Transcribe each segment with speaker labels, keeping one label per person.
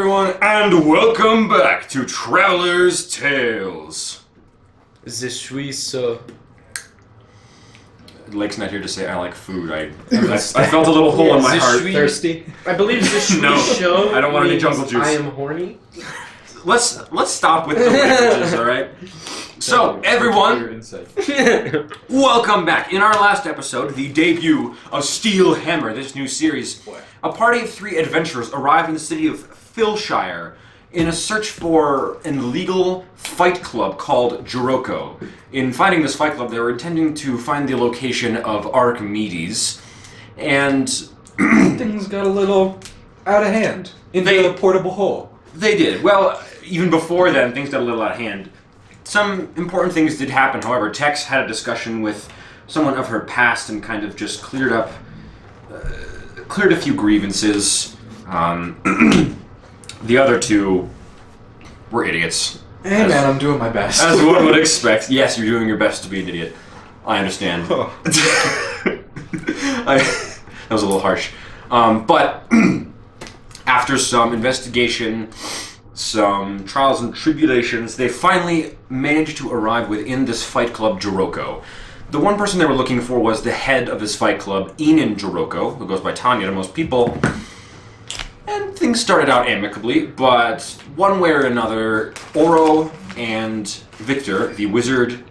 Speaker 1: And welcome back to Traveler's Tales.
Speaker 2: Je suis so.
Speaker 1: Lake's not here to say I like food. I I, I felt a little hole in my
Speaker 2: Je
Speaker 1: heart.
Speaker 2: suis-
Speaker 3: Thirsty?
Speaker 2: I believe je suis
Speaker 1: No,
Speaker 2: chaud
Speaker 1: I don't want any
Speaker 2: means
Speaker 1: jungle juice.
Speaker 2: I am horny.
Speaker 1: Let's let's stop with the languages, all right? So everyone, welcome back. In our last episode, the debut of Steel Hammer, this new series, a party of three adventurers arrive in the city of Philshire in a search for an illegal fight club called Jiroko. In finding this fight club, they were intending to find the location of Archimedes, and
Speaker 3: Things got a little out of hand. Into
Speaker 1: They-
Speaker 3: the portable hole.
Speaker 1: They did. Well, even before then, things got a little out of hand. Some important things did happen, however. Tex had a discussion with someone of her past and kind of just cleared up, uh, cleared a few grievances. Um, the other two were idiots.
Speaker 3: Hey man, I'm doing my best.
Speaker 1: As one would expect. Yes, you're doing your best to be an idiot. I understand.
Speaker 3: Huh.
Speaker 1: I, that was a little harsh. Um, but after some investigation, some trials and tribulations, they finally managed to arrive within this fight club, Jiroko. The one person they were looking for was the head of this fight club, Enan Jiroko, who goes by Tanya to most people. And things started out amicably, but one way or another, Oro and Victor, the wizard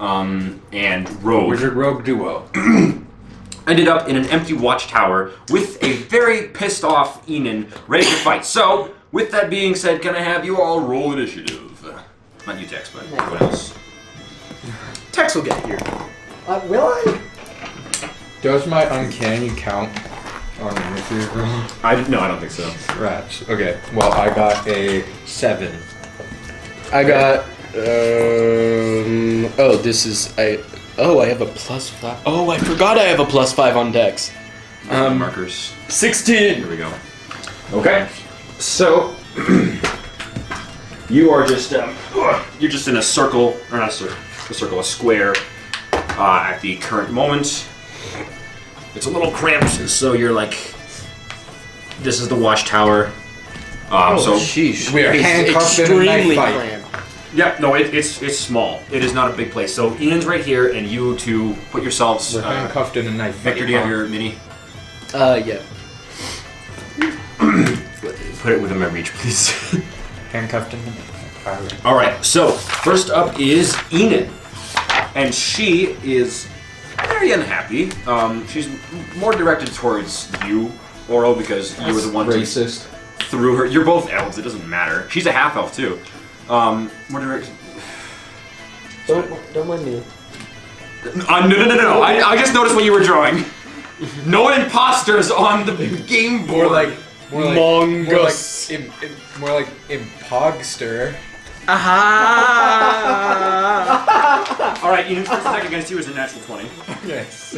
Speaker 1: um, and rogue,
Speaker 3: Wizard Rogue Duo.
Speaker 1: ended up in an empty watchtower with a very pissed off Enan ready to fight. So, with that being said, can I have you all roll initiative? Not you, Tex, but everyone else.
Speaker 2: Tex will get here.
Speaker 4: Uh, will I?
Speaker 3: Does my uncanny count on Wizard Rogue?
Speaker 1: I no, I don't think so.
Speaker 3: Rats. Okay, well, I got a seven.
Speaker 5: I got. Um, oh, this is I. Oh, I have a plus five. Oh, I forgot I have a plus five on Dex. Um,
Speaker 1: markers.
Speaker 5: Sixteen.
Speaker 1: Here we go. Okay. So you are just um, you're just in a circle, or not a circle, a circle, a square uh, at the current moment. It's a little cramped, so you're like, this is the watchtower. Um, so
Speaker 5: Oh, sheesh.
Speaker 3: We are
Speaker 5: It's
Speaker 3: handcuffed in a knife
Speaker 5: extremely
Speaker 3: fight.
Speaker 5: cramped.
Speaker 1: yeah, no, it, it's it's small. It is not a big place. So Ian's right here, and you two put yourselves.
Speaker 3: We're
Speaker 1: Uh,
Speaker 3: handcuffed in a knife.
Speaker 1: Victor, do you have your mini?
Speaker 5: Uh, yeah.
Speaker 1: Put it within my reach, please.
Speaker 3: handcuffed in the knife. Alright.
Speaker 1: All right. So first up is Enid, and she is very unhappy. Um, she's more directed towards you, Oral, because you were the one who
Speaker 3: Racist.
Speaker 1: threw her. You're both elves. It doesn't matter. She's a half elf too. Um, more directed.
Speaker 4: Don't don't mind me.
Speaker 1: Uh, no, no, no, no. I, I just noticed what you were drawing. No imposters on the game board.
Speaker 3: More like. More like, more like,
Speaker 5: Mongus.
Speaker 3: im, im, more like impogster.
Speaker 2: Aha!
Speaker 1: All right, Enid's first attack against you is a natural twenty.
Speaker 3: Yes.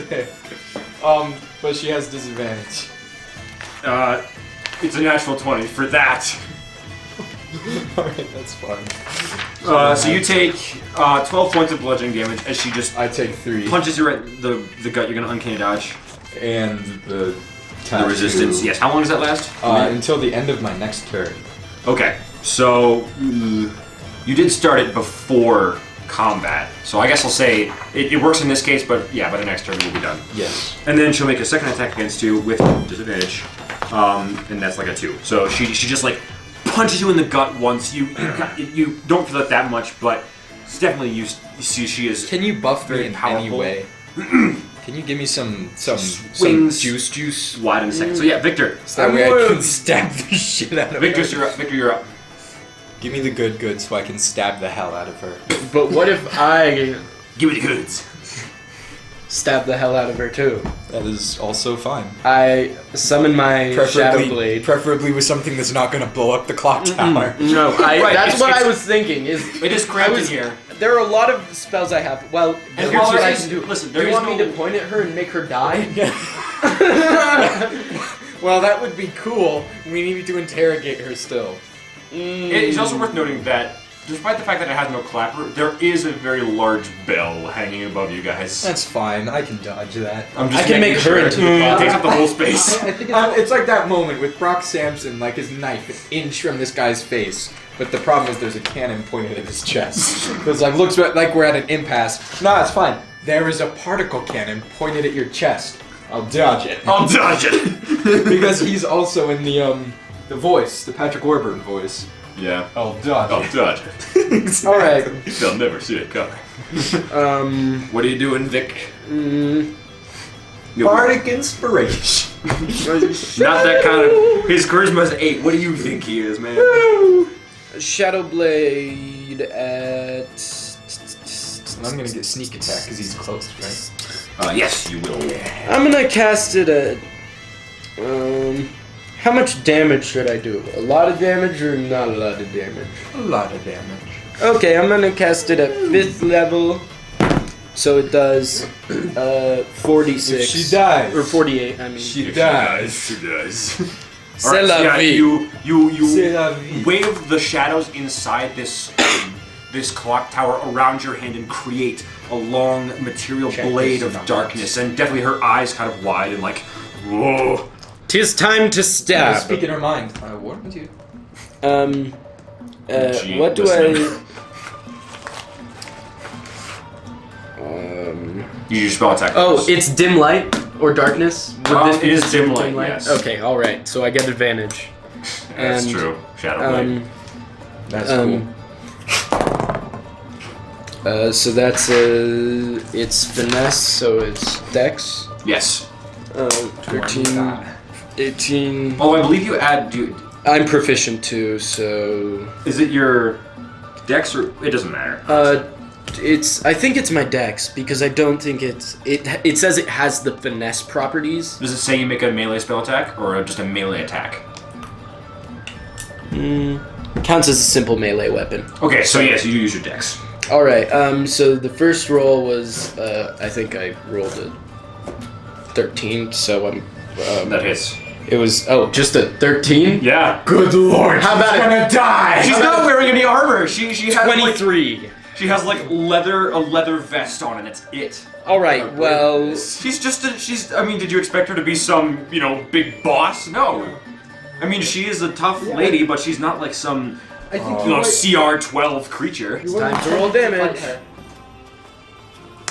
Speaker 3: um, but she has disadvantage.
Speaker 1: Uh, it's a natural twenty for that.
Speaker 3: Alright, that's fine.
Speaker 1: Uh, so you take uh, 12 points of bludgeoning damage as she just
Speaker 3: I take three.
Speaker 1: punches you right the the gut. You're gonna uncanny dodge.
Speaker 3: And the
Speaker 1: The
Speaker 3: tattoo,
Speaker 1: resistance. Yes. How long does that last?
Speaker 3: Uh, until the end of my next turn.
Speaker 1: okay. So mm, you did start it before combat. So I guess I'll say it, it works in this case, but yeah, by the next turn we'll be done.
Speaker 3: Yes.
Speaker 1: And then she'll make a second attack against you with disadvantage, um, and that's like a two. So she she just like punches you in the gut once. You you, got, you don't feel it that much, but it's definitely you, s- you see she is
Speaker 3: Can you buff
Speaker 1: Very
Speaker 3: me in any
Speaker 1: powerful.
Speaker 3: way? Can you give me some some
Speaker 1: Swings.
Speaker 3: some juice juice?
Speaker 1: wide in a second. So yeah, Victor.
Speaker 3: So that way I
Speaker 2: Whoa.
Speaker 3: can stab the shit out of
Speaker 1: Victor's
Speaker 3: her.
Speaker 1: you're up. Victor, you're up.
Speaker 3: Give me the good good so I can stab the hell out of her.
Speaker 5: But what if I
Speaker 1: Give me the goods.
Speaker 5: stab the hell out of her too?
Speaker 3: That is also fine.
Speaker 5: I summon my shadow blade.
Speaker 3: preferably with something that's not gonna blow up the clock tower.
Speaker 5: no, I,
Speaker 1: Right,
Speaker 5: that's
Speaker 1: it's-
Speaker 5: what
Speaker 1: it's-
Speaker 5: I was thinking. Is
Speaker 1: It is
Speaker 5: I
Speaker 1: cramped
Speaker 5: was-
Speaker 1: in here.
Speaker 5: there are a lot of spells I have. Well,
Speaker 1: And
Speaker 5: here's what
Speaker 1: while
Speaker 5: I
Speaker 1: it's-
Speaker 5: can do.
Speaker 1: listen, there
Speaker 5: you
Speaker 1: is
Speaker 5: want
Speaker 1: no-
Speaker 5: me to point at her and make her die? well, that would be cool. We need to interrogate her still.
Speaker 1: It- It's also worth noting that despite the fact that it has no clapper, there is a very large bell hanging above you guys.
Speaker 3: That's fine. I can dodge that.
Speaker 1: I'm just
Speaker 5: I
Speaker 1: making
Speaker 5: can make her
Speaker 1: sure
Speaker 5: into the
Speaker 1: it
Speaker 5: bell.
Speaker 1: takes up the whole
Speaker 3: I,
Speaker 1: space.
Speaker 3: I think it's, um, it's like that moment with Brock Sampson, like his knife an inch from this guy's face, but the problem is there's a cannon pointed at his chest. It's like looks like we're at an impasse. Nah, it's fine. There is a particle cannon pointed at your chest. I'll dodge it
Speaker 1: I'll dodge it.
Speaker 3: because he's also in the um the voice, the Patrick Warburton voice.
Speaker 1: yeah.
Speaker 3: I'll dodge
Speaker 1: I'll dodge it.
Speaker 3: All right.
Speaker 1: They'll never see it coming.
Speaker 3: Um,
Speaker 1: What are you doing, Vic?
Speaker 3: mm, bardic inspiration.
Speaker 1: Not that kind of. His charisma's eight. What do you think he is, man?
Speaker 5: Shadow Blade at.
Speaker 3: I'm gonna get sneak attack because he's close, right?
Speaker 1: Uh, yes, you will.
Speaker 5: I'm gonna cast it at. Um, how much damage should I do? A lot of damage or not a lot of damage?
Speaker 3: A lot of damage.
Speaker 5: Okay, I'm gonna cast it at fifth level, so it does uh 46
Speaker 3: If she dies,
Speaker 5: or 48. I mean,
Speaker 3: She
Speaker 1: If
Speaker 3: dies.
Speaker 1: She dies. She dies.
Speaker 5: C'est
Speaker 1: Alright,
Speaker 5: la
Speaker 1: so yeah,
Speaker 5: vie.
Speaker 1: you you you
Speaker 3: C'est la vie.
Speaker 1: wave the shadows inside this this clock tower around your hand and create a long material
Speaker 3: Check
Speaker 1: blade
Speaker 3: this
Speaker 1: of
Speaker 3: out.
Speaker 1: darkness. And definitely her eyes kind of wide and like, whoa.
Speaker 5: tis time to
Speaker 3: Yeah,
Speaker 5: stab.
Speaker 3: speak in her mind. I warned you.
Speaker 5: Um, uh,
Speaker 1: Oh, Gee,
Speaker 5: what do
Speaker 1: listen.
Speaker 5: I? um.
Speaker 1: You use spell attack.
Speaker 5: Oh,
Speaker 1: first.
Speaker 5: it's dim light or darkness. Would
Speaker 1: Um,
Speaker 5: be
Speaker 1: it is
Speaker 5: considered
Speaker 1: dim light, yes.
Speaker 5: Okay, all right. So I get advantage.
Speaker 1: that's
Speaker 5: and,
Speaker 1: true. Shadow blade.
Speaker 5: Um,
Speaker 3: That's
Speaker 5: um, uh, so that's uh, it's finesse, so it's dex.
Speaker 1: yes.
Speaker 5: Uh, 13, 18.
Speaker 1: Oh, I believe you add. Do you-
Speaker 5: I'm proficient too, so
Speaker 1: is it your dex or it doesn't matter.
Speaker 5: uh, it's. I think it's my dex because I don't think it's. It it says it has the finesse properties.
Speaker 1: Does it say you make a melee spell attack or just a melee attack?
Speaker 5: Hmm. Counts as a simple melee weapon.
Speaker 1: Okay, so yes, you use your dex.
Speaker 5: All right. Um. So the first roll was. Uh, I think I rolled a thirteen. So I'm. Um,
Speaker 1: That hits.
Speaker 5: it was. Oh, just a thirteen.
Speaker 1: Yeah.
Speaker 3: Good lord. How about
Speaker 1: she's
Speaker 3: gonna die?
Speaker 1: She's not wearing any armor. She she has like,
Speaker 5: Twenty-three.
Speaker 1: she has like leather a leather vest on and that's it.
Speaker 5: All right. Well.
Speaker 1: She's just a, she's I mean, did you expect her to be some, you know, big boss? No. I mean, she is a tough
Speaker 4: Yeah.
Speaker 1: lady, but she's not like some
Speaker 4: I think
Speaker 1: you know
Speaker 4: were-
Speaker 1: CR12 creature.
Speaker 4: you were
Speaker 5: time to roll
Speaker 4: attempting
Speaker 5: damage.
Speaker 4: fight her.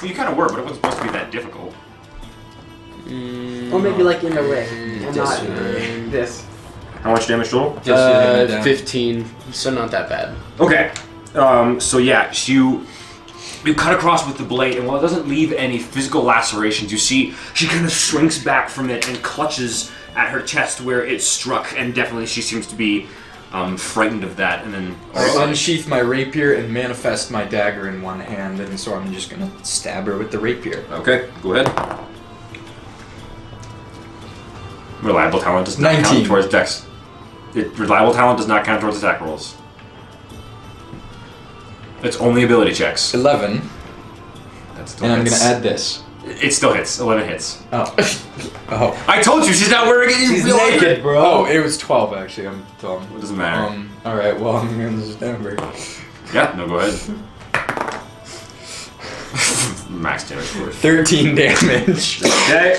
Speaker 1: Well, you kind of were, but it wasn't supposed to be that difficult.
Speaker 5: mm,
Speaker 4: Or maybe like in the way. and not
Speaker 5: disagree.
Speaker 4: this.
Speaker 1: How much damage total?
Speaker 5: Uh, fifteen. So not that bad.
Speaker 1: Okay. Um, so yeah, she- you you cut across with the blade, and while it doesn't leave any physical lacerations, you see she kind of shrinks back from it and clutches at her chest where it struck, and definitely she seems to be um, frightened of that. And then
Speaker 3: I unsheath my rapier and manifest my dagger in one hand, and so I'm just gonna stab her with the rapier.
Speaker 1: okay, go ahead. Reliable talent does not count
Speaker 3: 19.
Speaker 1: towards dex. It, reliable talent does not count towards attack rolls. It's only ability checks.
Speaker 3: Eleven,
Speaker 1: That's still
Speaker 3: and I'm gonna
Speaker 1: hits.
Speaker 3: add this.
Speaker 1: It still hits. Eleven hits.
Speaker 3: Oh, oh,
Speaker 1: I told you she's not wearing any real armor.
Speaker 3: bro. Oh, it was twelve actually. I'm dumb.
Speaker 1: It doesn't matter.
Speaker 3: Um, all right. Well, I'm gonna just remember.
Speaker 1: Yeah, no, go ahead. Max damage for it.
Speaker 3: Thirteen damage.
Speaker 1: Okay.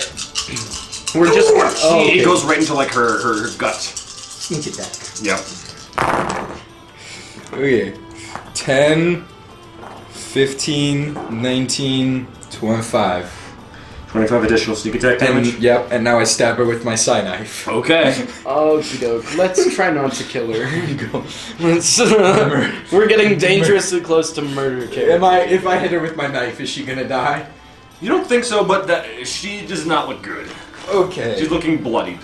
Speaker 5: We're just. Oh,
Speaker 1: It
Speaker 5: okay.
Speaker 1: goes right into like her her, her gut.
Speaker 4: Sneak attack.
Speaker 1: Yep.
Speaker 3: Okay. 10, 15, 19, 25.
Speaker 1: Twenty-five additional sneak attack
Speaker 3: And, yep, and now I stab her with my side knife.
Speaker 1: Okay.
Speaker 5: Okie doke. Let's try not to kill her. Let's, we're getting dangerously close to murder.
Speaker 3: Am
Speaker 5: Karen.
Speaker 3: I if I hit her with my knife, is she gonna die?
Speaker 1: You don't think so, but that she does not look good.
Speaker 3: Okay.
Speaker 1: She's looking bloodied.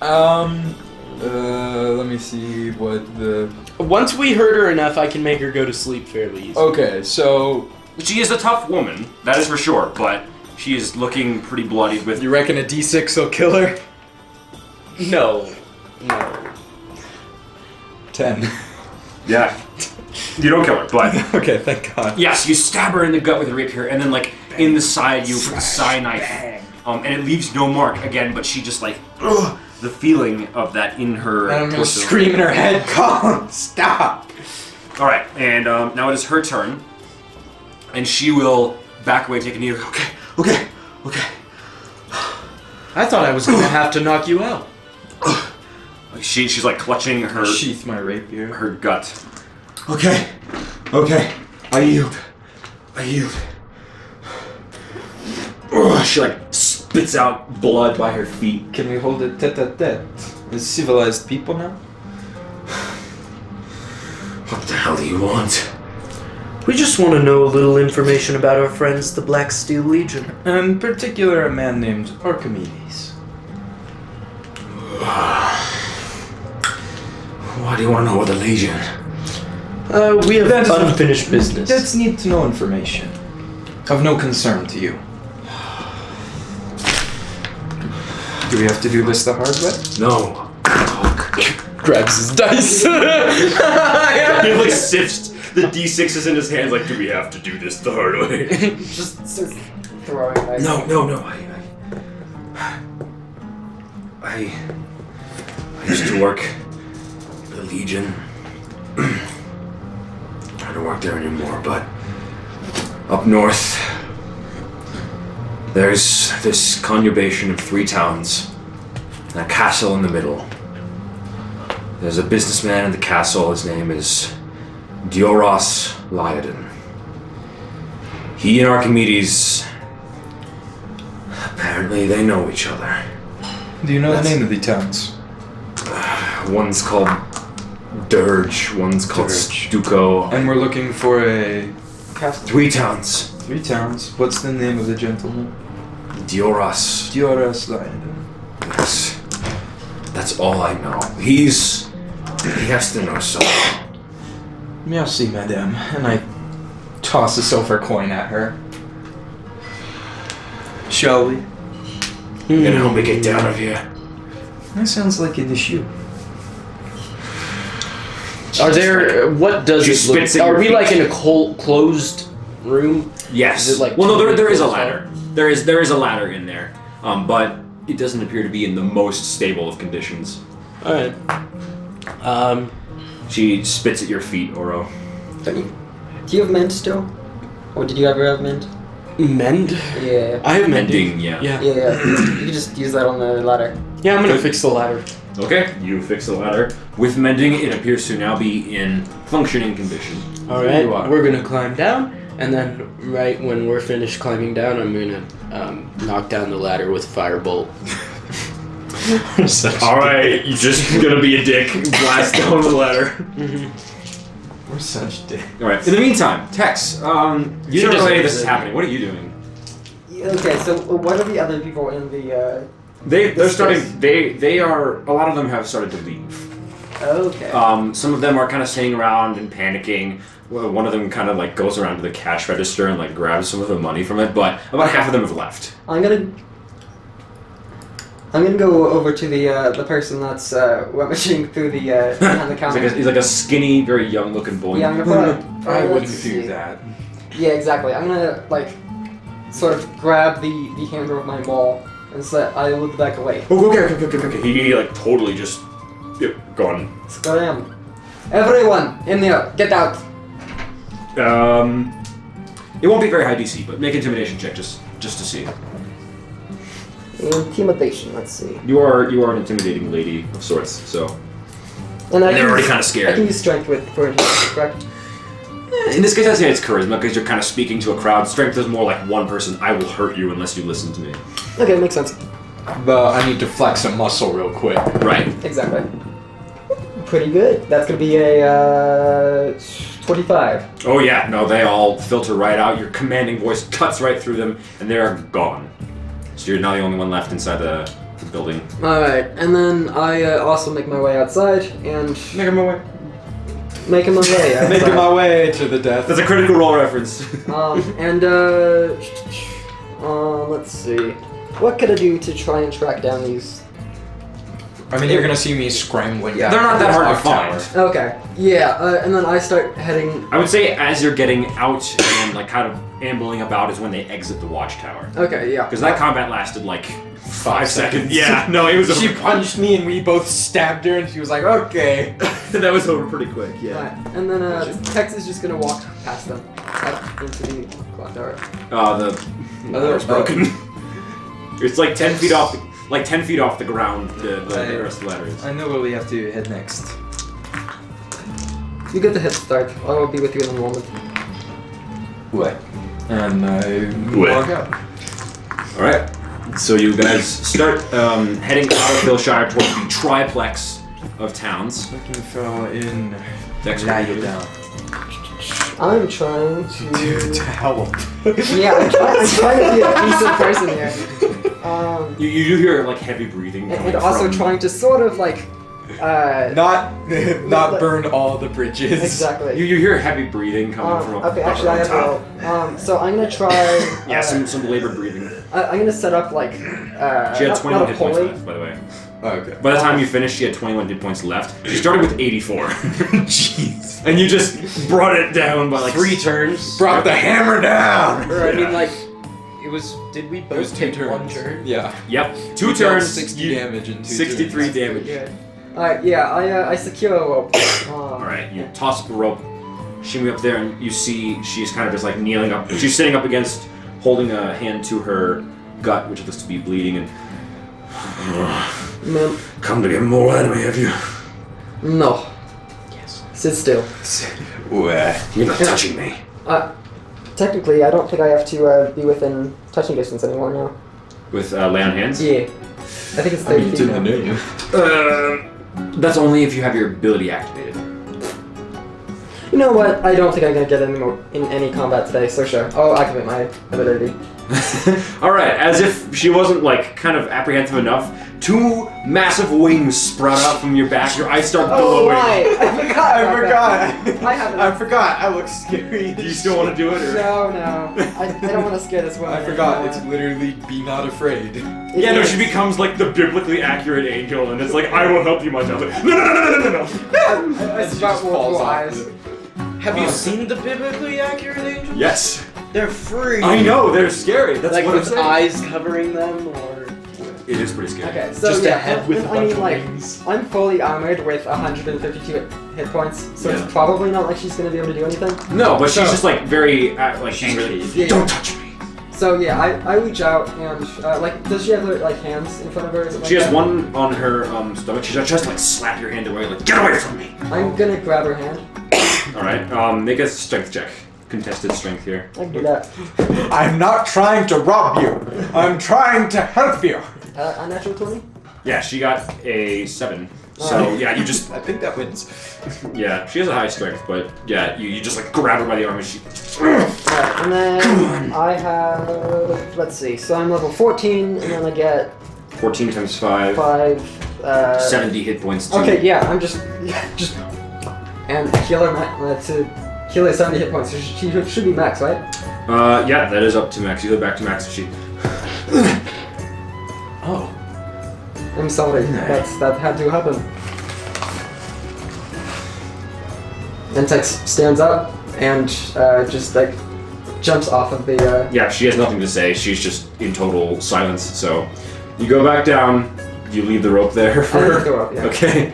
Speaker 3: Um uh let me see what the
Speaker 5: Once we hurt her enough, I can make her go to sleep fairly easy.
Speaker 3: Okay, so
Speaker 1: She is a tough woman, that is for sure, but she is looking pretty bloodied with.
Speaker 3: you reckon a D six will kill her?
Speaker 5: No. No.
Speaker 3: Ten.
Speaker 1: Yeah. You don't kill her, but.
Speaker 3: okay, thank God.
Speaker 1: Yes, you stab her in the gut with a rapier, and then like in the side you put the side knife, um, and it leaves no mark again. But she just like ugh, the feeling of that in her.
Speaker 3: And I'm gonna
Speaker 1: torso.
Speaker 3: scream in her head, Colin, stop!
Speaker 1: All right, and um, now it is her turn, and she will back away, take a knee. Okay, okay, okay.
Speaker 5: I thought I was gonna have to knock you out.
Speaker 1: Like, She she's like clutching her
Speaker 3: Sheath my rapier.
Speaker 1: her gut. Okay, okay, I yield, I yield. Ugh, she like spits out blood by her feet.
Speaker 3: Can we hold it tete a tete? As civilized people now?
Speaker 1: What the hell do you want?
Speaker 4: We just want to know a little information about our friends, the Black Steel Legion.
Speaker 3: In Um, particular, a man named Archimedes.
Speaker 1: Why do you want to know what the Legion?
Speaker 4: Uh, we have
Speaker 3: That is-
Speaker 4: unfinished business.
Speaker 3: That's need to know information. Of no concern to you. Do we have to do this the hard way?
Speaker 1: No.
Speaker 3: Grabs his dice.
Speaker 1: He like sifts the d6s in his hands. Like, do we have to do this the hard way?
Speaker 4: just starts throwing ice.
Speaker 1: no, no, no. I, I, I, I used to work for the Legion. I don't work there anymore, but up north, there's this conurbation of three towns, and a castle in the middle. There's a businessman in the castle. His name is Dioros Lyodon. He and Archimedes Apparently, they know each other.
Speaker 3: do you know the name of the towns?
Speaker 1: One's called Dirge, one's called
Speaker 3: Dirge.
Speaker 1: Stuco.
Speaker 3: And we're looking for a.
Speaker 1: Three towns.
Speaker 3: Three towns. What's the name of the gentleman?
Speaker 1: Dioras.
Speaker 3: Dioras Lyon.
Speaker 1: Yes. That's all I know. He's. He has to know something.
Speaker 3: Merci, madame. And I toss a silver coin at her. Shall we?
Speaker 1: You gonna help me get down of here?
Speaker 3: That sounds like an issue.
Speaker 5: Are there? What does
Speaker 1: She
Speaker 5: it look?
Speaker 1: spits in
Speaker 5: are
Speaker 1: your
Speaker 5: we
Speaker 1: feet.
Speaker 5: like in a cold, closed room?
Speaker 1: Yes.
Speaker 5: Is it like
Speaker 1: well, no, there, there is a
Speaker 5: totally
Speaker 1: ladder. There is there is a ladder in there, um, but it doesn't appear to be in the most stable of conditions.
Speaker 5: All right. Um.
Speaker 1: She spits at your feet, Oro.
Speaker 4: Don't you, do you have mint still? Or did you ever have mint?
Speaker 5: Mend.
Speaker 4: Yeah.
Speaker 5: I have mending.
Speaker 1: Mending, yeah.
Speaker 5: Yeah.
Speaker 4: Yeah, yeah. you can just use that on the ladder.
Speaker 5: Yeah, I'm gonna fix the ladder.
Speaker 1: Okay, you fix the ladder. With mending, it appears to now be in functioning condition.
Speaker 5: All
Speaker 3: There
Speaker 5: right,
Speaker 3: you are.
Speaker 5: we're gonna climb down, and then right when we're finished climbing down, I'm gonna um, knock down the ladder with firebolt. Such-
Speaker 1: All right, you're just gonna be a dick. Blast down the ladder.
Speaker 3: We're such dicks.
Speaker 1: All right. In the meantime, Tex, um, you
Speaker 5: She
Speaker 1: don't know
Speaker 5: doesn't
Speaker 1: any of this is
Speaker 5: visit.
Speaker 1: happening. What are you doing?
Speaker 4: Okay, so uh, what are the other people in the? Uh,
Speaker 1: They they're
Speaker 4: This
Speaker 1: starting.
Speaker 4: is-
Speaker 1: They they are. A lot of them have started to leave.
Speaker 4: oh, okay.
Speaker 1: Um, some of them are kind of staying around and panicking. Well, One of them kind of like goes around to the cash register and like grabs some of the money from it, but about half of them have left.
Speaker 4: I'm gonna. I'm gonna go over to the uh, the person that's uh, rummaging through the uh, behind the
Speaker 1: He's
Speaker 4: counter.
Speaker 1: like, a, he's like a skinny, very young-looking boy.
Speaker 4: yeah, I'm gonna put. Like,
Speaker 3: I
Speaker 4: uh,
Speaker 3: wouldn't
Speaker 4: let's
Speaker 3: do
Speaker 4: see.
Speaker 3: that.
Speaker 4: Yeah, exactly. I'm gonna like sort of grab the the handle of my maul and so I look back away.
Speaker 1: Oh, okay, okay, okay, okay, okay. He, he like totally just yep, gone.
Speaker 4: So I am. Everyone in there, get out.
Speaker 1: Um, it won't be very high DC, but make intimidation check just just to see.
Speaker 4: Intimidation. Let's see.
Speaker 1: You are you are an intimidating lady of sorts, so
Speaker 4: And
Speaker 1: and
Speaker 4: I can
Speaker 1: they're already
Speaker 4: use-
Speaker 1: kind of
Speaker 4: I can
Speaker 1: scared.
Speaker 4: use strength with for intimidation, correct?
Speaker 1: Eh, In this case, I'd say it's charisma because you're kind of speaking to a crowd. Strength is more like one person. I will hurt you unless you listen to me.
Speaker 4: Okay, makes sense.
Speaker 3: But I need to flex a muscle real quick.
Speaker 1: Right.
Speaker 4: Exactly. Pretty good. That's gonna be a uh, 25.
Speaker 1: Oh yeah. No, they all filter right out. Your commanding voice cuts right through them, and they are gone. So you're now the only one left inside the, the building.
Speaker 4: Alright, and then I uh, also make my way outside and
Speaker 3: Making my way.
Speaker 4: make him a way. outside.
Speaker 3: Making my way to the death.
Speaker 1: That's a critical role reference.
Speaker 4: Um, and uh, uh, let's see. What could I do to try and track down these
Speaker 3: I mean, you're gonna see me scrambling.
Speaker 5: Yeah.
Speaker 1: They're not that hard to
Speaker 3: Clock tower.
Speaker 1: find.
Speaker 4: Okay. Yeah, uh, and then I start heading.
Speaker 1: I would say as you're getting out and like kind of ambling about is when they exit the watchtower.
Speaker 4: Okay, yeah.
Speaker 1: Because that combat lasted like five seconds.
Speaker 3: seconds.
Speaker 1: Yeah, no, it was
Speaker 3: She punched me and we both stabbed her, and she was like, "Okay."
Speaker 2: that was over pretty quick.
Speaker 4: Right. And then uh, Tex is just gonna walk past them up into the clock tower.
Speaker 1: Uh, the water's broken. it's like ten feet off, the, like ten feet off the ground. The, the, the rest of the ladder is.
Speaker 3: I know where we have to head next.
Speaker 4: You get the head start. I will be with you in a moment.
Speaker 3: What? And I
Speaker 1: What?
Speaker 3: walk out.
Speaker 1: All right. So you guys start um, heading out of Hillshire towards the triplex of towns.
Speaker 3: Looking for in.
Speaker 1: Dex,
Speaker 3: Lie
Speaker 1: what do you
Speaker 3: you
Speaker 1: do?
Speaker 3: down.
Speaker 4: I'm trying to.
Speaker 3: help.
Speaker 4: yeah, I'm trying, I'm trying to be a decent person here. Um,
Speaker 1: You, you do hear like heavy breathing.
Speaker 4: and,
Speaker 1: Coming
Speaker 4: and also
Speaker 1: from-
Speaker 4: trying to sort of like. Uh,
Speaker 3: Not, not burn all the bridges.
Speaker 4: exactly.
Speaker 1: You, you hear heavy breathing coming
Speaker 4: Um,
Speaker 1: from up,
Speaker 4: okay,
Speaker 1: up
Speaker 4: actually, I
Speaker 1: on
Speaker 4: have
Speaker 1: top.
Speaker 4: to. Um, so I'm gonna try.
Speaker 1: Yeah,
Speaker 4: uh,
Speaker 1: some some labored breathing.
Speaker 4: I, I'm gonna set up like. Uh,
Speaker 1: She had
Speaker 4: not, not
Speaker 1: 21
Speaker 4: a
Speaker 1: hit points
Speaker 4: pulley.
Speaker 1: left, by the way.
Speaker 3: Okay.
Speaker 1: By the time you finished, she had 21 hit points left. She started with 84. Jeez. And you just brought it down by like
Speaker 5: Three turns.
Speaker 3: Brought the hammer down.
Speaker 5: Or, I mean,
Speaker 1: Yeah.
Speaker 5: like, it was. Did we both
Speaker 3: It was two
Speaker 5: take one
Speaker 3: turns.
Speaker 5: turn?
Speaker 3: Yeah.
Speaker 1: Yep. Two
Speaker 3: You dealt
Speaker 1: turns.
Speaker 3: 60
Speaker 1: you-
Speaker 3: damage in two
Speaker 1: 63
Speaker 3: turns.
Speaker 1: damage.
Speaker 4: Alright, yeah, I, uh, I secure a rope. Um,
Speaker 1: Alright, you toss up the rope, shimmy up there, and you see she's kind of just like kneeling up. She's sitting up against, holding a hand to her gut, which looks to be bleeding, and.
Speaker 4: No.
Speaker 1: Come to get more enemy, have you?
Speaker 4: no.
Speaker 5: Yes.
Speaker 4: Sit still.
Speaker 1: You're not touching me.
Speaker 4: Uh, technically, I don't think I have to uh, be within touching distance anymore now.
Speaker 1: With uh, lay on hands?
Speaker 4: Yeah. I think it's
Speaker 3: I
Speaker 4: 30
Speaker 3: mean, it's
Speaker 4: feet
Speaker 3: in
Speaker 4: now.
Speaker 3: the name.
Speaker 1: Uh, that's only if you have your ability activated.
Speaker 4: You know what? I don't think I'm gonna get any more in any combat today, so sure. I'll activate my ability.
Speaker 1: All right, as if she wasn't like kind of apprehensive enough, two massive wings sprout out from your back. Your eyes start
Speaker 4: Oh,
Speaker 1: billowing.
Speaker 4: right. I forgot.
Speaker 3: I
Speaker 4: about
Speaker 3: forgot.
Speaker 4: I haven't-
Speaker 3: I forgot. I look scary.
Speaker 1: Do you still want to do it?
Speaker 4: that.
Speaker 1: Or?
Speaker 4: No, no. I, I don't want to scare this woman.
Speaker 3: I forgot.
Speaker 4: Uh,
Speaker 3: It's literally be not afraid.
Speaker 4: it
Speaker 1: Yeah, no.
Speaker 4: is.
Speaker 1: She becomes like the biblically accurate angel, and it's like, I will help you, my child. Like, No, no, no, no, no, no, no, no.
Speaker 4: It's
Speaker 3: She just
Speaker 4: about
Speaker 3: falls
Speaker 4: multiple
Speaker 3: off
Speaker 4: eyes.
Speaker 3: the-
Speaker 5: Have you
Speaker 3: Oh.
Speaker 5: seen the biblically accurate angels?
Speaker 1: Yes,
Speaker 5: They're free.
Speaker 1: I know they're scary. That's
Speaker 5: Like
Speaker 1: what I'm
Speaker 5: with
Speaker 1: saying.
Speaker 5: eyes covering them, or
Speaker 1: It is pretty scary.
Speaker 4: Okay, so
Speaker 5: just
Speaker 4: yeah,
Speaker 5: a head
Speaker 4: I-
Speaker 5: with a
Speaker 4: I
Speaker 5: bunch
Speaker 4: mean,
Speaker 5: of
Speaker 4: like,
Speaker 5: wings.
Speaker 4: I'm fully armored with 152 hit points, so
Speaker 1: Yeah.
Speaker 4: it's probably not like she's gonna be able to do anything.
Speaker 1: No, but
Speaker 4: So-
Speaker 1: she's just like very uh, like angry.
Speaker 4: Yeah.
Speaker 1: Don't touch me.
Speaker 4: So yeah, I, I reach out and uh, like, does she have like hands in front of her? or something
Speaker 1: She
Speaker 4: like
Speaker 1: has
Speaker 4: that?
Speaker 1: one on her um, stomach. She's just like slap your hand away, like get away from me.
Speaker 4: I'm gonna grab her hand.
Speaker 1: All right, um, make a strength check. Contested strength here.
Speaker 4: I can do that.
Speaker 3: I'm not trying to rob you. I'm trying to help you.
Speaker 4: Uh, unnatural twenty.
Speaker 1: Yeah, she got a seven. So
Speaker 4: Oh.
Speaker 1: yeah, you just
Speaker 3: I think that wins.
Speaker 1: yeah, she has a high strength, but yeah, you, you just like grab her by the arm and she
Speaker 4: Alright, and then I have let's see. So I'm level 14, and then I get
Speaker 1: fourteen times five.
Speaker 4: five. Uh,
Speaker 1: 70 hit points to
Speaker 4: Okay, yeah, I'm just yeah, just and heal her ma- uh, to heal her 70 hit points. so She she should be max, right?
Speaker 1: Uh yeah, that is up to max. You go back to max she
Speaker 3: Oh.
Speaker 4: I'm sorry, that's that had to happen. And Tex stands up and uh, just like jumps off of the. Uh,
Speaker 1: Yeah, she has nothing to say. She's just in total silence, so you go back down, you leave the rope there for
Speaker 4: leave
Speaker 1: her.
Speaker 4: the rope, yeah.
Speaker 1: Okay.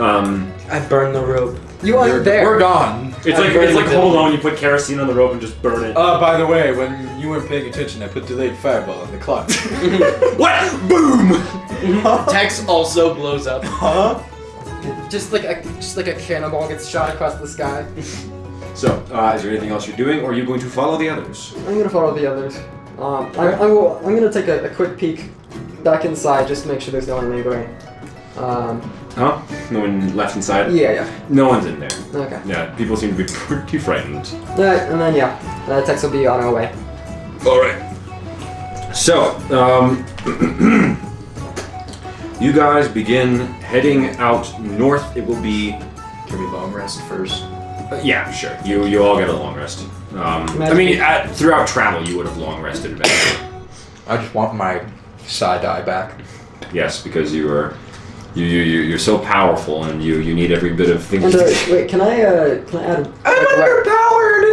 Speaker 1: Um
Speaker 5: I burned the rope.
Speaker 4: You aren't there.
Speaker 3: We're gone.
Speaker 1: it's
Speaker 5: I'm
Speaker 1: like
Speaker 5: burning
Speaker 1: it's like
Speaker 5: the-
Speaker 1: hold on, you Oh. put kerosene on the rope and just burn it.
Speaker 3: Uh, by the way, when you weren't paying attention, I put delayed fireball on the clock.
Speaker 1: what? Boom!
Speaker 5: Tex also blows up.
Speaker 3: huh?
Speaker 4: Just like a just like a cannonball gets shot across the sky.
Speaker 1: So, uh, is there anything else you're doing or are you going to follow the others?
Speaker 4: I'm gonna follow the others. Um, I, I will, I'm gonna take a, a quick peek back inside just to make sure there's no one lingering. Um,
Speaker 1: Huh? No one left inside?
Speaker 4: yeah, yeah.
Speaker 1: No one's in there.
Speaker 4: Okay.
Speaker 1: Yeah, people seem to be pretty frightened.
Speaker 4: Uh, and then yeah, uh, Tex will be on our way.
Speaker 1: All right. So, um, you guys begin heading out north. It will be. uh,
Speaker 3: Can we long rest first?
Speaker 1: Yeah, sure. You you all get a long rest. Um, I
Speaker 4: Imagine-
Speaker 1: mean, at, throughout travel, you would have long rested eventually.
Speaker 3: I just want my side eye back.
Speaker 1: yes, because you were You, you, you- you're so powerful, and you, you need every bit of thing.
Speaker 4: And uh, wait, can I uh, can I add? like, a wet-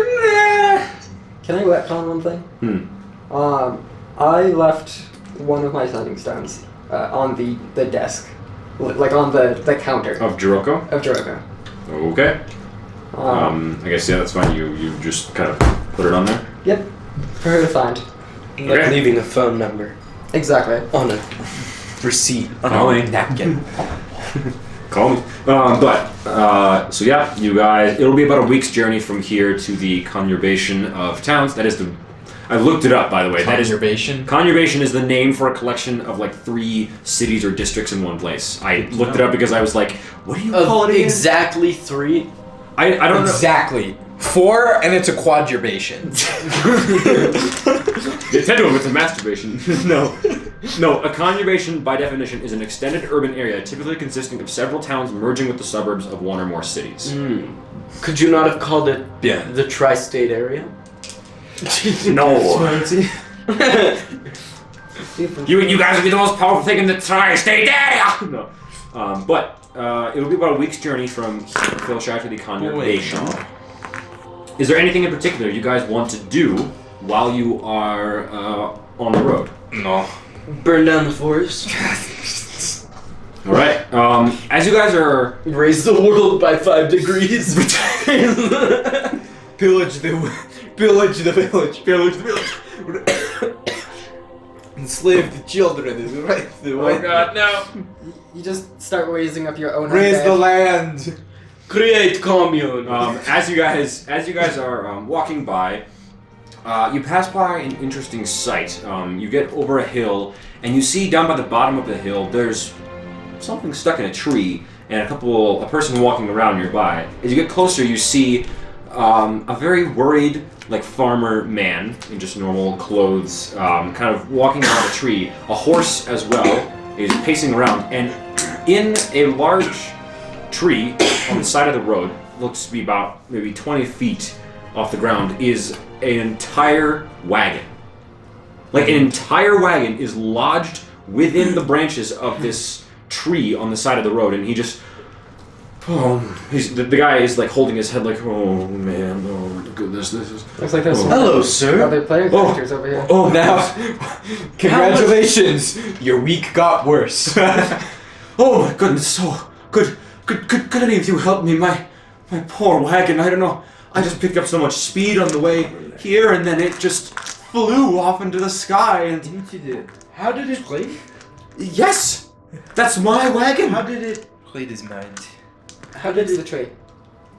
Speaker 3: underpowered.
Speaker 4: Can I retcon one thing?
Speaker 1: Hmm,
Speaker 4: Um, I left one of my sending stones uh, on the the desk, li- like on the the counter
Speaker 1: of Jiroko.
Speaker 4: of Jericho.
Speaker 1: Okay.
Speaker 4: Um,
Speaker 1: Um, I guess yeah, that's fine. You you just kind of put it on there.
Speaker 4: Yep, for her to find.
Speaker 5: Like
Speaker 1: Okay.
Speaker 5: leaving a phone number
Speaker 4: Exactly.
Speaker 3: Oh,
Speaker 5: on a receipt.
Speaker 1: Call me.
Speaker 3: Napkin.
Speaker 1: Call me. Um, but uh, so yeah, you guys. It'll be about a week's journey from here to the conurbation of towns. That is the. I looked it up, by the way. That is
Speaker 3: Conservation.
Speaker 1: Conurbation is the name for a collection of like three cities or districts in one place. I looked it up because I was like, what do you call it? again?
Speaker 5: exactly three.
Speaker 1: I, I don't
Speaker 3: Exactly. Four, and it's a quadrubation.
Speaker 1: know. Nintendo with the masturbation. no. No, a conurbation by definition is an extended urban area typically consisting of several towns merging with the suburbs of one or more cities.
Speaker 5: Could you not have called it
Speaker 3: Yeah.
Speaker 5: the tri-state area?
Speaker 1: No.
Speaker 4: Different-
Speaker 1: You, you guys would be the most powerful thing in the entire state area! No. Um, but uh, it'll be about a week's journey from Philshire to the Condemnation. Is there anything in particular you guys want to do while you are uh, on the road?
Speaker 3: No.
Speaker 5: Burn down the forest.
Speaker 1: All right. Um, as you guys are
Speaker 5: Raise the world by five degrees.
Speaker 3: Pillage the, pillage the village. Pillage the village. Enslave the children is right. The
Speaker 1: Oh,
Speaker 3: way.
Speaker 1: no!
Speaker 4: You just start raising up your own.
Speaker 3: Raise the
Speaker 4: undead.
Speaker 3: land.
Speaker 5: Create commune.
Speaker 1: Um, as you guys as you guys are um, walking by, uh, you pass by an interesting sight. Um, you get over a hill, and you see down by the bottom of the hill, there's something stuck in a tree, and a couple a person walking around nearby. As you get closer, you see um, a very worried like farmer man in just normal clothes, um, kind of walking around a tree. A horse as well is pacing around, and in a large tree on the side of the road, looks to be about maybe 20 feet off the ground, is an entire wagon. Like an entire wagon is lodged within the branches of this tree on the side of the road, and he just. Oh, he's, the, the guy is like holding his head, like, oh man, oh goodness, this is.
Speaker 4: Looks like there's some
Speaker 5: Hello, sir.
Speaker 4: other player
Speaker 1: Oh.
Speaker 4: characters over here.
Speaker 1: Oh,
Speaker 3: Now, congratulations. Your week got worse.
Speaker 1: Oh my goodness! Oh, could could could, could any of you help me? My my poor wagon. I don't know. I just picked up so much speed on the way here, and then it just flew off into the sky. And
Speaker 5: How did it play?
Speaker 1: yes, that's my wagon.
Speaker 5: did it?
Speaker 3: Played his mind.
Speaker 4: How big's the tree?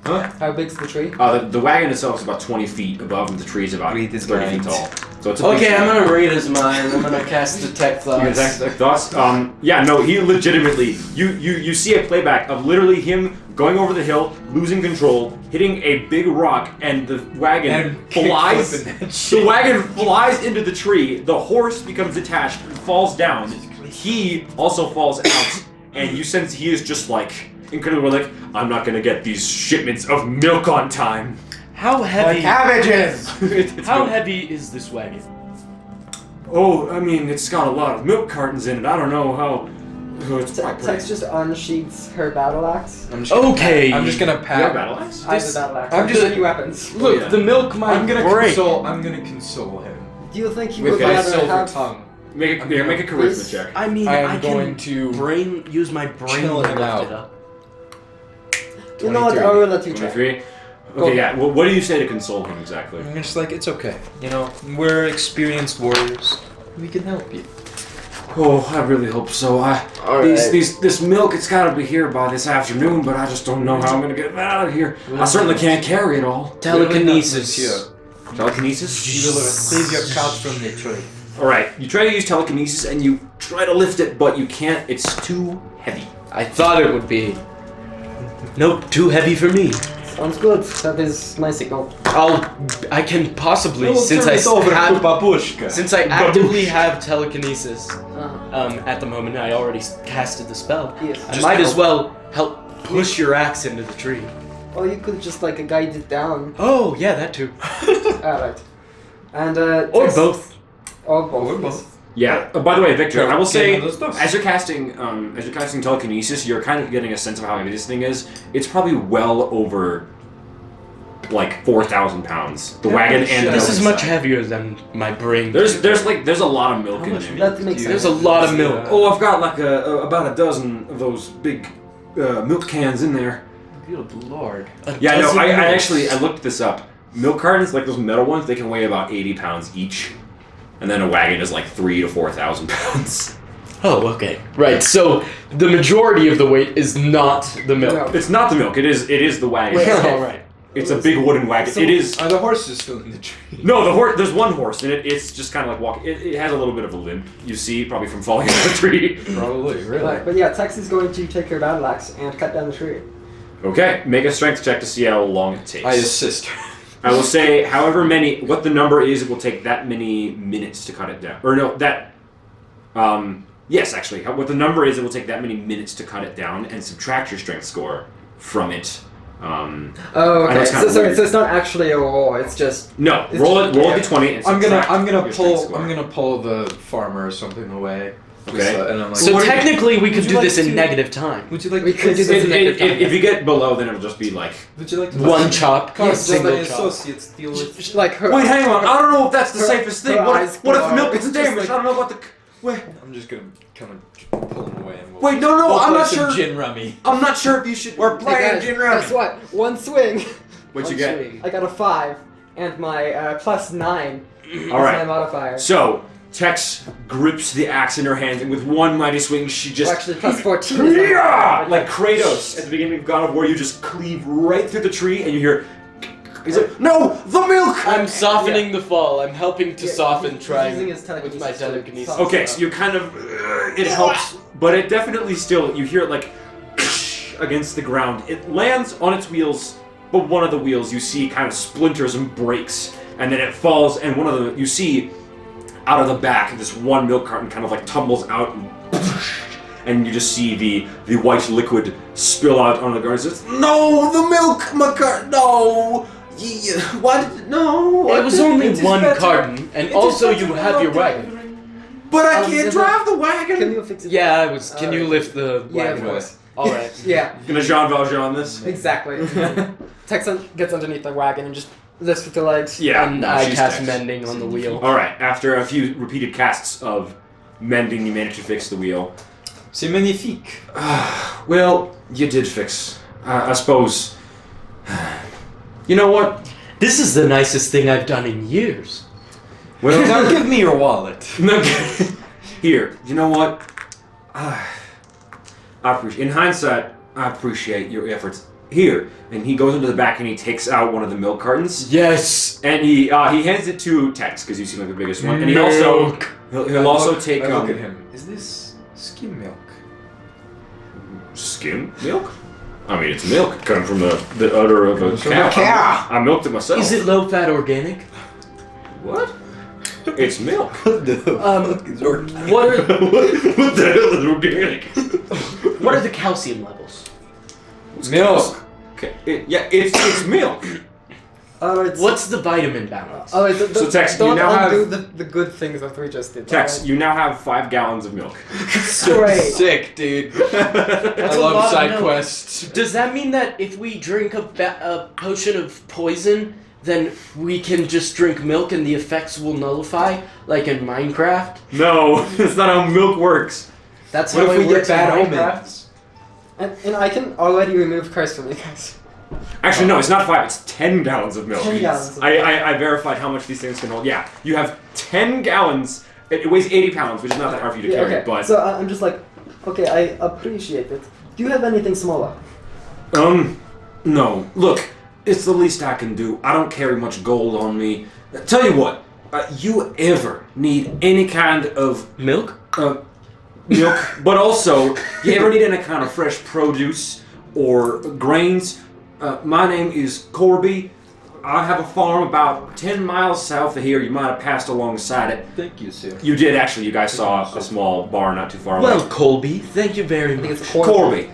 Speaker 1: Huh?
Speaker 4: How big's the tree?
Speaker 1: Uh, the, the wagon itself is about twenty feet above, and the tree is about
Speaker 3: Read this
Speaker 1: thirty feet
Speaker 3: mind.
Speaker 1: tall. So it's a big
Speaker 5: Okay,
Speaker 1: tree.
Speaker 5: I'm gonna read his mind. I'm gonna cast detect
Speaker 1: You can
Speaker 5: thoughts.
Speaker 1: attack the thoughts. Um, yeah, no, he legitimately. You, you you see a playback of literally him going over the hill, losing control, hitting a big rock, and the wagon
Speaker 3: And
Speaker 1: flies.
Speaker 3: kick-flipping that
Speaker 1: The
Speaker 3: shit.
Speaker 1: wagon flies into the tree. The horse becomes detached, falls down. He also falls out, and you sense he is just like incredibly like I'm not gonna get these shipments of milk on time.
Speaker 5: How
Speaker 3: Like
Speaker 5: heavy?
Speaker 3: cabbages.
Speaker 1: It's
Speaker 5: how
Speaker 1: milk.
Speaker 5: heavy is this wagon?
Speaker 1: Oh, I mean, it's got a lot of milk cartons in it. I don't know how. Oh, it's
Speaker 4: Te-
Speaker 1: quite
Speaker 4: Tex
Speaker 1: pretty.
Speaker 4: just unsheathes her battle axe.
Speaker 3: I'm just gonna
Speaker 5: Okay.
Speaker 3: pa- I'm just gonna
Speaker 1: You have
Speaker 3: pat.
Speaker 1: battle axe?
Speaker 4: I have a
Speaker 5: This-
Speaker 4: battle axe.
Speaker 3: I'm just-
Speaker 4: any weapons.
Speaker 5: Look,
Speaker 1: yeah.
Speaker 5: the milk might
Speaker 3: I'm gonna
Speaker 5: break.
Speaker 3: console. I'm gonna console him
Speaker 4: Do you think he
Speaker 3: with
Speaker 4: would
Speaker 3: my
Speaker 4: rather
Speaker 3: silver
Speaker 4: have?
Speaker 3: tongue.
Speaker 1: Make a,
Speaker 3: I'm
Speaker 1: yeah,
Speaker 3: gonna-
Speaker 1: make a charisma
Speaker 4: Please.
Speaker 1: check.
Speaker 5: I mean,
Speaker 3: I am
Speaker 5: I can
Speaker 3: going to
Speaker 5: brain use my brain to
Speaker 3: chill
Speaker 5: lift
Speaker 3: him
Speaker 5: it
Speaker 3: out.
Speaker 5: up.
Speaker 4: You know what?
Speaker 3: 23.
Speaker 4: I will let you try.
Speaker 1: 23? Okay, yeah. Well, what do you say to console him exactly?
Speaker 3: I'm just like it's okay. You know, we're experienced warriors. We can help you.
Speaker 1: Oh, I really hope so. I
Speaker 5: All
Speaker 1: these,
Speaker 5: right.
Speaker 1: these this milk it's gotta be here by this afternoon, but I just don't know how I'm gonna get that out of here. I certainly can't carry it all.
Speaker 5: Telekinesis.
Speaker 1: Telekinesis?
Speaker 3: Save your couch from the tree.
Speaker 1: Alright, you try to use telekinesis and you try to lift it, but you can't. It's too heavy.
Speaker 5: I thought it would be. Nope, too heavy for me.
Speaker 4: Sounds good. That is my signal.
Speaker 5: I'll. I can possibly since I
Speaker 3: Turn it over to
Speaker 5: have,
Speaker 3: babushka.
Speaker 5: since I actively have telekinesis
Speaker 4: Uh-huh.
Speaker 5: um, at the moment. I already s- casted the spell.
Speaker 4: Yes.
Speaker 5: I
Speaker 3: Just
Speaker 5: might as
Speaker 3: help.
Speaker 5: well help push your axe into the tree.
Speaker 4: Or you could just like guide it down.
Speaker 5: Oh yeah, that too.
Speaker 4: Alright. And uh,
Speaker 5: or
Speaker 4: Tex-
Speaker 5: both.
Speaker 4: Or both.
Speaker 3: Or
Speaker 4: yes.
Speaker 3: both.
Speaker 1: Yeah. Uh, by the way, Victor, I
Speaker 3: Yeah,
Speaker 1: will say,
Speaker 3: getting all those dice.
Speaker 1: as you're casting, um, as you're casting telekinesis, you're kind of getting a sense of how heavy this thing is. It's probably well over, like four thousand pounds. The wagon and the
Speaker 5: This is
Speaker 1: inside.
Speaker 5: much heavier than my brain.
Speaker 1: There's, there's like, there's a lot of milk in there.
Speaker 4: That makes sense.
Speaker 5: There's a lot of milk.
Speaker 1: Oh, I've got like a, a- about a dozen of those big uh, milk cans in there.
Speaker 5: Good lord.
Speaker 1: Yeah, no, I, I actually I looked this up. Milk cartons, like those metal ones, they can weigh about eighty pounds each, and then a wagon is like three to four thousand pounds.
Speaker 5: Oh, okay. Right. So the majority of the weight is not the milk.
Speaker 1: It's not the milk. It is it is the wagon.
Speaker 4: Wait, okay.
Speaker 5: All right.
Speaker 1: It's a big wooden wagon. it is
Speaker 3: Are the horses still in the tree?
Speaker 1: no the horse. There's one horse, and it, it's just kind of like walking. It, it has a little bit of a limp. You see, probably from falling out of the tree.
Speaker 3: Probably, really.
Speaker 4: But, but yeah, Tex is going to take her battle axe and cut down the tree.
Speaker 1: Okay, make a strength check to see how long it takes.
Speaker 3: I assist.
Speaker 1: I will say, however many, what the number is, it will take that many minutes to cut it down. Or no, that, um, yes, actually, how- what the number is, it will take that many minutes to cut it down and subtract your strength score from it. Um,
Speaker 4: Oh,
Speaker 1: I know
Speaker 4: okay.
Speaker 1: it's
Speaker 4: So,
Speaker 1: kinda
Speaker 4: so,
Speaker 1: weird.
Speaker 4: so it's not actually a roll. It's just
Speaker 1: no,
Speaker 4: It's
Speaker 1: roll it,
Speaker 4: just-
Speaker 1: roll
Speaker 4: yeah.
Speaker 1: the twenty. And
Speaker 3: I'm gonna,
Speaker 1: subtract
Speaker 3: I'm gonna
Speaker 1: your strength
Speaker 3: pull,
Speaker 1: score.
Speaker 3: I'm gonna pull the farmer or something away. Just,
Speaker 1: Okay.
Speaker 3: uh, and I'm like,
Speaker 5: So
Speaker 3: "What do you-
Speaker 5: technically, we could
Speaker 3: you
Speaker 5: do
Speaker 3: like
Speaker 5: this
Speaker 3: to-
Speaker 5: in negative time.
Speaker 3: would you like?
Speaker 4: We
Speaker 3: to
Speaker 4: could
Speaker 3: place
Speaker 4: do
Speaker 3: a-
Speaker 4: this
Speaker 1: If,
Speaker 4: in
Speaker 1: if, if, if you get below, then it'll just be like.
Speaker 3: Would you like to
Speaker 5: One
Speaker 3: place a-
Speaker 5: chop.
Speaker 3: Come on,
Speaker 5: Yes, single
Speaker 3: let my
Speaker 5: chop.
Speaker 3: associates deal with.
Speaker 4: like her.
Speaker 1: hang on! I don't know if that's the
Speaker 4: Her- safest thing. her What if- eyes what if the glow. milk gets It's just damaged? like-
Speaker 1: don't know about the. Wait,
Speaker 3: I'm just gonna come and pull him away. And we'll
Speaker 1: no, no!
Speaker 3: we'll play some Gin rummy.
Speaker 1: I'm not sure if you should. We're
Speaker 4: Guess what? One swing.
Speaker 1: What you
Speaker 4: One
Speaker 1: get?
Speaker 4: swing. I got a five, and my uh, plus nine is
Speaker 1: All right.
Speaker 4: my modifier.
Speaker 1: So Tex grips the axe in her hand, and with one mighty swing, she
Speaker 4: Well,
Speaker 1: just
Speaker 4: actually, plus fourteen. is my
Speaker 1: Yeah!
Speaker 4: modifier.
Speaker 1: like Kratos at the beginning of God of War. You just cleave right through the tree, and you hear. He's like, "No, the milk."
Speaker 5: I'm softening the fall. I'm helping to
Speaker 4: Yeah,
Speaker 5: soften,
Speaker 4: he's
Speaker 5: trying
Speaker 4: using his
Speaker 5: with my
Speaker 4: telekinesis to
Speaker 5: telekinesis.
Speaker 4: soften.
Speaker 1: Okay, so you kind of uh, it helps, but it definitely still you hear it like against the ground. It lands on its wheels, but one of the wheels you see kind of splinters and breaks, and then it falls, and one of the you see out of the back this one milk carton kind of like tumbles out and. And you just see the, the white liquid spill out on the ground. It says, "No, the milk, my car, no, Ye- what? No,
Speaker 5: It was
Speaker 1: I-
Speaker 5: only
Speaker 1: it is
Speaker 5: one
Speaker 1: better.
Speaker 5: carton, and
Speaker 1: It is
Speaker 5: also
Speaker 1: better
Speaker 5: you
Speaker 1: than
Speaker 5: have your
Speaker 1: nothing."
Speaker 5: wagon.
Speaker 1: But I
Speaker 4: Um,
Speaker 1: can't
Speaker 4: is
Speaker 1: drive the wagon.
Speaker 4: Can you fix it?
Speaker 5: Yeah, I was. Can
Speaker 4: Uh,
Speaker 5: you lift the
Speaker 4: Yeah, of
Speaker 5: wagon?
Speaker 4: course.
Speaker 5: All right.
Speaker 4: Yeah.
Speaker 1: Gonna Jean Valjean this?
Speaker 4: Exactly. Tex un- gets underneath the wagon and just lifts with the legs.
Speaker 1: Yeah.
Speaker 5: and
Speaker 1: no,
Speaker 5: Um, I
Speaker 1: she's
Speaker 5: cast
Speaker 1: text.
Speaker 5: mending on the wheel.
Speaker 1: All right. After a few repeated casts of mending, you managed to fix the wheel.
Speaker 3: C'est magnifique.
Speaker 1: Well, you did fix. Uh, I suppose. You know what?
Speaker 5: This is the nicest thing I've done in years.
Speaker 1: Well,
Speaker 3: now give me your wallet.
Speaker 1: no, here. You know what? Ah, I appreciate. In hindsight, I appreciate your efforts. Here, and he goes into the back and he takes out one of the milk cartons.
Speaker 5: Yes.
Speaker 1: And he uh, he hands it to Tex because you seem like the biggest one. And he also
Speaker 5: Milk.
Speaker 1: he'll, he'll also
Speaker 3: look,
Speaker 1: take
Speaker 3: I look
Speaker 1: um,
Speaker 3: at him. Is this skim milk?
Speaker 1: skim milk. I mean, it's milk coming from the, the udder of a
Speaker 3: Comes from
Speaker 1: cow.
Speaker 3: a cow.
Speaker 1: I milked it myself.
Speaker 5: Is it low fat organic?
Speaker 1: what? It's milk.
Speaker 5: Um, what are
Speaker 1: what the hell is organic?
Speaker 5: what are the calcium levels?
Speaker 3: milk.
Speaker 1: Okay, it- yeah, it's it's milk.
Speaker 4: Alright. so-
Speaker 5: What's the vitamin balance?
Speaker 4: Alright, so,
Speaker 1: So, Tex, you
Speaker 4: don't
Speaker 1: now
Speaker 4: undo the, the good things that we just did.
Speaker 1: Tex, you now have five gallons of milk.
Speaker 4: Straight.
Speaker 3: Sick, dude. I
Speaker 5: a lot
Speaker 3: love
Speaker 5: of
Speaker 3: side
Speaker 5: milk.
Speaker 3: quests.
Speaker 5: Does that mean that if we drink a, ba- a potion of poison, then we can just drink milk and the effects will nullify, like in Minecraft?
Speaker 1: No, that's not how milk works.
Speaker 5: That's
Speaker 3: What
Speaker 5: how it
Speaker 3: if we get
Speaker 5: works in
Speaker 3: bad
Speaker 5: Minecraft.
Speaker 3: omens?
Speaker 4: And, and I can already remove curse from you guys.
Speaker 1: Actually, no, it's not five. It's ten gallons of milk.
Speaker 4: 10 gallons of
Speaker 1: I, I I verified how much these things can hold. Yeah, you have ten gallons. It, it weighs eighty pounds, which is not that hard for you to
Speaker 4: Yeah,
Speaker 1: carry.
Speaker 4: okay.
Speaker 1: But
Speaker 4: So I- I'm just like, okay, I appreciate it. Do you have anything smaller?
Speaker 1: Um, no. Look, it's the least I can do. I don't carry much gold on me. Uh, Tell you what, uh, you ever need any kind of
Speaker 5: Milk?
Speaker 1: uh, milk, but also you ever need any kind of fresh produce or grains? Uh, my name is Corby. I have a farm about 10 miles south of here. You might have passed alongside it.
Speaker 3: Thank you, sir.
Speaker 1: You did actually. You guys saw a small bar not too far away.
Speaker 5: Well, Colby, thank you very
Speaker 4: I think
Speaker 5: much.
Speaker 4: it's corn.
Speaker 1: Corby.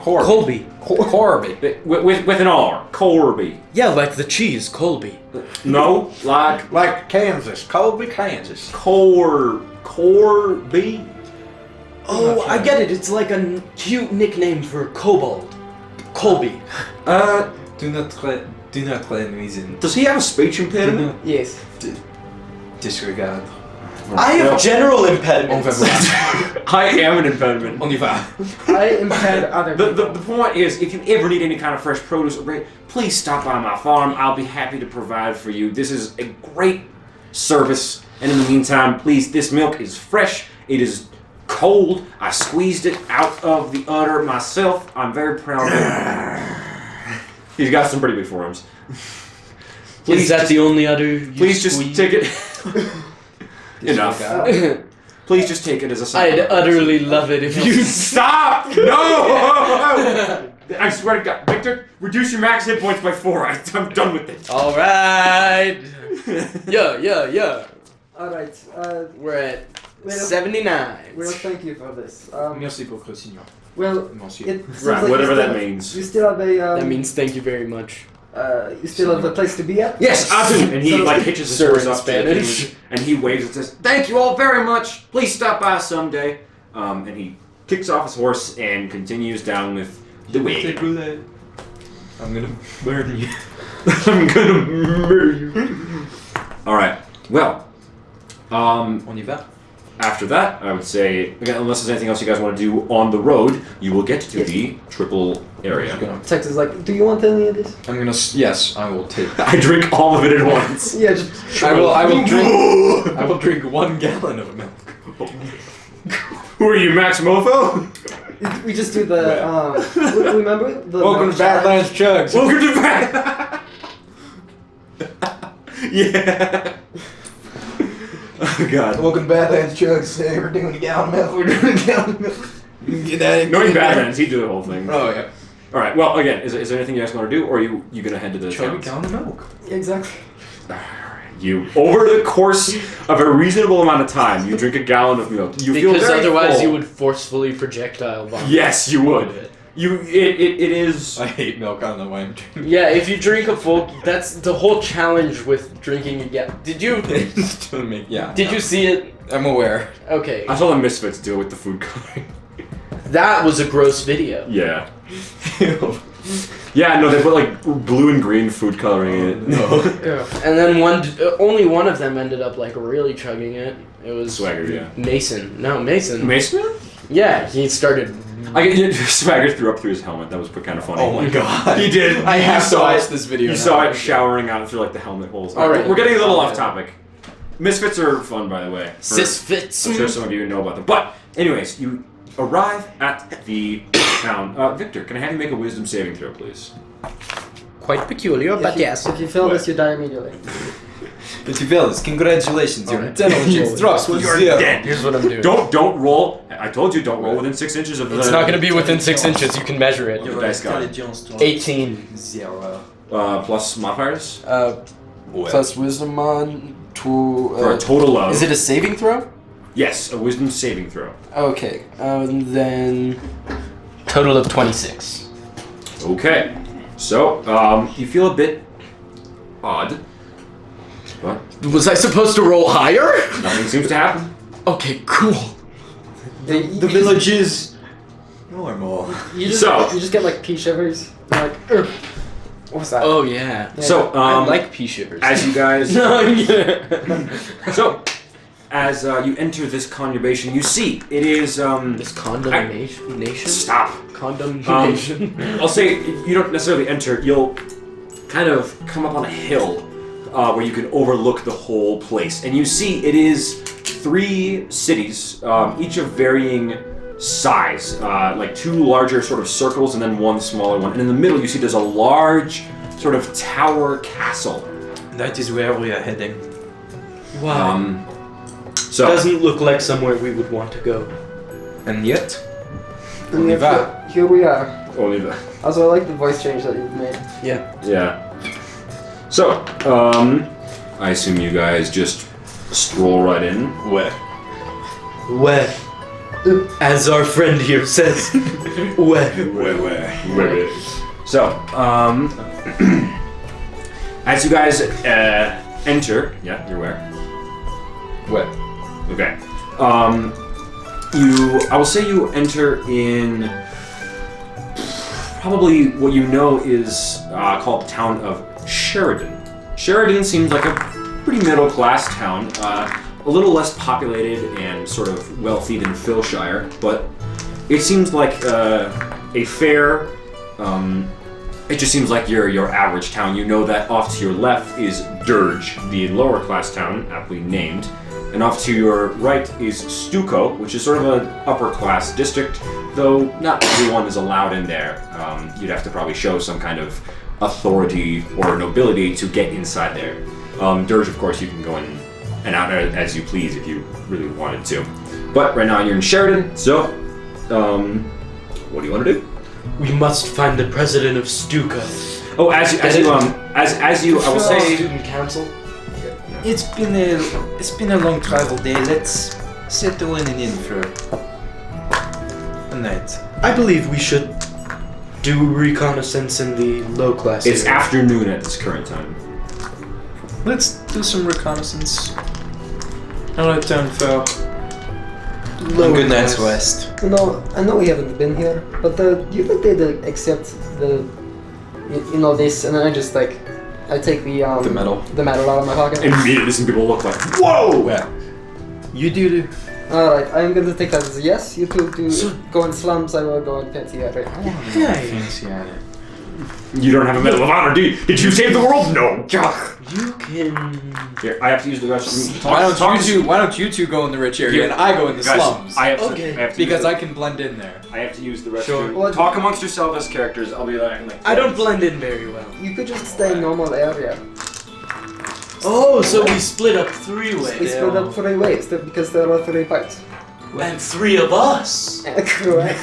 Speaker 3: Corby.
Speaker 5: Colby.
Speaker 3: Corby.
Speaker 1: With, with, with an R. Corby.
Speaker 5: Yeah, like the cheese, Colby.
Speaker 1: No, like
Speaker 3: Like Kansas. Colby, Kansas.
Speaker 1: Corby. Corby.
Speaker 5: Oh, I get it. It's like a n- cute nickname for kobold. Colby.
Speaker 3: Uh, do not let do not let enemies in.
Speaker 1: Does he have a speech
Speaker 3: Do
Speaker 1: impediment?
Speaker 3: not
Speaker 4: Yes.
Speaker 3: disregard.
Speaker 5: I have general impediments.
Speaker 4: Mm-hmm.
Speaker 1: I am an impediment.
Speaker 3: Only five.
Speaker 4: I impaired other
Speaker 1: The,
Speaker 4: people.
Speaker 1: the, the point is, if you ever need any kind of fresh produce, or bread, please stop by my farm. I'll be happy to provide for you. This is a great service. And in the meantime, please, this milk is fresh. It is cold. I squeezed it out of the udder myself. I'm very proud of it. He's got some pretty big forearms.
Speaker 5: Is that the only other? You
Speaker 1: Please just
Speaker 5: squeeze?
Speaker 1: take it. Enough. Please just take it as a sign.
Speaker 5: I'd utterly love it if you.
Speaker 1: Stop! No! I swear to God, Victor, reduce your max hit points by four. I, I'm done with it.
Speaker 5: All right. Yeah, yeah, yeah.
Speaker 4: Alright, uh,
Speaker 5: We're at
Speaker 4: well,
Speaker 5: seventy-nine.
Speaker 4: well, thank you for this. Um,
Speaker 3: Merci beaucoup, signor.
Speaker 4: well,
Speaker 3: Monsieur.
Speaker 4: it seems
Speaker 1: Right,
Speaker 4: like
Speaker 1: whatever
Speaker 4: you
Speaker 1: that
Speaker 4: still-
Speaker 1: means.
Speaker 4: You still have a, um,
Speaker 5: That means thank you very much.
Speaker 4: uh, you still have a place to be at?
Speaker 1: Yes, Azu! And he
Speaker 4: So-
Speaker 1: like hitches his
Speaker 5: Sir
Speaker 1: horse
Speaker 5: in
Speaker 1: up to the
Speaker 5: Spanish.
Speaker 1: thing, and he waves and says, "Thank you all very much. Please stop by someday." Um, and he kicks off his horse and continues down with the way.
Speaker 3: eh. I'm gonna burn you.
Speaker 1: I'm gonna murder you. All right. Well, um,
Speaker 3: On y va.
Speaker 1: After that, I would say, again, unless there's anything else you guys want to do on the road, you will get to
Speaker 4: Yes.
Speaker 1: the triple
Speaker 3: I'm
Speaker 1: area.
Speaker 3: gonna,
Speaker 4: Tex is like, do you want any of this?
Speaker 3: I'm gonna. s- Yes, I will take.
Speaker 1: I drink all of it at once.
Speaker 4: Yeah, just.
Speaker 3: I will. I will drink. I will drink one gallon of milk.
Speaker 1: Who are you, Max Mofo?
Speaker 4: We just do the, um, w- remember? The merch challenge?
Speaker 3: Chugs.
Speaker 1: Welcome to Bat. yeah. Oh God.
Speaker 3: Welcome to Badlands Chugs. Hey, we're doing a gallon of milk. We're doing a gallon of milk. You can Get that in.
Speaker 1: Knowing Badlands, he did the whole thing. All
Speaker 3: Oh yeah.
Speaker 1: right. Well, again, is, is there anything you guys want to do, or are you you gonna head to the
Speaker 3: Chug a
Speaker 1: towns?
Speaker 3: gallon of milk.
Speaker 4: Exactly.
Speaker 1: You over the course of a reasonable amount of time, you drink a gallon of milk. You feel
Speaker 5: Because
Speaker 1: very
Speaker 5: otherwise
Speaker 1: full.
Speaker 5: you would forcefully projectile vomit.
Speaker 1: Yes, you
Speaker 5: out of
Speaker 1: would.
Speaker 5: it.
Speaker 1: You it, it, it is
Speaker 3: I hate milk. I don't know why I'm drinking.
Speaker 5: Yeah, if you drink a full, that's the whole challenge with drinking a gallon. Did you?
Speaker 3: It's gonna make- yeah.
Speaker 5: Did
Speaker 3: no.
Speaker 5: you see it?
Speaker 3: I'm aware.
Speaker 5: Okay,
Speaker 1: I saw the Misfits deal with the food coloring.
Speaker 5: that was a gross video.
Speaker 1: yeah.
Speaker 3: Oh
Speaker 1: Yeah, no, they put like blue and green food coloring in it.
Speaker 5: Oh,
Speaker 3: no.
Speaker 5: And then one, uh, only one of them ended up like really chugging it. It was
Speaker 1: Swagger, yeah.
Speaker 5: Mason. No, Mason.
Speaker 1: Mason?
Speaker 5: yeah, he started.
Speaker 1: I get- Swagger threw up through his helmet. That was kind of funny.
Speaker 3: Oh my god.
Speaker 1: He did.
Speaker 3: I
Speaker 1: You
Speaker 3: have to
Speaker 1: saw
Speaker 3: watch
Speaker 1: it.
Speaker 3: this video.
Speaker 1: You
Speaker 3: now.
Speaker 1: saw it showering out through like the helmet holes.
Speaker 5: All right.
Speaker 1: we're getting a little
Speaker 5: Yeah.
Speaker 1: off topic. Misfits are fun, by the way. for-
Speaker 5: Sisfits.
Speaker 1: I'm sure some of you know about them. But anyways, you arrive at the town. Uh, Victor, can I have you make a wisdom saving throw, please?
Speaker 5: Quite peculiar,
Speaker 4: if you, If you fail this, you die immediately.
Speaker 3: But you failed. Congratulations. You're
Speaker 5: Alright.
Speaker 3: intelligence drops one zero.
Speaker 5: Here's what I'm doing.
Speaker 1: Don't don't roll. I I told you don't roll within six inches of the.
Speaker 5: It's not gonna be within six inches. You can measure it.
Speaker 1: Your dice guy.
Speaker 5: Eighteen.
Speaker 3: Zero.
Speaker 1: Uh, plus modifiers
Speaker 6: Uh,
Speaker 3: Well.
Speaker 6: plus wisdom on to.
Speaker 1: for a
Speaker 6: Uh,
Speaker 1: total of.
Speaker 6: is it a saving throw?
Speaker 1: Yes, a wisdom saving throw.
Speaker 6: Okay. Um, then
Speaker 5: Total of twenty-six.
Speaker 1: Okay. So um, you feel a bit odd. But
Speaker 5: Was I supposed to roll higher?
Speaker 1: nothing seems to happen.
Speaker 5: Okay, cool.
Speaker 4: The,
Speaker 3: The village is normal.
Speaker 4: You just,
Speaker 1: So-
Speaker 4: you just get like pea shivers. You're like, "Ugh, what was that?
Speaker 5: Oh yeah.
Speaker 1: So um,
Speaker 5: I like pea shivers.
Speaker 1: as you guys.
Speaker 5: no, yeah.
Speaker 1: So as uh, you enter this conurbation, you see it is. Um,
Speaker 5: This condemnation. nation?
Speaker 1: stop.
Speaker 5: Condemnation.
Speaker 1: Um, I'll say you don't necessarily enter. You'll kind of come up on a hill uh, where you can overlook the whole place, and you see it is three cities, um, each of varying size, uh, like two larger sort of circles and then one smaller one. And in the middle, you see there's a large sort of tower castle.
Speaker 3: That is where we are heading.
Speaker 5: wow.
Speaker 1: Um, so
Speaker 5: Doesn't look like somewhere we would want to go.
Speaker 3: And yet,
Speaker 4: And yet
Speaker 3: Oliva.
Speaker 4: here, here we are.
Speaker 1: only the
Speaker 4: Also, I like the voice change that you've made.
Speaker 1: Yeah. So, um, I assume you guys just stroll right in.
Speaker 3: where?
Speaker 5: Where? As our friend here says. Where?
Speaker 3: Where? Where?
Speaker 1: So, um, as you guys uh, enter, yeah, you're where?
Speaker 3: Where?
Speaker 1: Okay. Um, you, I will say, you enter in probably what you know is uh, called the town of Sheridan. Sheridan seems like a pretty middle class town, uh, a little less populated and sort of wealthy than Philshire, but it seems like uh, a fair. Um, it just seems like your your average town. You know that off to your left is Dirge, the lower class town aptly named, and off to your right is Stuco, which is sort of an upper class district, though not everyone is allowed in there. Um, you'd have to probably show some kind of authority or nobility to get inside there. Um, Dirge, of course, you can go in and out as you please if you really wanted to. But right now you're in Sheridan, so um, what do you want to do?
Speaker 5: We must find the president of Stuka.
Speaker 1: Oh, as you, as you um as as you I will say
Speaker 5: student council.
Speaker 7: It's been a it's been a long travel day. Let's settle in an inn for a night.
Speaker 5: I believe we should do reconnaissance in the low class.
Speaker 1: it's afternoon at this current time.
Speaker 7: Let's do some reconnaissance. I'll return for a good night's rest.
Speaker 4: You know, I know we haven't been here, but uh, do you think they'd uh, accept the, you, you know, this? And then I just like, I take the um,
Speaker 3: The medal.
Speaker 4: the medal out of my pocket.
Speaker 1: Immediately, some people look like whoa.
Speaker 3: Yeah.
Speaker 7: You do.
Speaker 4: All right, I'm gonna take that as a yes. You two do go in slums. I will go in fancy area.
Speaker 3: Fancy at it.
Speaker 1: You don't have a medal of honor, do you? Did you save the world? No. Gah.
Speaker 5: you can.
Speaker 1: Here, I have to use the restroom. Talk-
Speaker 3: Why
Speaker 1: talk-
Speaker 3: don't you two? Why don't you two go in the rich area
Speaker 1: Yeah.
Speaker 3: and I go in the
Speaker 1: Guys,
Speaker 3: slums?
Speaker 1: I have to,
Speaker 5: Okay.
Speaker 1: I have to use
Speaker 3: because
Speaker 1: the-
Speaker 3: I can blend in there.
Speaker 1: I have to use the restroom.
Speaker 3: Sure.
Speaker 4: Well,
Speaker 1: Talk amongst yourself as characters. I'll be like, like
Speaker 5: I don't blend in very well.
Speaker 4: You could just stay in normal area.
Speaker 5: Oh, so we split up three
Speaker 4: We
Speaker 5: ways.
Speaker 4: split up three ways th- because there are three parts.
Speaker 5: And three of us.
Speaker 4: Correct.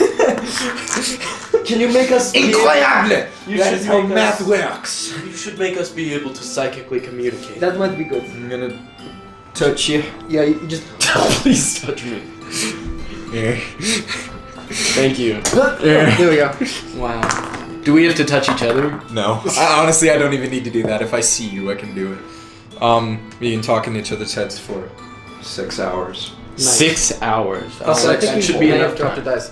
Speaker 5: Can you make us? Be
Speaker 3: Incroyable!
Speaker 5: You
Speaker 3: That
Speaker 5: should
Speaker 3: is how
Speaker 5: make
Speaker 3: math
Speaker 5: us-
Speaker 3: works.
Speaker 5: you should make us be able to psychically communicate.
Speaker 4: that might be good.
Speaker 3: I'm gonna touch you.
Speaker 4: Yeah, you you just
Speaker 5: Please touch me. Thank you.
Speaker 4: there we go.
Speaker 5: Wow. Do we have to touch each other?
Speaker 3: No, I, honestly, I don't even need to do that. If I see you, I can do it. Um, we can talk in each other's heads for six hours.
Speaker 5: Six hours. Oh,
Speaker 4: Also, Oh, I
Speaker 3: That
Speaker 4: think
Speaker 5: should
Speaker 4: you
Speaker 5: be
Speaker 4: may
Speaker 5: enough
Speaker 4: have dropped a dice.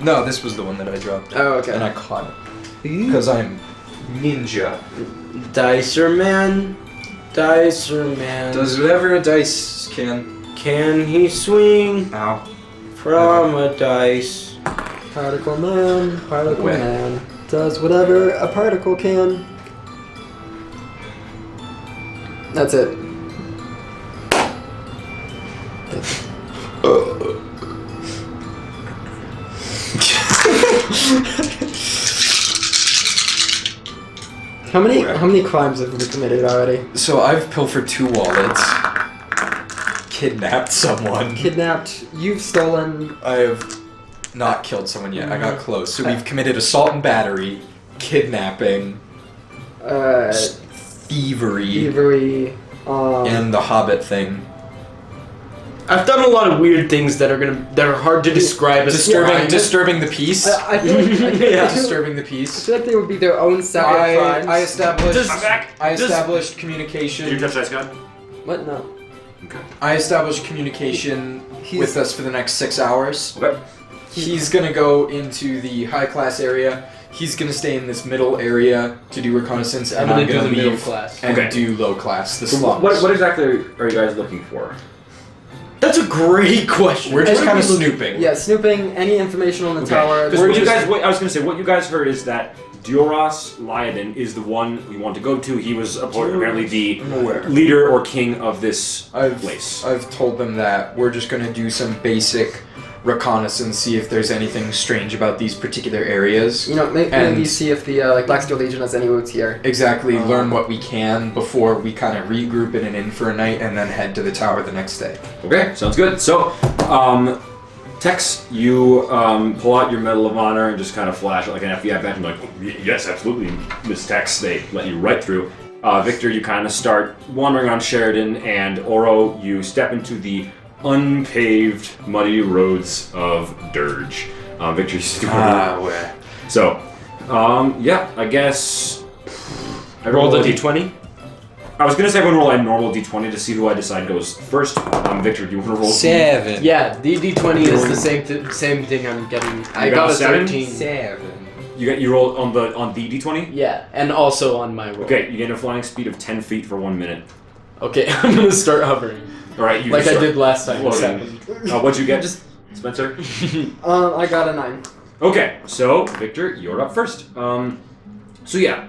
Speaker 3: No, this was the one that I dropped,
Speaker 4: Oh, okay.
Speaker 3: and I caught it because I'm ninja.
Speaker 5: Dicer man, Dicer man.
Speaker 3: Does whatever a dice can.
Speaker 5: Can he swing
Speaker 3: Ow.
Speaker 5: from a dice?
Speaker 4: Particle man, particle
Speaker 3: Where?
Speaker 4: man does whatever a particle can. That's it. how many how many crimes have we committed already?
Speaker 3: So I've pilfered two wallets, kidnapped someone.
Speaker 4: Kidnapped. You've stolen.
Speaker 3: I have not killed someone yet. I got close. So we've committed assault and battery, kidnapping,
Speaker 4: Uh,
Speaker 3: thievery,
Speaker 4: thievery. Um,
Speaker 3: and the Hobbit thing.
Speaker 5: I've done a lot of weird things that are gonna that are hard to describe as
Speaker 3: Disturbing,
Speaker 5: crimes.
Speaker 3: disturbing the peace.
Speaker 4: I, I feel like, I feel like-
Speaker 5: Yeah.
Speaker 4: I feel
Speaker 3: disturbing the
Speaker 4: I
Speaker 3: peace.
Speaker 4: feel like they would be their own separate
Speaker 3: I,
Speaker 4: crimes.
Speaker 3: I established.
Speaker 5: Does-
Speaker 1: I'm back.
Speaker 3: I
Speaker 5: does-
Speaker 3: established
Speaker 1: Did you
Speaker 3: communication.
Speaker 1: touch that, Scott?
Speaker 4: what? No.
Speaker 3: I established communication
Speaker 4: He's-
Speaker 3: with us for the next six hours.
Speaker 1: Okay.
Speaker 3: He's gonna go into the high class area. He's gonna stay in this middle area to do reconnaissance,
Speaker 5: I'm
Speaker 3: and
Speaker 5: gonna
Speaker 3: I'm
Speaker 5: do
Speaker 3: gonna
Speaker 5: the middle
Speaker 3: leave
Speaker 5: class.
Speaker 3: and
Speaker 1: Okay.
Speaker 3: do low class. The
Speaker 1: So
Speaker 3: slums.
Speaker 1: What, what exactly are you guys looking for?
Speaker 5: That's a great question.
Speaker 3: We're just
Speaker 5: What
Speaker 3: kind of
Speaker 5: do we-
Speaker 3: snooping.
Speaker 4: Yeah, snooping any information on the
Speaker 1: Okay.
Speaker 4: tower.
Speaker 1: Because what
Speaker 4: We're
Speaker 1: you
Speaker 4: just-
Speaker 1: guys, what, I was gonna say, what you guys heard is that Dioras Lyoden is the one we want to go to. He was apparently
Speaker 5: Mm-hmm.
Speaker 1: the
Speaker 3: I'm aware.
Speaker 1: leader or king of this
Speaker 3: I've,
Speaker 1: place.
Speaker 3: I've told them that we're just going to do some basic reconnaissance, see if there's anything strange about these particular areas.
Speaker 4: you know, may-
Speaker 3: And-
Speaker 4: maybe see if the uh, like Black Steel Legion has any roots here.
Speaker 3: Exactly, learn what we can before we kind of regroup in an inn for a night and then head to the tower the next day.
Speaker 1: Okay, sounds good. So, um, Tex, you um, pull out your Medal of Honor and just kind of flash it like an FBI badge and like, "Y- yes, absolutely, Miss Tex. They let you right through. Uh, Victor, you kind of start wandering on Sheridan, and Oro, you step into the unpaved, muddy roads of Dirge. Um, Victor, you still
Speaker 3: Ah, where?
Speaker 1: so, um, yeah, I guess. I
Speaker 5: Roll
Speaker 1: rolled
Speaker 5: the
Speaker 1: a
Speaker 5: d20.
Speaker 1: I was gonna say I'm gonna roll a normal d20 to see who I decide goes first. Um, Victor, do you want to roll?
Speaker 3: Seven.
Speaker 5: Yeah, the d20 is the same th- same thing I'm getting. I
Speaker 1: You got
Speaker 5: got,
Speaker 1: a
Speaker 5: a
Speaker 1: seven?
Speaker 5: 13.
Speaker 3: Seven.
Speaker 1: You got you roll on the on the d20.
Speaker 5: Yeah, and also on my roll.
Speaker 1: Okay, you gain a flying speed of 10 feet for one minute.
Speaker 5: Okay, I'm gonna start hovering
Speaker 1: All right, you
Speaker 5: like
Speaker 1: can
Speaker 5: I did
Speaker 1: start
Speaker 5: last time.
Speaker 1: Floating. Uh, what'd you get,
Speaker 5: Just-
Speaker 1: Spencer?
Speaker 4: Um, I got a nine.
Speaker 1: Okay, so Victor, you're up first. Um, so yeah,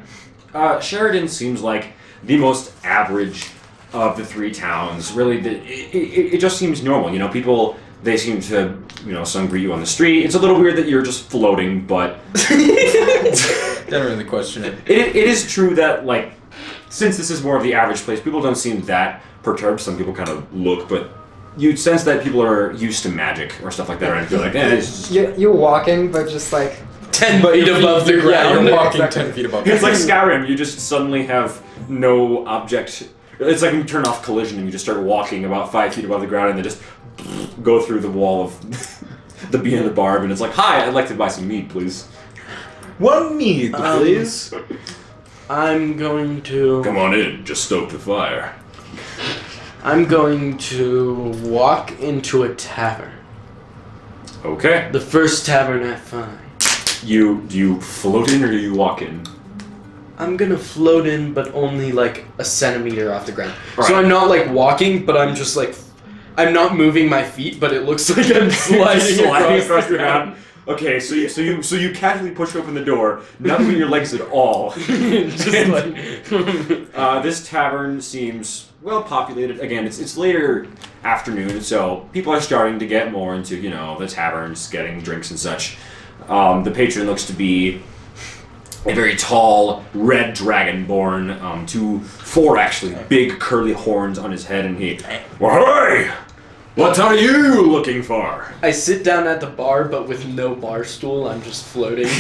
Speaker 1: uh, Sheridan seems like the most average of the three towns. Really, the, it, it, it just seems normal. You know, people they seem to you know some greet you on the street. It's a little weird that you're just floating, but
Speaker 3: Don't really question it.
Speaker 1: it, it is true that like since this is more of the average place, people don't seem that perturbed. Some people kind of look, but you sense that people are used to magic or stuff like that, and feel like, eh, it's just
Speaker 4: You, you're walking, but just like
Speaker 5: Ten feet above the
Speaker 3: Yeah,
Speaker 5: ground.
Speaker 3: you're walking ten feet above.
Speaker 1: It's like Skyrim. You just suddenly have no object. It's like when you turn off collision and you just start walking about five feet above the ground and then just go through the wall of the bee and the barb and it's like, hi, I'd like to buy some meat, please.
Speaker 3: One meat, please.
Speaker 5: I'm going to.
Speaker 1: Come on in, just stoke the fire.
Speaker 5: I'm going to walk into a tavern.
Speaker 1: Okay.
Speaker 5: The first tavern I find.
Speaker 1: You do you float in or do you walk in?
Speaker 5: I'm gonna float in, but only like a centimeter off the ground.
Speaker 1: Right.
Speaker 5: So I'm not like walking, but I'm just like, I'm not moving my feet, but it looks like I'm sliding, across, the ground.
Speaker 1: Okay, so you, so you so you casually push open the door, not moving your legs at all.
Speaker 5: just like.
Speaker 1: Uh, this tavern seems well populated. Again, it's it's later afternoon, so people are starting to get more into you know the taverns, getting drinks and such. Um, the patron looks to be a very tall, red dragonborn. Um, two, four actually, big curly horns on his head, and he. Why? What are you looking for?
Speaker 5: I sit down at the bar, but with no bar stool. I'm just floating.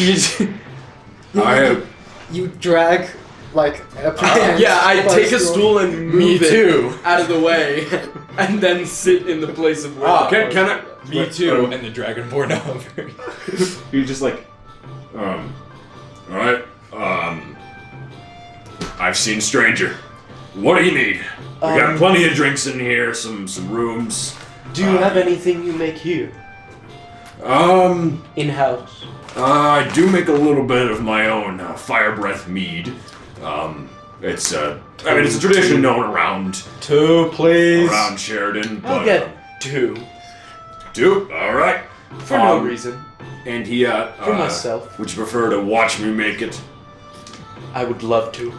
Speaker 5: Um,
Speaker 1: I have
Speaker 4: you drag like a
Speaker 5: Uh, yeah, I
Speaker 4: bar
Speaker 5: take a stool and
Speaker 3: Me
Speaker 5: move it
Speaker 3: too.
Speaker 5: out of the way, and then sit in the place of where.
Speaker 3: Ah,
Speaker 5: the
Speaker 1: Can,
Speaker 5: bar
Speaker 1: can
Speaker 5: stool
Speaker 1: I?
Speaker 3: Me too. And the dragonborn over.
Speaker 1: You're just like, um, all right, um, I've seen stranger. What do you need? We got
Speaker 5: Um,
Speaker 1: plenty of drinks in here, some some rooms.
Speaker 5: is. Do you have anything you make here
Speaker 1: Um,
Speaker 5: in house?
Speaker 1: uh, I do make a little bit of my own uh, fire breath mead. Um, it's uh, I mean, it's a tradition known around
Speaker 3: Two, please.
Speaker 1: around Sheridan. But,
Speaker 5: I'll
Speaker 1: uh,
Speaker 5: get two
Speaker 1: do all right.
Speaker 5: for no
Speaker 1: Um,
Speaker 5: reason.
Speaker 1: And he uh,
Speaker 5: For
Speaker 1: uh,
Speaker 5: myself.
Speaker 1: Would you prefer to watch me make it?
Speaker 5: I would love to.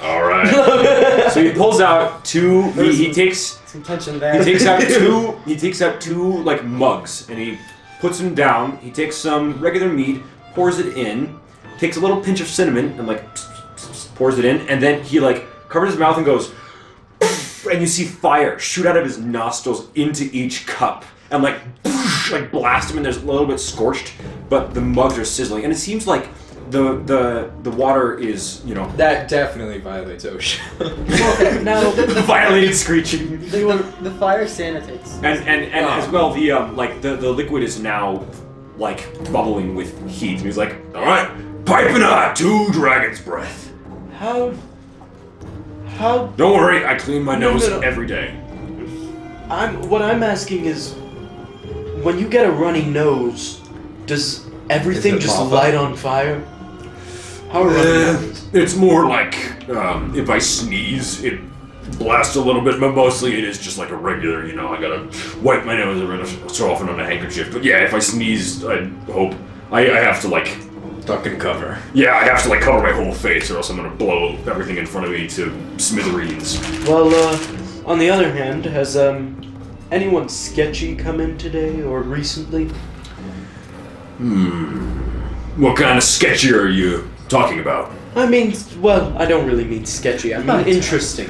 Speaker 1: All right. so he pulls out two. He, he takes
Speaker 4: Some tension
Speaker 1: He
Speaker 4: there.
Speaker 1: takes out two. He takes out two like mugs, and he puts them down. He takes some regular mead, pours it in, takes a little pinch of cinnamon, and like pours it in, and then he like covers his mouth and goes, and you see fire shoot out of his nostrils into each cup, and like like blast them, and there's a little bit scorched, but the mugs are sizzling, and it seems like the the the water is you know
Speaker 3: That definitely violates OSHA.
Speaker 4: now
Speaker 1: violated screeching.
Speaker 4: the, the, the fire sanitates.
Speaker 1: and and, and as well the um like the, the liquid is now like bubbling with heat and he's like all right pipe it out two dragon's breath
Speaker 5: How? How?
Speaker 1: don't worry i clean my
Speaker 5: No,
Speaker 1: nose
Speaker 5: no, no.
Speaker 1: every day
Speaker 5: I'm. What I'm asking is, when you get a runny nose, does everything
Speaker 3: Is it
Speaker 5: just
Speaker 3: lava?
Speaker 5: light on fire? How are runny
Speaker 1: Uh.
Speaker 5: noses?
Speaker 1: it's more like um, if i sneeze it blasts a little bit but mostly it is just like a regular you know i gotta wipe my nose every so often on a handkerchief but yeah if i sneeze i hope i, I have to like
Speaker 3: Duck and cover.
Speaker 1: yeah, I have to like cover my whole face, or else I'm gonna blow everything in front of me to smithereens.
Speaker 5: Well, uh, on the other hand, has um anyone sketchy come in today or recently?
Speaker 1: What kind of sketchy are you talking about?
Speaker 5: I mean, well, I don't really mean sketchy. I mean interesting.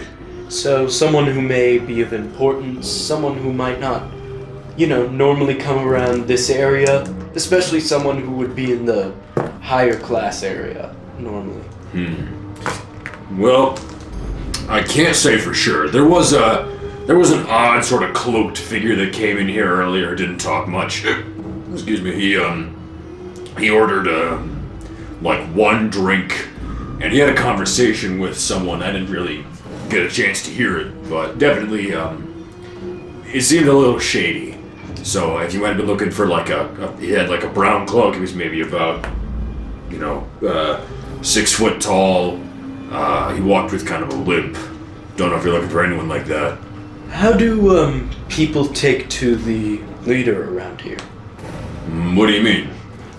Speaker 5: So someone who may be of importance, someone who might not, you know, normally come around this area, especially someone who would be in the higher class area normally.
Speaker 1: Well, I can't say for sure. There was a there was an odd sort of cloaked figure that came in here earlier. Didn't talk much. Excuse me. He um he ordered uh like one drink, and he had a conversation with someone. I didn't really get a chance to hear it, but definitely um, it seemed a little shady. So if you might have been looking for like a, a he had like a brown cloak, he was maybe about you know uh, six foot tall. Uh, he walked with kind of a limp. Don't know if you're looking for anyone like that.
Speaker 5: How do um, people take to the leader around here?
Speaker 1: Mm, What do you mean?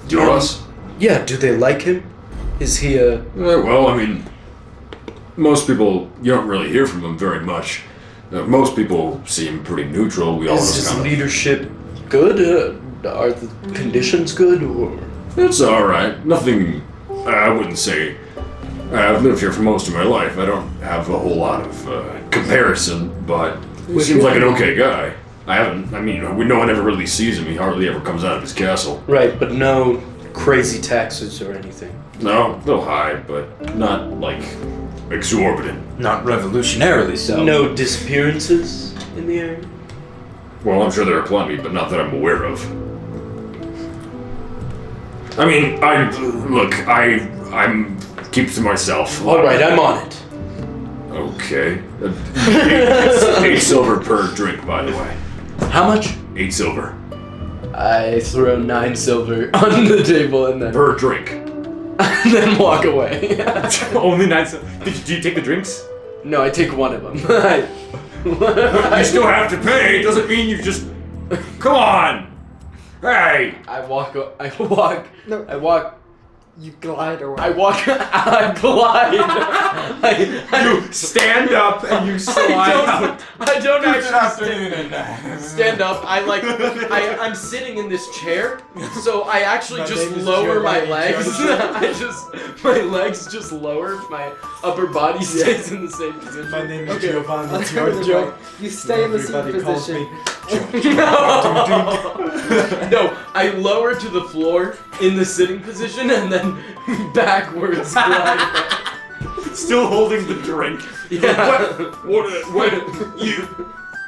Speaker 1: Do you know us?
Speaker 5: Yeah, do they like him? Is he a.
Speaker 1: Uh, well, I mean, most people you don't really hear from them very much. Uh, most people seem pretty neutral. We all
Speaker 5: Is
Speaker 1: just
Speaker 5: his
Speaker 1: kind of
Speaker 5: leadership good? Uh, are the conditions good? Or.
Speaker 1: It's all right. Nothing. I wouldn't say. uh, I've lived here for most of my life. I don't have a whole lot of uh, comparison, but he seems like an okay guy. I haven't. I mean, we, no one ever really sees him. He hardly ever comes out of his castle.
Speaker 5: Right, but no crazy taxes or anything.
Speaker 1: No, a little high, but not like exorbitant.
Speaker 7: Not revolutionarily so.
Speaker 5: No disappearances in the area?
Speaker 1: Well, I'm sure there are plenty, but not that I'm aware of. I mean, I look. I I'm keeps to myself.
Speaker 5: Alright, I'm on it.
Speaker 1: Okay. eight, eight silver per drink, by the way.
Speaker 5: How much?
Speaker 1: Eight silver
Speaker 5: I throw nine silver on the table and then,
Speaker 1: per drink.
Speaker 5: and then walk away.
Speaker 8: Only nine. So- Did you, do you take the drinks?
Speaker 5: no, I take one of them. I,
Speaker 1: You still have to pay. It doesn't mean you just. Come on. Hey.
Speaker 5: I walk. o- I walk.
Speaker 4: No.
Speaker 5: I walk.
Speaker 4: You glide away.
Speaker 5: I walk. I glide. I, I,
Speaker 8: You stand up and you slide.
Speaker 5: don't, I don't actually
Speaker 7: Just
Speaker 5: stand up. I like. I, I'm sitting in this chair, so I actually
Speaker 7: My
Speaker 5: just
Speaker 7: name is
Speaker 5: lower my
Speaker 7: Giovanni
Speaker 5: legs.
Speaker 7: Giorgio.
Speaker 5: I just my legs just lower. My upper body stays in the same position.
Speaker 7: My name is
Speaker 4: Okay.
Speaker 7: Giovanni
Speaker 4: I'll tell you
Speaker 7: Giorgio.
Speaker 4: what, You stay in the seat
Speaker 7: Everybody calls
Speaker 4: position.
Speaker 5: no, I lower to the floor in the sitting position and then backwards glide.
Speaker 8: Still holding the drink.
Speaker 5: Yeah.
Speaker 8: What? What? You.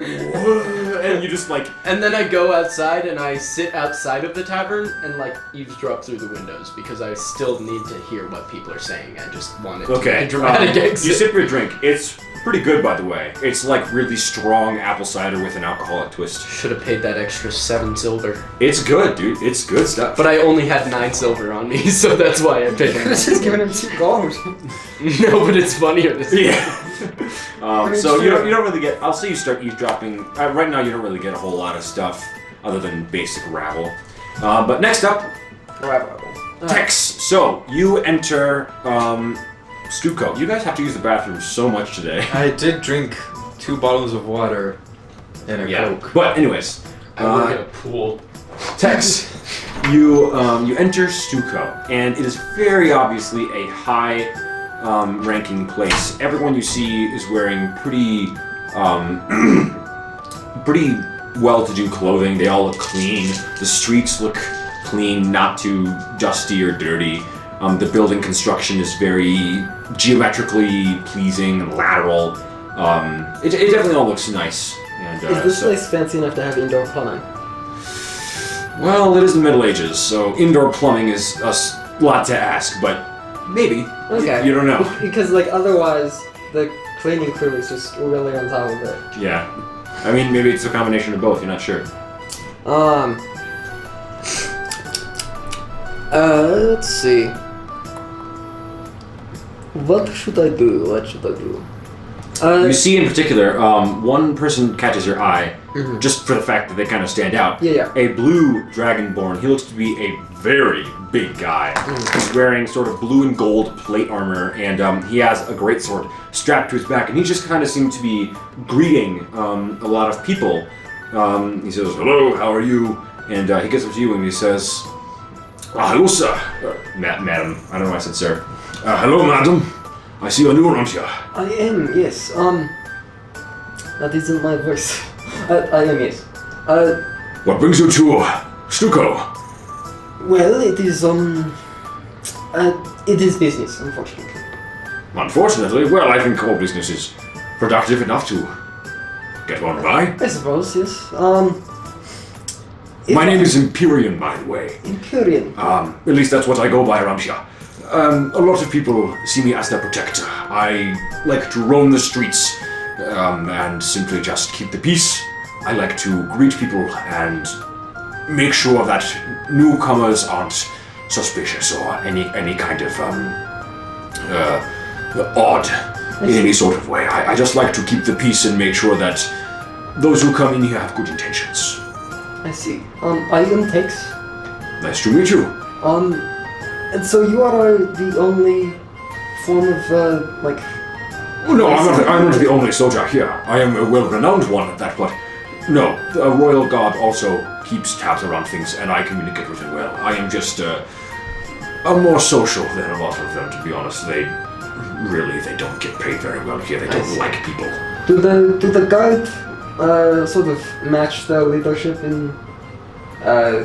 Speaker 8: And you just like
Speaker 5: And then I go outside and I sit outside of the tavern and like eavesdrop through the windows because I still need to hear what people are saying. I just wanted to make
Speaker 1: Okay.
Speaker 5: a dramatic
Speaker 1: um, you
Speaker 5: exit.
Speaker 1: sip your drink. It's pretty good, by the way. It's like really strong apple cider with an alcoholic twist.
Speaker 5: Should have paid that extra seven silver,
Speaker 1: It's good, dude. It's good stuff.
Speaker 5: but I only had nine silver on me, so that's why I paid.
Speaker 4: This is giving him two gold.
Speaker 5: no, but it's funnier this time.
Speaker 1: Yeah. um, so you don't, you don't really get. I'll say you start eavesdropping. Uh, right now, you don't really get a whole lot of stuff other than basic rabble. Uh, but next up, Tex. So you enter um, Stuco. You guys have to use the bathroom so much today.
Speaker 3: I did drink two bottles of water and a
Speaker 1: yeah.
Speaker 3: coke.
Speaker 1: But anyways,
Speaker 5: I work
Speaker 1: uh,
Speaker 5: at a pool.
Speaker 1: Tex, you um, you enter Stuco, and it is very obviously a high um, ranking place. Everyone you see is wearing pretty um, pretty well to do clothing. They all look clean. The streets look clean, not too dusty or dirty. Um, the building construction is very geometrically pleasing and lateral. Um, it, it definitely all looks nice. And, uh,
Speaker 4: Is this
Speaker 1: so-
Speaker 4: place fancy enough to have indoor plumbing?
Speaker 1: well, it is the Middle Ages, so indoor plumbing is a s- lot to ask, but maybe.
Speaker 4: Okay.
Speaker 1: You don't know.
Speaker 4: Because like otherwise, the cleaning crew is just really on top of it.
Speaker 1: Yeah. I mean, maybe it's a combination of both, you're not sure.
Speaker 4: Um. Uh, let's see. What should I do? What should I do? Uh,
Speaker 1: You see, in particular, um, one person catches your eye just for the fact that they kind of stand out.
Speaker 4: Mm-hmm. Yeah, yeah.
Speaker 1: A blue dragonborn. He looks to be a very big guy.
Speaker 4: Mm.
Speaker 1: He's wearing sort of blue and gold plate armor, and um, he has a great sword strapped to his back, and he just kind of seemed to be greeting um, a lot of people. Um, he says, "Hello, how are you?" And uh, he gets up to you and he says, Ah, hello, sir. Uh, ma- madam. I don't know why I said sir. Uh, hello, madam. I see you're new around here.
Speaker 4: I am, yes. Um. That isn't my voice. I, I am, yes. Uh,
Speaker 1: What brings you to Stuco?
Speaker 4: well, it is, um. Uh, it is business, unfortunately.
Speaker 1: Unfortunately, well, I think all business is productive enough to get one by.
Speaker 4: I suppose, yes. Um.
Speaker 1: My name is Empyrean, by the way.
Speaker 4: Empyrean.
Speaker 1: Um, at least that's what I go by around here. Um, a lot of people see me as their protector. I like to roam the streets um, and simply just keep the peace. I like to greet people and make sure that newcomers aren't suspicious or any any kind of um, uh, odd in any sort of way. I, I just like to keep the peace and make sure that those who come in here have good intentions.
Speaker 4: I see. Um, I am Tex.
Speaker 1: Nice to meet you.
Speaker 4: Um, and so you are uh, the only form of, uh, like,
Speaker 1: Oh, no, I'm not, I'm not the only soldier here. I am a well-renowned one at that, but no, the royal guard also keeps tabs around things, and I communicate with them well. I am just uh, a more social than a lot of them, to be honest. They really they don't get paid very well here. They don't
Speaker 4: see.
Speaker 1: like people.
Speaker 4: do the do the guard uh, sort of match their leadership in uh,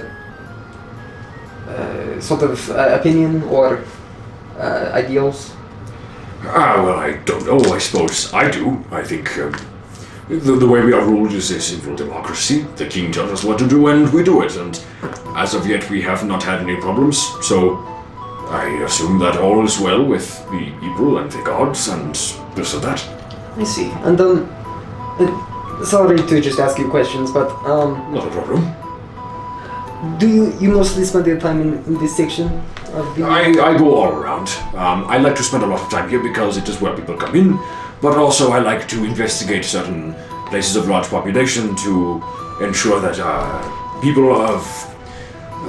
Speaker 4: uh, sort of uh, opinion or uh, ideals?
Speaker 1: Ah, well, I don't know. I suppose I do. I think um, the, the way we are ruled is a simple democracy. The king tells us what to do, and we do it. And as of yet, we have not had any problems. So I assume that all is well with the people and the gods and this and that.
Speaker 4: I see. And um, uh, sorry to just ask you questions, but um,
Speaker 1: Not a problem.
Speaker 4: do you you mostly spend your time in, in this section of the?
Speaker 1: I, I go all around. Um, I like to spend a lot of time here because it is where people come in, but also I like to investigate certain places of large population to ensure that uh, people of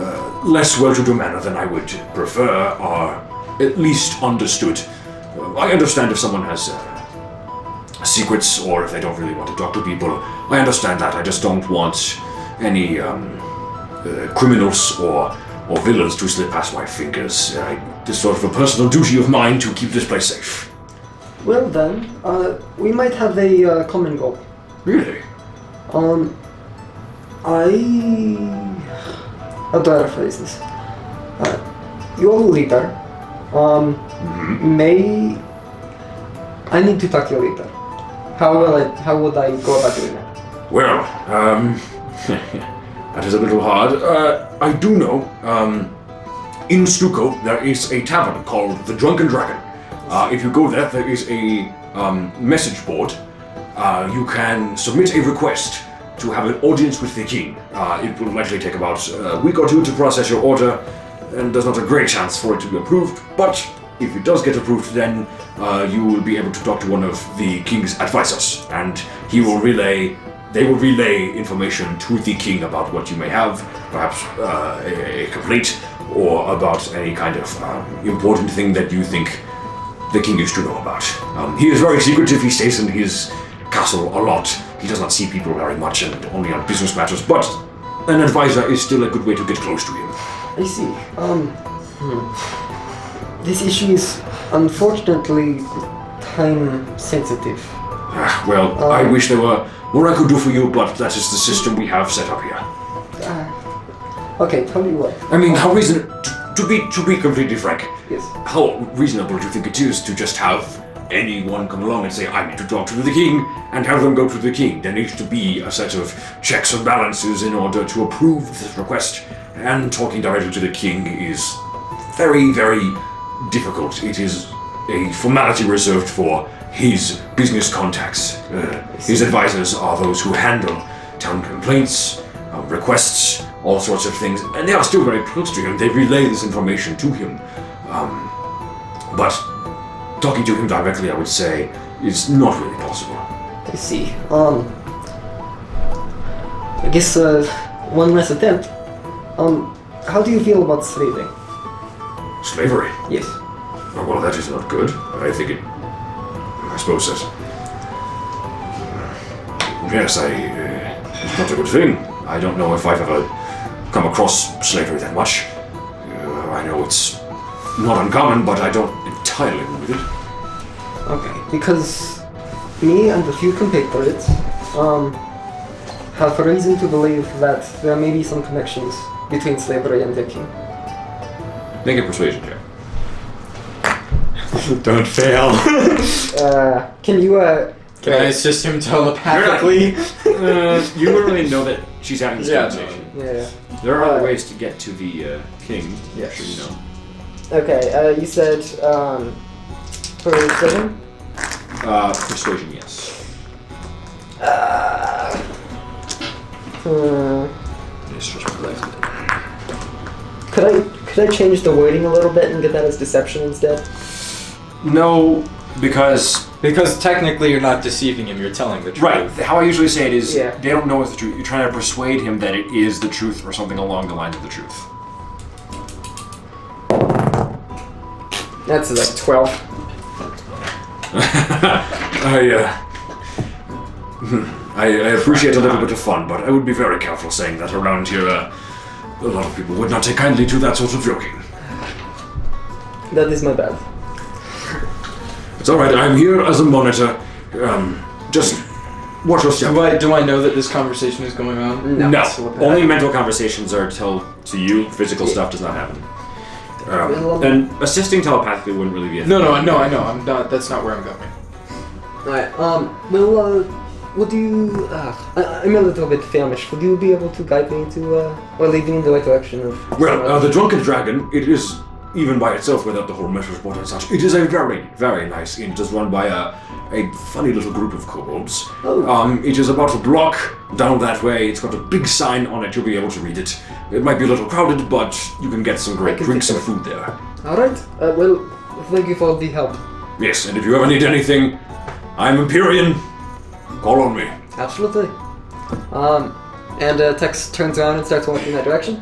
Speaker 1: uh, less well to do manner than I would prefer are at least understood. Uh, I understand if someone has. Uh, secrets or if they don't really want to talk to people. I understand that. I just don't want any um, uh, criminals or or villains to slip past my fingers. I, this sort of a personal duty of mine to keep this place safe.
Speaker 4: Well then, uh, we might have a uh, common goal.
Speaker 1: Really?
Speaker 4: Um, I. How do I rephrase this? Uh, your leader, um, may. I need to talk to your leader. How will I? How would I go about doing that?
Speaker 1: Well, um, that is a little hard. Uh, I do know, um, in Stuco there is a tavern called the Drunken Dragon. Uh, if you go there, there is a um, message board. Uh, you can submit a request to have an audience with the king. Uh, it will likely take about a week or two to process your order, and there's not a great chance for it to be approved. But if it does get approved, then uh, you will be able to talk to one of the king's advisors, and he will relay. They will relay information to the king about what you may have, perhaps uh, a, a complaint, or about any kind of um, important thing that you think the king used to know about. Um, he is very secretive. He stays in his castle a lot. He does not see people very much and only on business matters, but an advisor is still a good way to get close to him.
Speaker 4: I see. Um, hmm. this issue is unfortunately time sensitive.
Speaker 1: Ah, well, I wish there were more I could do for you, but that is the system we have set up here.
Speaker 4: Ah. Okay, tell me what.
Speaker 1: I mean, how reason to, to be to be completely frank,
Speaker 4: Yes.
Speaker 1: how reasonable do you think it is to just have anyone come along and say, I need to talk to the king, and have them go to the king? There needs to be a set of checks and balances in order to approve this request, and talking directly to the king is very, very difficult. It is a formality reserved for his business contacts. Uh, his advisors are those who handle town complaints, uh, requests, all sorts of things, and they are still very close to him. They relay this information to him. But talking to him directly, I would say, is not really possible.
Speaker 4: I see. Um, I guess uh, one last attempt. Um, how do you feel about sleeping?
Speaker 1: Slavery.
Speaker 4: Yes.
Speaker 1: Oh, well, that is not good. I think it. I suppose that. uh, Yes, I. Uh, it's not a good thing. I don't know if I've ever come across slavery that much. Uh, I know it's not uncommon, but I don't entirely agree with it.
Speaker 4: Okay. Because me and a few compatriots um, have reason to believe that there may be some connections between slavery and the king.
Speaker 1: Make a persuasion check.
Speaker 3: Don't fail.
Speaker 4: Uh, can you? Uh,
Speaker 3: Can I assist him telepathically?
Speaker 1: Uh, you don't really know that she's having
Speaker 3: this Yeah, no. conversation.
Speaker 4: yeah.
Speaker 1: There
Speaker 4: are other
Speaker 1: ways to get to the uh, king.
Speaker 3: Yes. sure you know.
Speaker 4: Okay. Uh, you said um, for seven.
Speaker 1: Uh, persuasion, yes.
Speaker 4: Uh,
Speaker 1: It's just reflected.
Speaker 4: could I could I change the wording a little bit and get that as deception instead?
Speaker 1: No, because
Speaker 3: Because technically, you're not deceiving him. You're telling the truth.
Speaker 1: right. How I usually say it is,
Speaker 4: Yeah.
Speaker 1: they don't know it's the truth. You're trying to persuade him that it is the truth or something along the lines of the truth.
Speaker 4: That's like twelve.
Speaker 1: I, uh, hmm, I, I uh, appreciate a little bit of fun, but I would be very careful saying that around here. Uh, a lot of people would not take kindly to that sort of joking.
Speaker 4: That is my bad.
Speaker 1: It's all right. I'm here as a monitor. Um, just watch your step.
Speaker 3: Do I do I know that this conversation is going on?
Speaker 1: No,
Speaker 4: it's a little bit-
Speaker 1: only mental conversations are till to you. Physical stuff does not happen. Um, and assisting telepathically wouldn't really be. A
Speaker 3: No, no, I know, I know. I'm not. That's not where I'm going.
Speaker 4: Alright, um, well, uh, would you, uh, I, I'm a little bit famished. Would you be able to guide me to, uh, or lead me in the right direction of...
Speaker 1: Well, uh, the Drunken Dragon, it is, even by itself, without the whole message board and such, it is a very, very nice inn. It is run by a, a funny little group of kobolds.
Speaker 4: Oh.
Speaker 1: Um, it is about a block down that way. It's got a big sign on it. You'll be able to read it. It might be a little crowded, but you can get some great
Speaker 4: can
Speaker 1: drinks
Speaker 4: pick
Speaker 1: and food there.
Speaker 4: Alright, uh, well, thank you for the help.
Speaker 1: Yes, and if you ever need anything, I'm Empyrean. Call on me.
Speaker 4: Absolutely. Um, and, uh, Tex turns around and starts walking in that direction.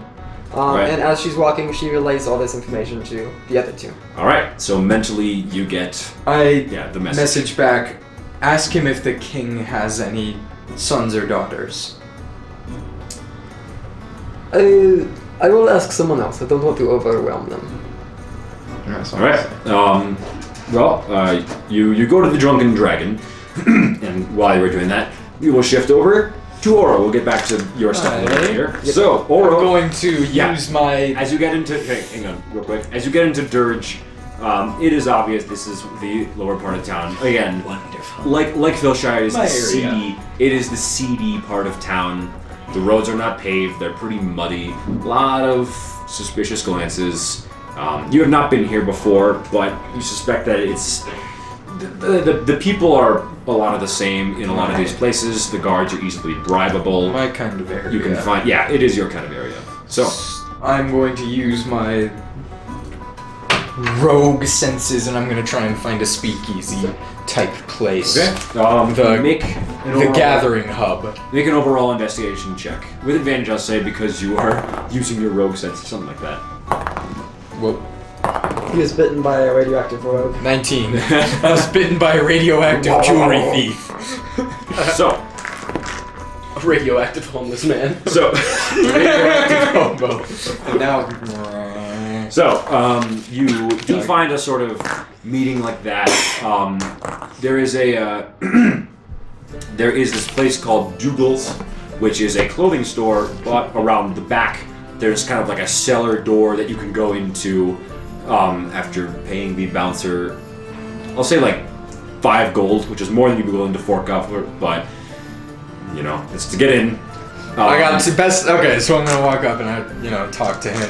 Speaker 4: Um,
Speaker 1: Right.
Speaker 4: and as she's walking, she relays all this information to the other two.
Speaker 1: All right. So mentally, you get
Speaker 3: I
Speaker 1: yeah the
Speaker 3: message back. Ask him if the king has any sons or daughters.
Speaker 4: Uh, I will ask someone else. I don't want to overwhelm them.
Speaker 1: All right. Um, well, uh, you you go to the Drunken Dragon, and while you were doing that, we will shift over to Oro. We'll get back to your stuff a little
Speaker 3: Alright.
Speaker 1: later. So,
Speaker 3: We're
Speaker 1: Oro,
Speaker 3: going to
Speaker 1: Yeah.
Speaker 3: use my.
Speaker 1: as you get into hang, hang on real quick, as you get into Dirge, um, it is obvious this is the lower part of town again.
Speaker 3: Wonderful.
Speaker 1: Like like Vilshire is
Speaker 3: My
Speaker 1: the
Speaker 3: area.
Speaker 1: seedy. It is the seedy part of town. The roads are not paved. They're pretty muddy. A lot of suspicious glances. Um, you have not been here before, but you suspect that it's the, the, the people are a lot of the same in a lot of these places. The guards are easily bribable.
Speaker 3: My kind of area.
Speaker 1: you can find yeah, it is your kind of area. So
Speaker 3: I'm going to use my rogue senses, and I'm going to try and find a speakeasy type place.
Speaker 1: um,
Speaker 3: The-
Speaker 1: make an
Speaker 3: The
Speaker 1: overall-
Speaker 3: gathering hub.
Speaker 1: Make an overall investigation check with advantage. I'll say because you are using your rogue sense, something like that.
Speaker 3: Well,
Speaker 4: He was bitten by a radioactive rogue.
Speaker 3: 19. I was bitten by a radioactive jewelry thief.
Speaker 1: So,
Speaker 5: A radioactive homeless man.
Speaker 1: so,
Speaker 3: Combo. And now.
Speaker 1: so, um, you do find a sort of meeting like that. Um, there is a, uh, there is this place called Dougal's, which is a clothing store, but around the back, there's kind of like a cellar door that you can go into um, after paying the bouncer. I'll say like five gold, which is more than you'd be willing to fork up, but you know, it's to get in.
Speaker 3: I
Speaker 1: Um,
Speaker 3: got the best. Okay, so I'm gonna walk up and I, you know, talk to him.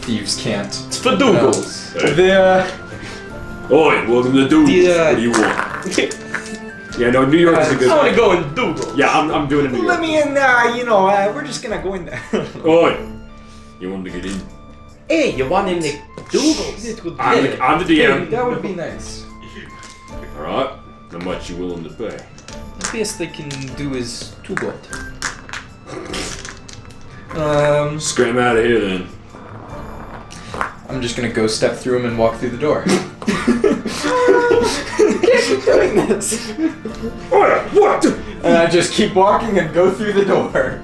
Speaker 3: Thieves can't.
Speaker 5: It's for Dougal.
Speaker 3: The uh,
Speaker 1: Oi, welcome to Dudes.
Speaker 3: Yeah.
Speaker 1: What do you want? yeah, no, New York is a good
Speaker 5: I want to go in Dougal.
Speaker 1: Yeah, I'm, I'm doing it in New York.
Speaker 3: let me in. Uh, you know, uh, we're just gonna go in there.
Speaker 1: Oi. You want to get in?
Speaker 5: Hey, you want in the Dougal?
Speaker 3: it would
Speaker 1: I'm the, I'm the DM.
Speaker 3: that would be nice.
Speaker 1: Alright. How much you willing to pay?
Speaker 7: The best they can do is two gold.
Speaker 3: Um,
Speaker 1: Scram out of here then.
Speaker 3: I'm just gonna go step through him and walk through the door.
Speaker 1: Oi, what? the-
Speaker 3: and I just keep walking and go through the door.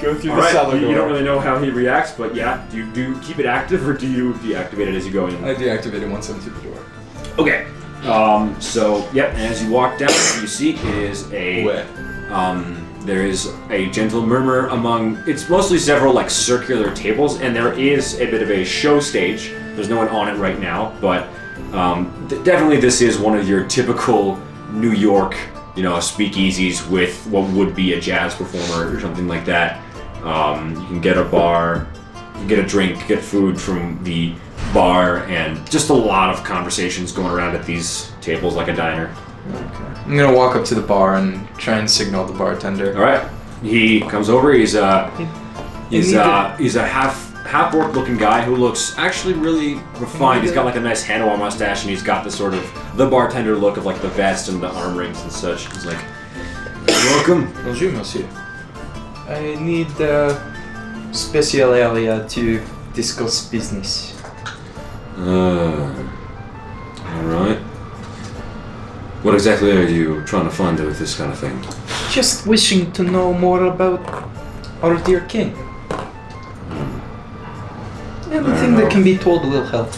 Speaker 3: Go through the
Speaker 1: Alright,
Speaker 3: cellar
Speaker 1: you,
Speaker 3: door.
Speaker 1: you don't really know how he reacts, but yeah, do you, do you keep it active or do you deactivate it as you go in?
Speaker 3: I deactivated once I'm through the door.
Speaker 1: Okay. Um, so, yep, and as you walk down, what you see is a.
Speaker 3: Where?
Speaker 1: Um, there is a gentle murmur among. It's mostly several like circular tables, and there is a bit of a show stage. There's no one on it right now, but um, th- definitely this is one of your typical New York, you know, speakeasies with what would be a jazz performer or something like that. Um, you can get a bar, you can get a drink, get food from the bar, and just a lot of conversations going around at these tables like a diner.
Speaker 3: I'm gonna walk up to the bar and try and signal the bartender.
Speaker 1: All right. He comes over. He's a he's a he's a half half orc looking guy who looks actually really refined. He's got like a nice Hanawa mustache, and he's got the sort of the bartender look of like the vest and the arm rings and such. He's like, "Welcome."
Speaker 3: Bonjour, monsieur. uh,
Speaker 7: I need a special area to discuss business.
Speaker 1: Uh, all right. What exactly are you trying to find out with this kind of thing?
Speaker 7: Just wishing to know more about our dear king. Everything that can be told will help.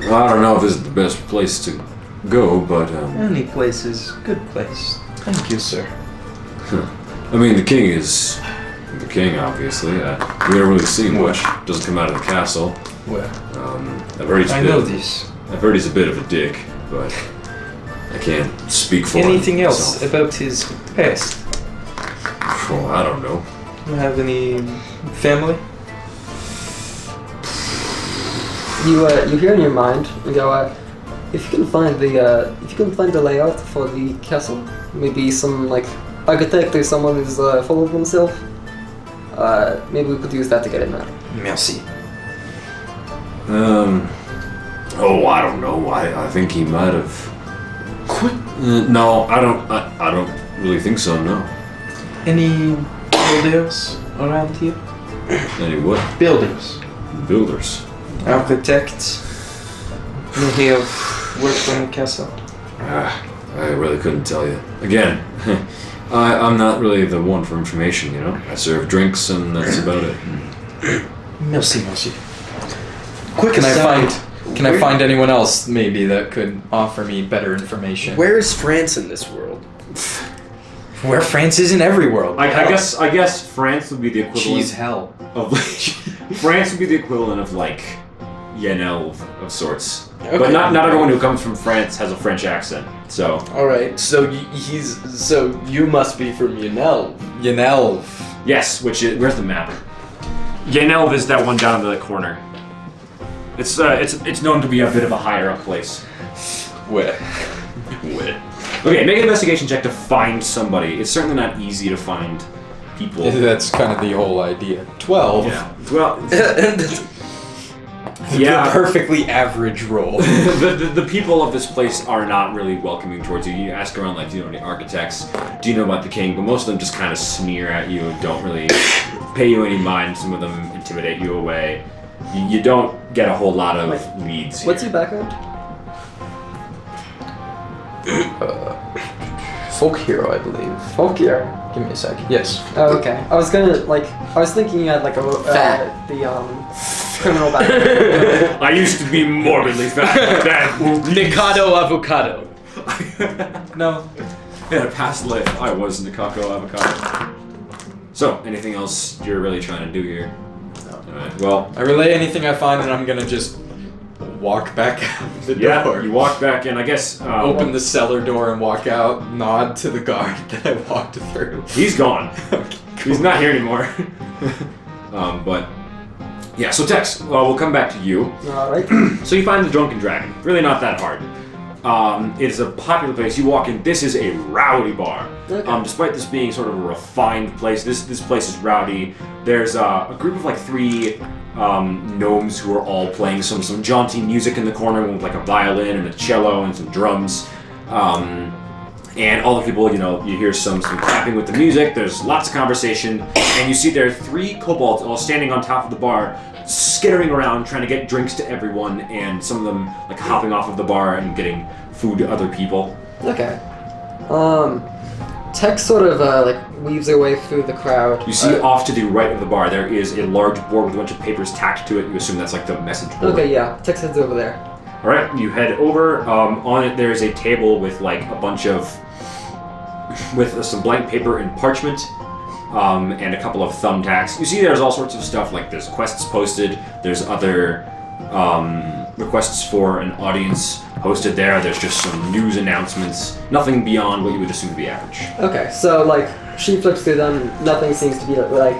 Speaker 1: Well, I don't know if this is the best place to go, but um,
Speaker 7: Any place is good place.
Speaker 3: Thank you, sir.
Speaker 1: I mean, the king is the king, obviously. Uh, we haven't really seen much. Doesn't come out of the castle.
Speaker 3: Well,
Speaker 1: Um, I've heard he's a
Speaker 7: I
Speaker 1: bit-
Speaker 7: know this.
Speaker 1: I've heard he's a bit of a dick, but I can't speak for
Speaker 7: Anything
Speaker 1: him,
Speaker 7: else
Speaker 1: so-
Speaker 7: about his past?
Speaker 1: Well, I don't know.
Speaker 7: Do you have any family?
Speaker 4: You uh, you hear in your mind, you go, uh, if you can find the uh, if you can find the layout for the castle, maybe some like architect or someone who's uh, full of himself. Uh, maybe we could use that to get in there.
Speaker 7: Merci.
Speaker 1: Um. Oh, I don't know. I, I think he might have quit. Uh, no, I don't. I, I don't really think so. No.
Speaker 7: Any builders around here?
Speaker 1: Any what?
Speaker 7: Buildings.
Speaker 1: Builders.
Speaker 7: Architects. You have worked on the castle.
Speaker 1: Ah, I really couldn't tell you. Again, I, I'm not really the one for information. You know, I serve drinks and that's about it.
Speaker 7: Merci, monsieur. Quick
Speaker 3: Can I
Speaker 5: aside,
Speaker 3: find can I find anyone else maybe that could offer me better information?
Speaker 5: Where is France in this world?
Speaker 3: Where France is in every world.
Speaker 1: I, I guess. I guess France would be the equivalent.
Speaker 3: Cheese hell.
Speaker 1: of like France would be the equivalent of like Yenel of, of sorts. But
Speaker 5: Okay.
Speaker 1: not not everyone who comes from France has a French accent. So
Speaker 5: All right, so y- he's so you must be from Yunel.
Speaker 3: Yanelv.
Speaker 1: yes, which is where's the map? Yenel is that one down in the corner. It's uh, it's it's known to be a bit of a higher up place.
Speaker 3: Where?
Speaker 1: Okay, make an investigation check to find somebody. It's certainly not easy to find people.
Speaker 3: That's kind of the whole idea. Twelve.
Speaker 1: Yeah. Well,
Speaker 3: The
Speaker 1: yeah.
Speaker 3: perfectly average roll.
Speaker 1: the, the, the people of this place are not really welcoming towards you. You ask around, like, do you know any architects? Do you know about the king? But most of them just kind of sneer at you and don't really pay you any mind. Some of them intimidate you away. You, you don't get a whole lot of leads. Here.
Speaker 4: What's your background?
Speaker 3: Folk hero, I believe.
Speaker 4: Folk here.
Speaker 3: Give me a sec. Yes.
Speaker 4: Oh, okay. I was gonna like I was thinking you had like a uh, the um criminal background.
Speaker 1: I used to be morbidly fat, but that will be-
Speaker 5: Nikado avocado.
Speaker 3: No.
Speaker 1: In a past life, I was Nikako Avocado. So, anything else you're really trying to do here? No. Alright, well,
Speaker 3: I relay anything I find, and I'm gonna just walk back out the
Speaker 1: yeah,
Speaker 3: door.
Speaker 1: you walk back in. I guess uh,
Speaker 3: Open the cellar door and walk out. Nod to the guard that I walked through.
Speaker 1: He's gone.
Speaker 3: Okay,
Speaker 1: He's not here anymore. um, but yeah, so Tex, uh, we'll come back to you.
Speaker 4: All right.
Speaker 1: So you find the Drunken Dragon. Really not that hard. Um, it is a popular place. You walk in. This is a rowdy bar.
Speaker 4: Okay.
Speaker 1: Um, despite this being sort of a refined place, this this place is rowdy. There's uh, a group of like three um, gnomes who are all playing some some jaunty music in the corner, one with like a violin and a cello and some drums. Um, and all the people, you know, you hear some, some clapping with the music. There's lots of conversation, and you see there are three kobolds all standing on top of the bar, skittering around, trying to get drinks to everyone, and some of them like hopping off of the bar and getting food to other people.
Speaker 4: Okay. Um, Tex sort of uh, like weaves her way through the crowd.
Speaker 1: You see
Speaker 4: Uh,
Speaker 1: off to the right of the bar, there is a large board with a bunch of papers tacked to it. You assume that's like the message board.
Speaker 4: okay, yeah. Tex heads over there.
Speaker 1: All right, you head over. Um, on it, there is a table with like a bunch of, with some blank paper and parchment, um, and a couple of thumbtacks. You see, there's all sorts of stuff. Like there's quests posted. There's other um, requests for an audience hosted there. There's just some news announcements. Nothing beyond what you would assume to be average.
Speaker 4: Okay, so like she flips through them. Nothing seems to be like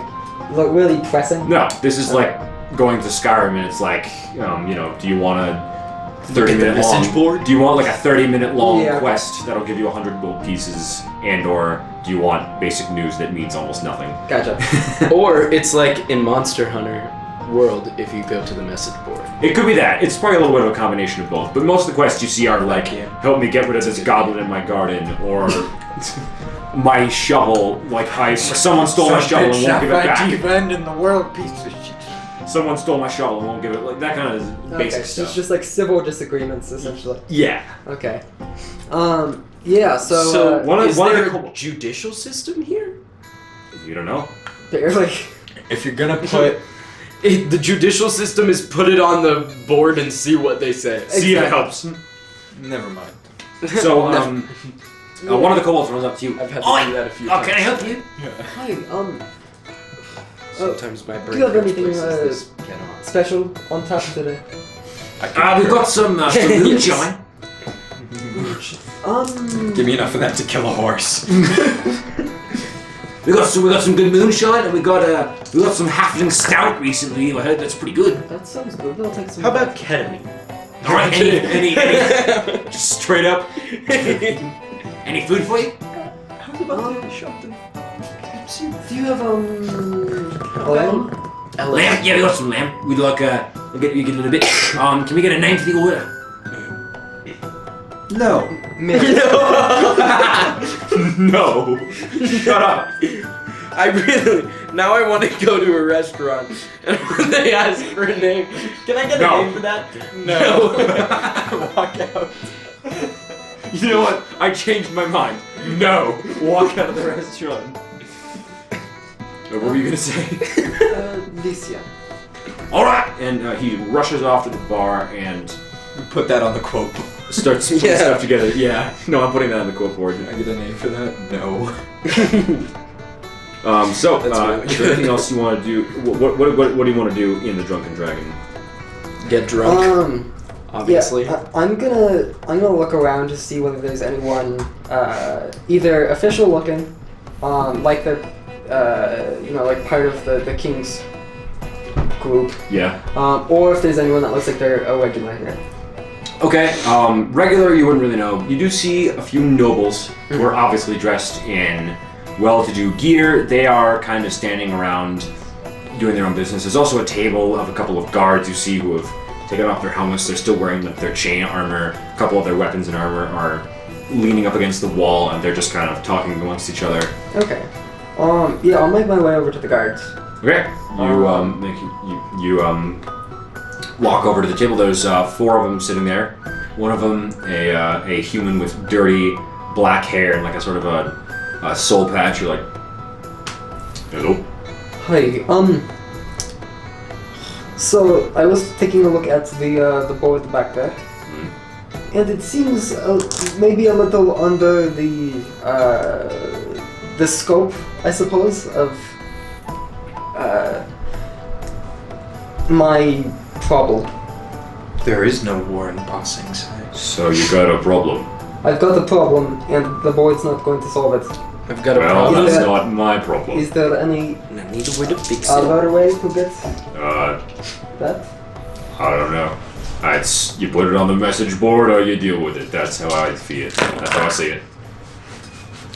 Speaker 4: look really pressing.
Speaker 1: No, this is like going to Skyrim, and it's like, um, you know, do you want to thirty
Speaker 5: at the
Speaker 1: minute
Speaker 5: message
Speaker 1: long.
Speaker 5: board?
Speaker 1: Do you want like a thirty minute long
Speaker 4: Yeah.
Speaker 1: quest that'll give you hundred gold pieces, and or do you want basic news that means almost nothing?
Speaker 4: Gotcha.
Speaker 5: Or it's like in Monster Hunter World if you go to the message board.
Speaker 1: It could be that. It's probably a little bit of a combination of both. But most of the quests you see are like, help me get rid of this goblin in my garden, or my shovel. Like I, someone stole my shovel and won't give it back.
Speaker 7: friend in the world, piece of shit.
Speaker 1: Someone stole my shovel and won't give it. Like that kind of
Speaker 4: Okay,
Speaker 1: basic
Speaker 4: so
Speaker 1: stuff.
Speaker 4: it's just like civil disagreements essentially.
Speaker 1: yeah.
Speaker 4: Okay. Um. Yeah. So,
Speaker 5: So,
Speaker 4: uh,
Speaker 1: One of
Speaker 5: is
Speaker 1: one
Speaker 5: there
Speaker 1: of the
Speaker 5: a judicial system here?
Speaker 1: you don't know.
Speaker 4: barely.
Speaker 3: If you're gonna put
Speaker 5: It, the judicial system is put it on the board and see what they say.
Speaker 1: See if it
Speaker 4: Exactly.
Speaker 1: helps.
Speaker 3: Never mind.
Speaker 1: So um, uh, one of the kobolds runs up to you.
Speaker 5: I've had to
Speaker 1: Oi!
Speaker 5: do that a few
Speaker 1: Oh,
Speaker 5: times.
Speaker 1: can I help you?
Speaker 4: Hi. Um.
Speaker 5: oh, Sometimes my brain.
Speaker 4: Do you have
Speaker 5: goes
Speaker 4: anything,
Speaker 5: places
Speaker 4: uh,
Speaker 5: this cannot.
Speaker 4: Special on tap today.
Speaker 1: Uh, we've got some uh, some loot, John.
Speaker 4: Um.
Speaker 3: Give me enough of that to kill a horse.
Speaker 1: We got some, we got some good moonshine, and we got uh, we got some halfling stout recently. I heard that's pretty good.
Speaker 4: That sounds good. I'll take some.
Speaker 2: How about ketamine?
Speaker 1: All right, any, any, any just straight up. any food for you?
Speaker 4: Um, Do you have um? Lamb?
Speaker 1: Lamb? Yeah, we got some lamb. We'd like uh, we'll get you get a little bit. Um, can we get a name for the order?
Speaker 7: No.
Speaker 1: No. Shut up.
Speaker 5: I really now I want to go to a restaurant and when they ask for a name, can I get
Speaker 1: No.
Speaker 5: a name for that? No. Walk out.
Speaker 1: You know what? I changed my mind. No. Walk out of the restaurant. Uh, What were you gonna say?
Speaker 4: Uh, Licia.
Speaker 1: All right. And uh, he rushes off to the bar and
Speaker 3: Put that on the quote.
Speaker 1: starts putting
Speaker 5: Yeah.
Speaker 1: stuff together. Yeah. No, I'm putting that on the quote board.
Speaker 3: Can I get a name for that? No.
Speaker 1: Um, so,
Speaker 5: That's
Speaker 1: uh,
Speaker 5: right.
Speaker 1: is there anything else you want to do? What, what, what, what do you want to do in the Drunken Dragon?
Speaker 5: Get drunk,
Speaker 4: Um.
Speaker 5: obviously.
Speaker 4: Yeah, Uh, I, I'm gonna I'm gonna look around to see whether there's anyone uh, either official looking, um, like they're uh, you know like part of the the king's group,
Speaker 1: Yeah.
Speaker 4: um, or if there's anyone that looks like they're a regular here.
Speaker 1: Okay. Um, regular, you wouldn't really know. You do see a few nobles who
Speaker 5: Hmm.
Speaker 1: are obviously dressed in well-to-do gear. They are kind of standing around, doing their own business. There's also a table of a couple of guards you see who have taken off their helmets. They're still wearing like, their chain armor. A couple of their weapons and armor are leaning up against the wall, and they're just kind of talking amongst each other.
Speaker 4: Okay. Um, yeah, I'll make my way over to the guards.
Speaker 1: Okay. You um, make, you, you um, walk over to the table. There's uh, four of them sitting there. One of them, a, uh, a human with dirty black hair and like a sort of a, a soul patch. You're like, hello.
Speaker 4: Hi. Um. So I was taking a look at the uh, the board back there,
Speaker 5: Hmm.
Speaker 4: and it seems uh, maybe a little under the uh, the scope, I suppose, of uh, my problem.
Speaker 7: There is no war in Bossing Side.
Speaker 1: So you got a problem.
Speaker 4: I've got a problem, and the board's not going to solve it.
Speaker 5: I've got a
Speaker 1: Well,
Speaker 5: problem.
Speaker 1: that's
Speaker 4: Yeah.
Speaker 1: not my problem.
Speaker 4: Is there any
Speaker 5: and I need a way to fix it.
Speaker 4: other way to get
Speaker 1: Uh,
Speaker 4: that?
Speaker 1: I don't know. It's you put it on the message board or you deal with it. That's how I see it. That's how I see it.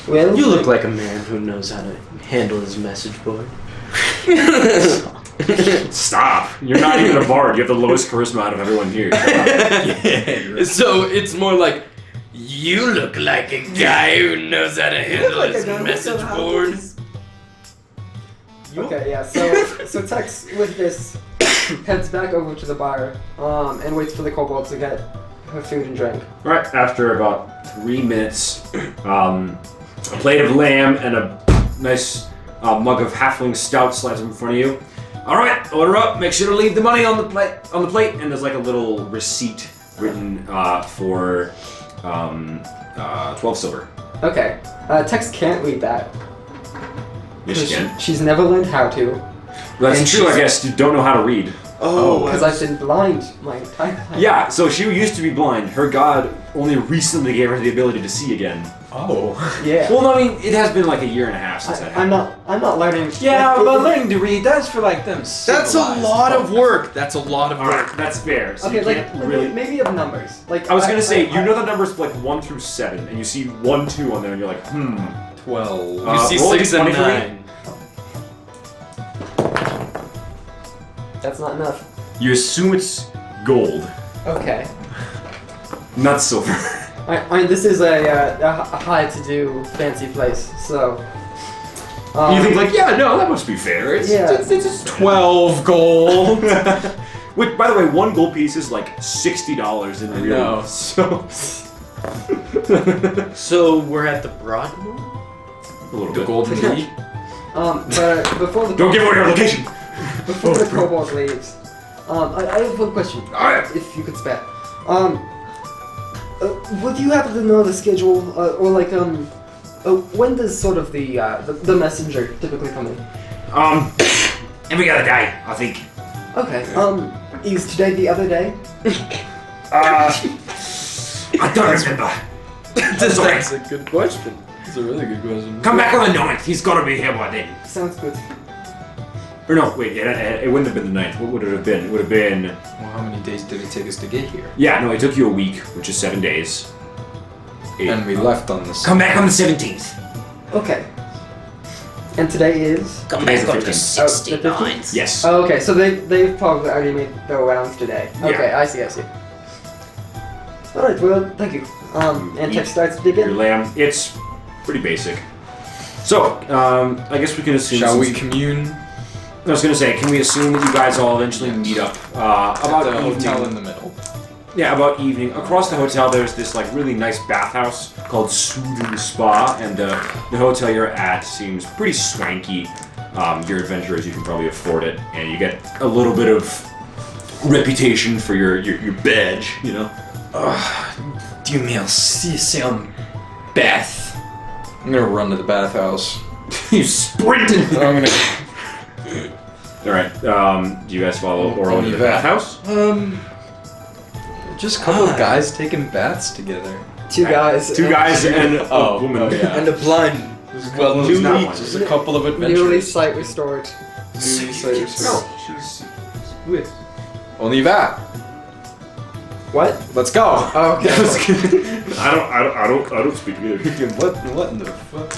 Speaker 4: Well,
Speaker 5: You look like a man who knows how to handle his message board.
Speaker 1: Stop! You're not even a bard. You have the lowest charisma out of everyone here.
Speaker 5: so it's more like you look like a guy who knows how to handle his message board.
Speaker 4: Okay, yeah. So, so Tex with this heads back over to the bar um, and waits for the kobold to get her food and drink.
Speaker 1: Right after about three minutes, um, a plate of lamb and a nice uh, mug of halfling stout slides in front of you. All right, order up. Make sure to leave the money on the plate. On the plate, and there's like a little receipt written uh, for um, uh, twelve silver.
Speaker 4: Okay. Uh, Tex can't read that.
Speaker 1: Yes, you can.
Speaker 4: she's never learned how to
Speaker 1: That's
Speaker 7: And
Speaker 1: true. I
Speaker 7: she's-
Speaker 1: guess you don't know how to read.
Speaker 7: Oh,
Speaker 4: because I've been blind my entire life.
Speaker 1: Yeah. So she used to be blind. Her god only recently gave her the ability to see again.
Speaker 3: Oh.
Speaker 7: Yeah.
Speaker 1: Well, no, I mean, it has been like a year and a half since that
Speaker 4: I,
Speaker 1: happened.
Speaker 4: I'm not. I'm not learning.
Speaker 7: Yeah,
Speaker 4: like, it-
Speaker 7: but
Speaker 4: it-
Speaker 7: learning to read, that's for like them.
Speaker 3: That's a lot of work. That's a lot of
Speaker 1: All right,
Speaker 3: work.
Speaker 1: that's fair. So
Speaker 4: Okay,
Speaker 1: you
Speaker 4: like
Speaker 1: can't
Speaker 4: maybe-
Speaker 1: really.
Speaker 4: maybe of numbers. Like
Speaker 1: I was gonna say,
Speaker 4: I-
Speaker 1: you know the numbers like one through seven, and you see one, two on there, and you're like, hmm.
Speaker 3: Twelve.
Speaker 1: Uh, roll a 20 for me.
Speaker 4: That's not enough.
Speaker 1: You assume it's gold,
Speaker 4: Okay.
Speaker 1: not silver.
Speaker 4: I, I mean, this is a, uh, a h- a high-to-do fancy place, so. Um,
Speaker 1: you think like, yeah, no, that must be fair. It's,
Speaker 4: Yeah.
Speaker 1: it's, it's just
Speaker 3: Twelve gold.
Speaker 1: Which, by the way, one gold piece is like sixty dollars in the real.
Speaker 3: know.
Speaker 1: So
Speaker 5: So we're at the Broadmoor?
Speaker 1: a little
Speaker 3: the
Speaker 1: bit.
Speaker 3: golden key.
Speaker 4: Um, but before the
Speaker 1: Don't give away your location.
Speaker 4: before the kobold leaves, um, I, I have one question.
Speaker 1: All right.
Speaker 4: If you could spare. Um, uh, would you happen to know the schedule, uh, or like um, uh, when does sort of the, uh, the the messenger typically come in?
Speaker 1: Um, every other day, I think.
Speaker 4: Okay. Um, is today the other day?
Speaker 1: Uh, I don't remember. Sorry.
Speaker 3: That's a good question. It's a really good question.
Speaker 1: Come back on the 9th. He's got to be here by then.
Speaker 4: Sounds good.
Speaker 1: Or no, wait. It, it, it wouldn't have been the 9th. What would it have been? It would have been.
Speaker 3: Well, how many days did it take us to get here?
Speaker 1: Yeah, no. It took you a week, which is seven days. Eight.
Speaker 3: And we left on this.
Speaker 1: Come back on the 17th.
Speaker 4: Okay. And today is.
Speaker 1: Come back on the 15th.
Speaker 4: Oh, the 15th?
Speaker 1: Yes.
Speaker 4: Oh, okay, so they they've probably already made their rounds today. Okay, I see, I see. All right, well, thank you. Um, and
Speaker 1: You
Speaker 4: Tech starts to dig
Speaker 1: Your
Speaker 4: in.
Speaker 1: lamb. It's pretty basic. So, um, I guess we can assume.
Speaker 3: Shall we
Speaker 1: since-
Speaker 3: commune
Speaker 1: I was gonna say, can we assume that you guys all eventually meet up uh,
Speaker 3: at
Speaker 1: about
Speaker 3: the
Speaker 1: evening?
Speaker 3: hotel in the middle?
Speaker 1: Yeah, about evening. Across the hotel, there's this like really nice bathhouse called Soothing Spa, and uh, the hotel you're at seems pretty swanky. Um, your adventurers, you can probably afford it, and you get a little bit of reputation for your your, your badge, you know.
Speaker 7: Dieu merci, c'est un
Speaker 1: Beth,
Speaker 3: I'm gonna run to the bathhouse.
Speaker 1: you sprinted.
Speaker 3: I'm gonna.
Speaker 1: all right, um, do you guys follow
Speaker 4: Mm,
Speaker 1: Oral into the
Speaker 3: Yvette.
Speaker 1: bathhouse?
Speaker 3: Um. Just a couple of guys taking baths together.
Speaker 4: Two guys.
Speaker 1: Two
Speaker 4: and
Speaker 1: guys and a
Speaker 3: Oh,
Speaker 1: woman.
Speaker 3: oh, yeah.
Speaker 5: And a blind.
Speaker 3: Well,
Speaker 1: Well, it's not
Speaker 3: newly,
Speaker 1: one.
Speaker 3: just a couple of
Speaker 4: Newly
Speaker 3: adventures.
Speaker 4: sight restored.
Speaker 3: Newly saved.
Speaker 7: with.
Speaker 3: Only that.
Speaker 4: What?
Speaker 3: Let's go.
Speaker 4: Oh, okay.
Speaker 1: I don't, I don't, I don't, I don't speak either.
Speaker 3: what? What in the fuck?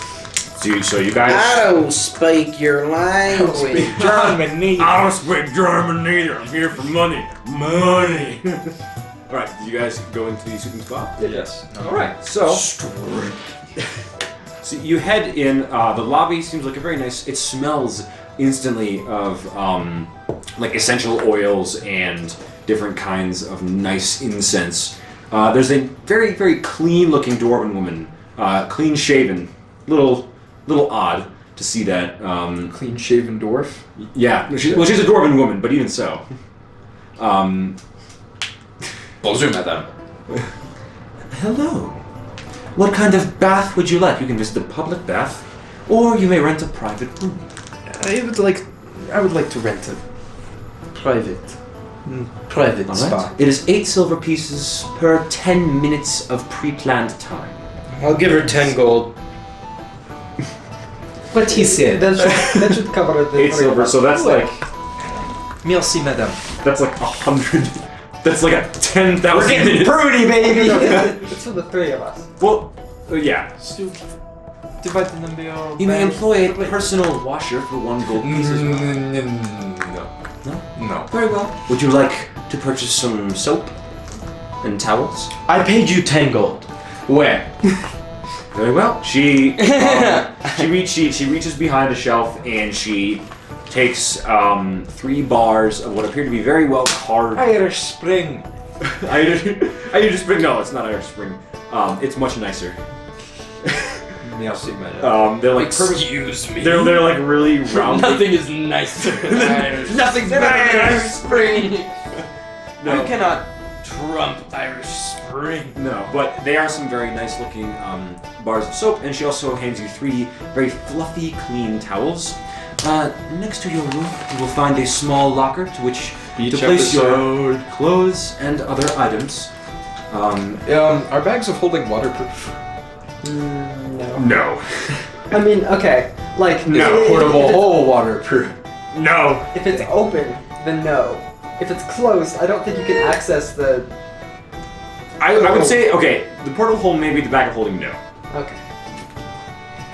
Speaker 1: Dude, so you guys.
Speaker 5: don't speak your language.
Speaker 3: Germany.
Speaker 1: I don't speak German either. I'm here for money. Money. All right. Do you guys go into the shooting spot?
Speaker 3: Yes.
Speaker 1: All right. So. so you head in. Uh, the lobby seems like a very nice. It smells instantly of um, like essential oils and different kinds of nice incense. Uh, there's a very very clean looking dwarven woman, uh, clean shaven, little little odd to see that. Um,
Speaker 3: Clean shaven dwarf.
Speaker 1: yeah, she, well, she's a dwarven woman, but even so. Um,
Speaker 3: Bonjour, madame.
Speaker 1: hello. What kind of bath would you like? You can visit the public bath, or you may rent a private room.
Speaker 7: I would like, I would like to rent a private, mm, private
Speaker 1: All right.
Speaker 7: spa.
Speaker 1: It is eight silver pieces per ten minutes of pre-planned time.
Speaker 5: I'll give her 10 gold.
Speaker 7: What he said.
Speaker 4: that, should, that should cover it.
Speaker 1: Eight silver, so that's like
Speaker 7: Merci, madame.
Speaker 1: that's like a hundred. That's like a ten thousand minutes.
Speaker 4: Prudy, baby! it's for the three of us.
Speaker 1: Well, uh, yeah.
Speaker 7: Divide the number of.
Speaker 1: You may employ a personal washer for one gold piece as well.
Speaker 3: Mm, No. No.
Speaker 1: Very well. Would you like to purchase some soap and towels?
Speaker 5: I paid you 10 gold.
Speaker 1: Where? Very well. She um, she, reach, she she reaches behind a shelf and she takes um, three bars of what appear to be very well carved.
Speaker 7: Irish Spring.
Speaker 1: Irish, Irish Spring. No, it's not Irish Spring. Um, it's much nicer.
Speaker 3: Merci, madame.
Speaker 1: Um, they're like
Speaker 5: Excuse me.
Speaker 1: they're they're like really round.
Speaker 5: Nothing is nicer than Irish.
Speaker 1: Nothing's better than Irish Spring. No.
Speaker 5: You cannot trump Irish Spring.
Speaker 1: No, but they are some very nice looking um, bars of soap, and she also hands you three very fluffy, clean towels. Uh, next to your room, you will find a small locker to which
Speaker 3: Beach
Speaker 1: to place
Speaker 3: episode.
Speaker 1: your clothes and other items. Um,
Speaker 3: Um, are bags of holding waterproof?
Speaker 4: Mm, no.
Speaker 1: No.
Speaker 4: I mean, okay. Like,
Speaker 1: No.
Speaker 4: if-
Speaker 3: Portable
Speaker 4: if,
Speaker 3: hole waterproof.
Speaker 1: No.
Speaker 4: it's, if it's open, then no. If it's closed, I don't think you can access the.
Speaker 1: I, I would say okay. The portal hole may be the back of holding no.
Speaker 4: Okay.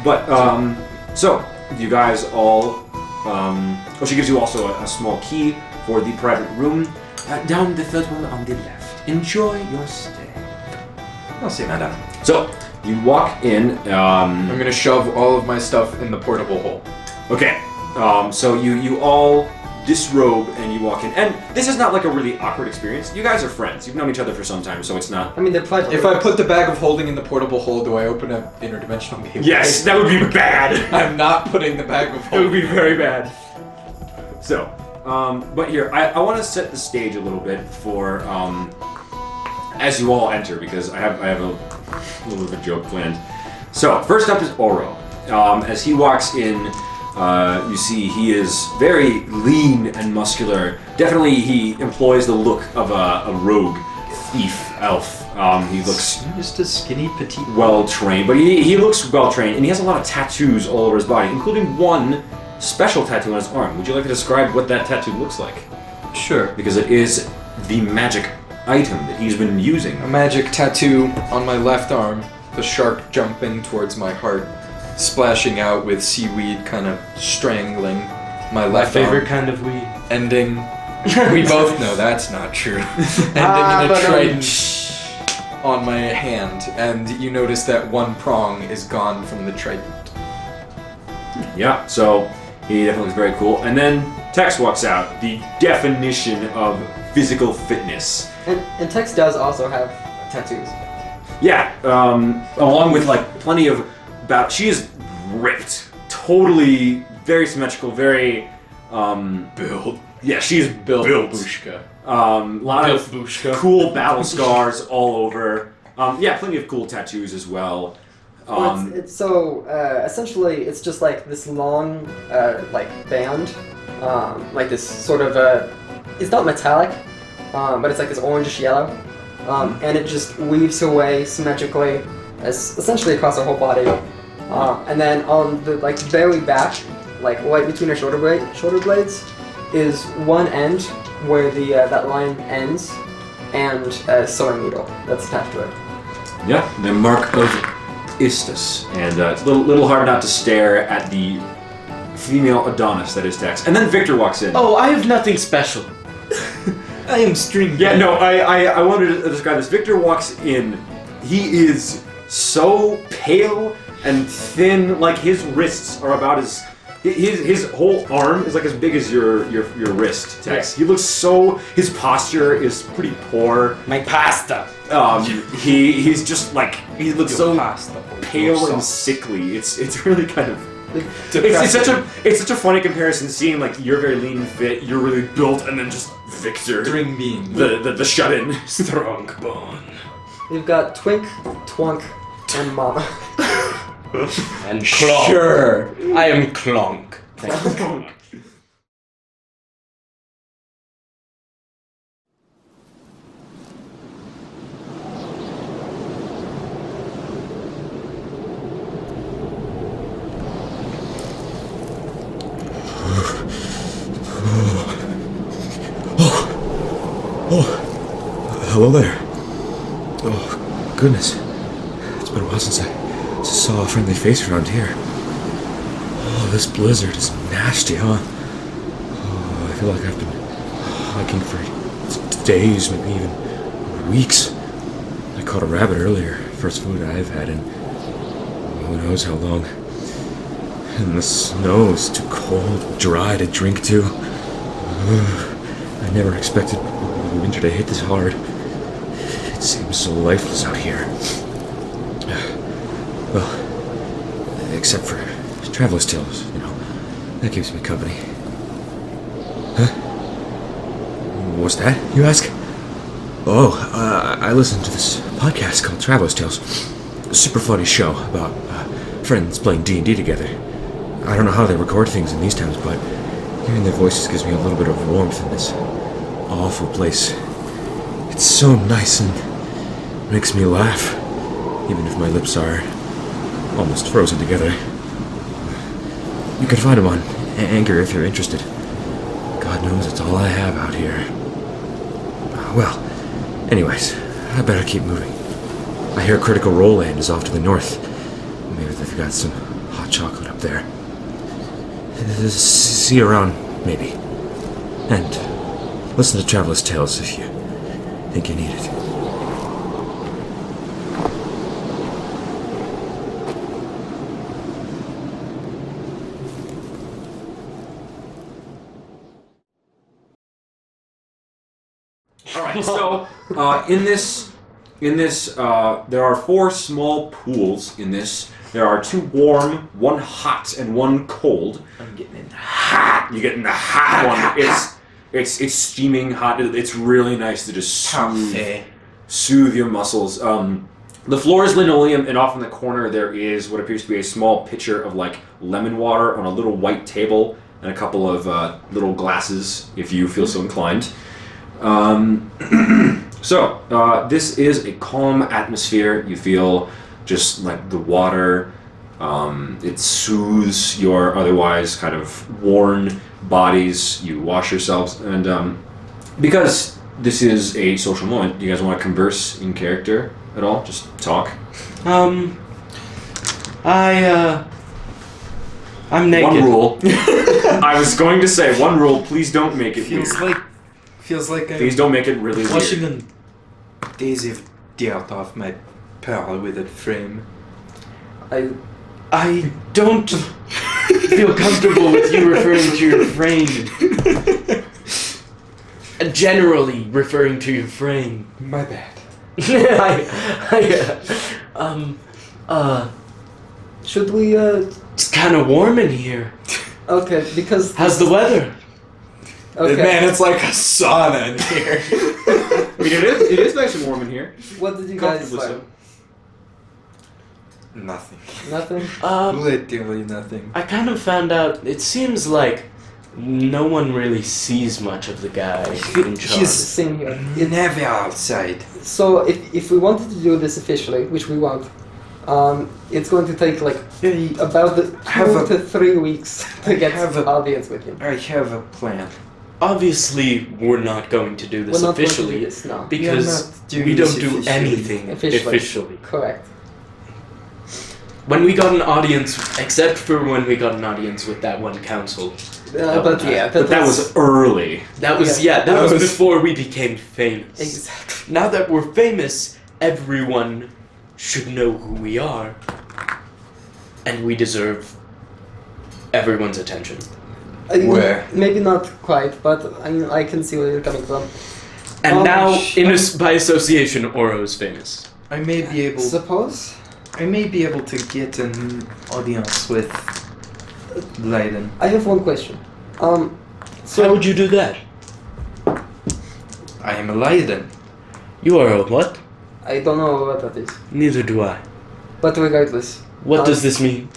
Speaker 1: But um, so you guys all. Um, oh, she gives you also a, a small key for the private room uh, down the third one on the left. Enjoy your stay.
Speaker 3: I'll see, madam.
Speaker 1: So you walk in. Um,
Speaker 3: I'm gonna shove all of my stuff in the portable hole.
Speaker 1: Okay. Um, so you you all disrobe and you walk in, and this is not like a really awkward experience. You guys are friends. You've known each other for some time, so it's not.
Speaker 4: I mean, they're private.
Speaker 3: If I put the bag of holding in the portable hole, do I open up interdimensional gateway?
Speaker 1: Yes, that would be bad.
Speaker 3: I'm not putting the bag of
Speaker 1: That would
Speaker 3: holding.
Speaker 1: be very bad. So, um, but here I, I want to set the stage a little bit for um, as you all enter because I have I have a little bit of a joke planned. So first up is Oro. Um, as he walks in, uh, you see he is very lean and muscular. Definitely, he employs the look of a, a rogue thief elf. Um, he looks
Speaker 7: Just a skinny petite.
Speaker 1: well trained, but he, he looks well trained, and he has a lot of tattoos all over his body, including one special tattoo on his arm. Would you like to describe what that tattoo looks like?
Speaker 3: Sure.
Speaker 1: Because it is the magic item that he's been using.
Speaker 3: A magic tattoo on my left arm. The shark jumping towards my heart, splashing out with seaweed, kind of strangling my left
Speaker 5: Favorite
Speaker 3: arm.
Speaker 5: kind of weed.
Speaker 3: Ending. we both know that's not true. Ending
Speaker 4: Ah,
Speaker 3: in a
Speaker 4: but, um,
Speaker 3: trident on my hand, and you notice that one prong is gone from the trident.
Speaker 1: Yeah, so he definitely looks very cool. And then Tex walks out, the definition of physical fitness.
Speaker 4: And, and Tex does also have tattoos.
Speaker 1: Yeah, um, along with like plenty of about. She is ripped, totally very symmetrical, very. Um,
Speaker 3: Build.
Speaker 1: yeah, she's
Speaker 3: Build.
Speaker 1: built.
Speaker 3: Babushka.
Speaker 1: Um, lot of
Speaker 5: Bushka.
Speaker 1: cool battle scars all over. Um, yeah, plenty of cool tattoos as well.
Speaker 4: Well,
Speaker 1: Um,
Speaker 4: Oh, it's, it's so uh, essentially, it's just like this long, uh, like band, um, like this sort of uh It's not metallic, um, but it's like this orangish yellow, um, and it just weaves away symmetrically, as essentially across her whole body, uh, and then on the like very back, like right between her shoulder blade, shoulder blades, is one end where the uh, that line ends, and a sewing needle that's attached to it.
Speaker 1: yeah, the mark of Istus, and uh, it's a little, little hard not to stare at the female Adonis that is Tex. And then Victor walks in.
Speaker 5: Oh, I have nothing special. I am string.
Speaker 1: Yeah, no, I, I, I wanted to describe this. Victor walks in. He is so pale and thin, like his wrists are about as his his whole arm is like as big as your your, your wrist, Tex. He looks so his posture is pretty poor.
Speaker 7: My pasta.
Speaker 1: Um, he he's just like he looks so
Speaker 7: pasta.
Speaker 1: pale and sickly. It's it's really kind of it's, it's such a it's such a funny comparison seeing like you're very lean and fit, you're really built, and then just Victor
Speaker 3: String bean.
Speaker 1: the the, the shut in.
Speaker 5: Strong bone.
Speaker 4: We've got Twink, Twunk, and Mama.
Speaker 5: And clonk.
Speaker 3: Sure.
Speaker 5: I am clonk. Thank you.
Speaker 9: Hello there. Oh, goodness. It's been a while since I saw a friendly face around here. Oh, this blizzard is nasty, huh? Oh, I feel like I've been hiking for d- days, maybe even weeks. I caught a rabbit earlier, first food I've had in who knows how long. And the snow is too cold, dry to drink to. I never expected winter to hit this hard. It seems so lifeless out here. Well, except for traveler's tales, you know. That keeps me company. Huh? What's that, you ask? Oh, uh, I listen to this podcast called Traveler's Tales. A super funny show about uh, friends playing D&D together. I don't know how they record things in these times, but hearing their voices gives me a little bit of warmth in this awful place. It's so nice and makes me laugh, even if my lips are almost frozen together. You can find him on A- Anchor if you're interested. God knows it's all I have out here. Uh, Well, anyways, I better keep moving. I hear Critical Role Land is off to the north. Maybe they've got some hot chocolate up there. S- See you around, maybe. And listen to Traveler's Tales if you think you need it.
Speaker 1: All right. So uh, in this, in this, uh, there are four small pools. In this, there are two warm, one hot, and one cold. I'm getting in the hot. You get in the hot one. it's it's it's steaming hot. It- It's really nice to just soothe, soothe your muscles. Um, the floor is linoleum, and off in the corner there is what appears to be a small pitcher of like lemon water on a little white table and a couple of uh, little glasses, if you feel so inclined. Um, so uh, this is a calm atmosphere. You feel just like the water. Um, it soothes your otherwise kind of worn bodies. You wash yourselves, and um, because this is a social moment, do you guys want to converse in character at all? Just talk.
Speaker 5: Um, I, uh, I'm naked.
Speaker 1: One rule. I was going to say one rule. Please don't make it weird.
Speaker 7: Feels like feels like I'm
Speaker 1: Please don't make it really
Speaker 7: watching
Speaker 1: weird.
Speaker 7: on Days of Doubt off my pearl with a frame.
Speaker 4: I
Speaker 5: I don't feel comfortable with you referring to your frame. Uh, Generally referring to your frame.
Speaker 3: My bad.
Speaker 5: I, I, uh, um, uh,
Speaker 4: should we uh
Speaker 5: it's kind of warm in here.
Speaker 4: okay because
Speaker 5: How's the weather?
Speaker 4: okay
Speaker 3: Man, it's like a sauna in here.
Speaker 1: I mean, it is, it is nice and warm in here.
Speaker 4: what did you guys
Speaker 1: Comfortably
Speaker 4: like?
Speaker 1: so.
Speaker 3: nothing.
Speaker 4: Nothing.
Speaker 5: Um,
Speaker 3: Literally nothing.
Speaker 5: I kind of found out it seems like no one really sees much of the guy in charge.
Speaker 4: Same here.
Speaker 7: You never outside.
Speaker 4: So if, if we wanted to do this officially, which we want, um, it's going to take like
Speaker 7: I
Speaker 4: about the
Speaker 7: Have
Speaker 4: two
Speaker 7: a-
Speaker 4: to three weeks to get
Speaker 7: Have
Speaker 4: an
Speaker 7: a-
Speaker 4: audience with him.
Speaker 7: have a plan.
Speaker 5: Obviously, we're not going to do this
Speaker 4: We're not going to do
Speaker 5: officially
Speaker 4: this now.
Speaker 7: We are
Speaker 5: because
Speaker 7: not
Speaker 5: we,
Speaker 7: doing
Speaker 5: don't
Speaker 7: this
Speaker 5: do
Speaker 7: officially.
Speaker 5: anything
Speaker 4: Officially.
Speaker 5: officially.
Speaker 4: Correct.
Speaker 5: When we got an audience, except for when we got an audience with that one council,
Speaker 4: Uh, but yeah,
Speaker 1: But that
Speaker 4: that's-
Speaker 1: was early.
Speaker 5: that was yeah,
Speaker 4: Yeah.
Speaker 5: that,
Speaker 3: That
Speaker 5: was,
Speaker 3: was-
Speaker 5: before we became famous.
Speaker 4: exactly.
Speaker 5: Now that we're famous, everyone should know who we are, and we deserve everyone's attention.
Speaker 4: I mean,
Speaker 3: Where?
Speaker 4: Maybe not quite, but I mean I can see where you're coming from.
Speaker 5: And
Speaker 4: Oh,
Speaker 5: now,
Speaker 4: sh-
Speaker 5: in as by association, Oro's famous.
Speaker 7: I may be able
Speaker 4: Suppose
Speaker 7: I may be able to get an audience with Leiden.
Speaker 4: I have one question. Um, so
Speaker 5: How would you do that?
Speaker 7: I am a Leiden.
Speaker 5: You are a what?
Speaker 4: I don't know what that is,
Speaker 5: Neither do I.
Speaker 4: but regardless.
Speaker 5: What
Speaker 4: Um,
Speaker 5: does this mean?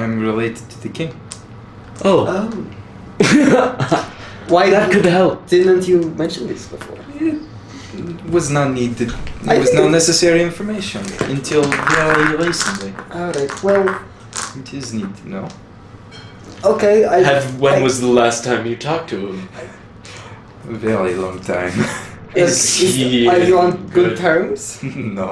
Speaker 7: I'm related to the king.
Speaker 5: Oh,
Speaker 4: Oh,
Speaker 5: that
Speaker 4: why
Speaker 5: could help.
Speaker 4: didn't you mention this before?
Speaker 7: Was not needed.
Speaker 4: I
Speaker 7: It was
Speaker 4: think-
Speaker 7: not necessary information until very recently.
Speaker 4: All right. Well,
Speaker 7: It is need to know.
Speaker 4: okay. I
Speaker 5: Have when
Speaker 4: I-
Speaker 5: was the last time you talked to him?
Speaker 7: Very long time.
Speaker 5: Is
Speaker 4: Is,
Speaker 5: he-
Speaker 4: is, are you on good terms?
Speaker 7: no.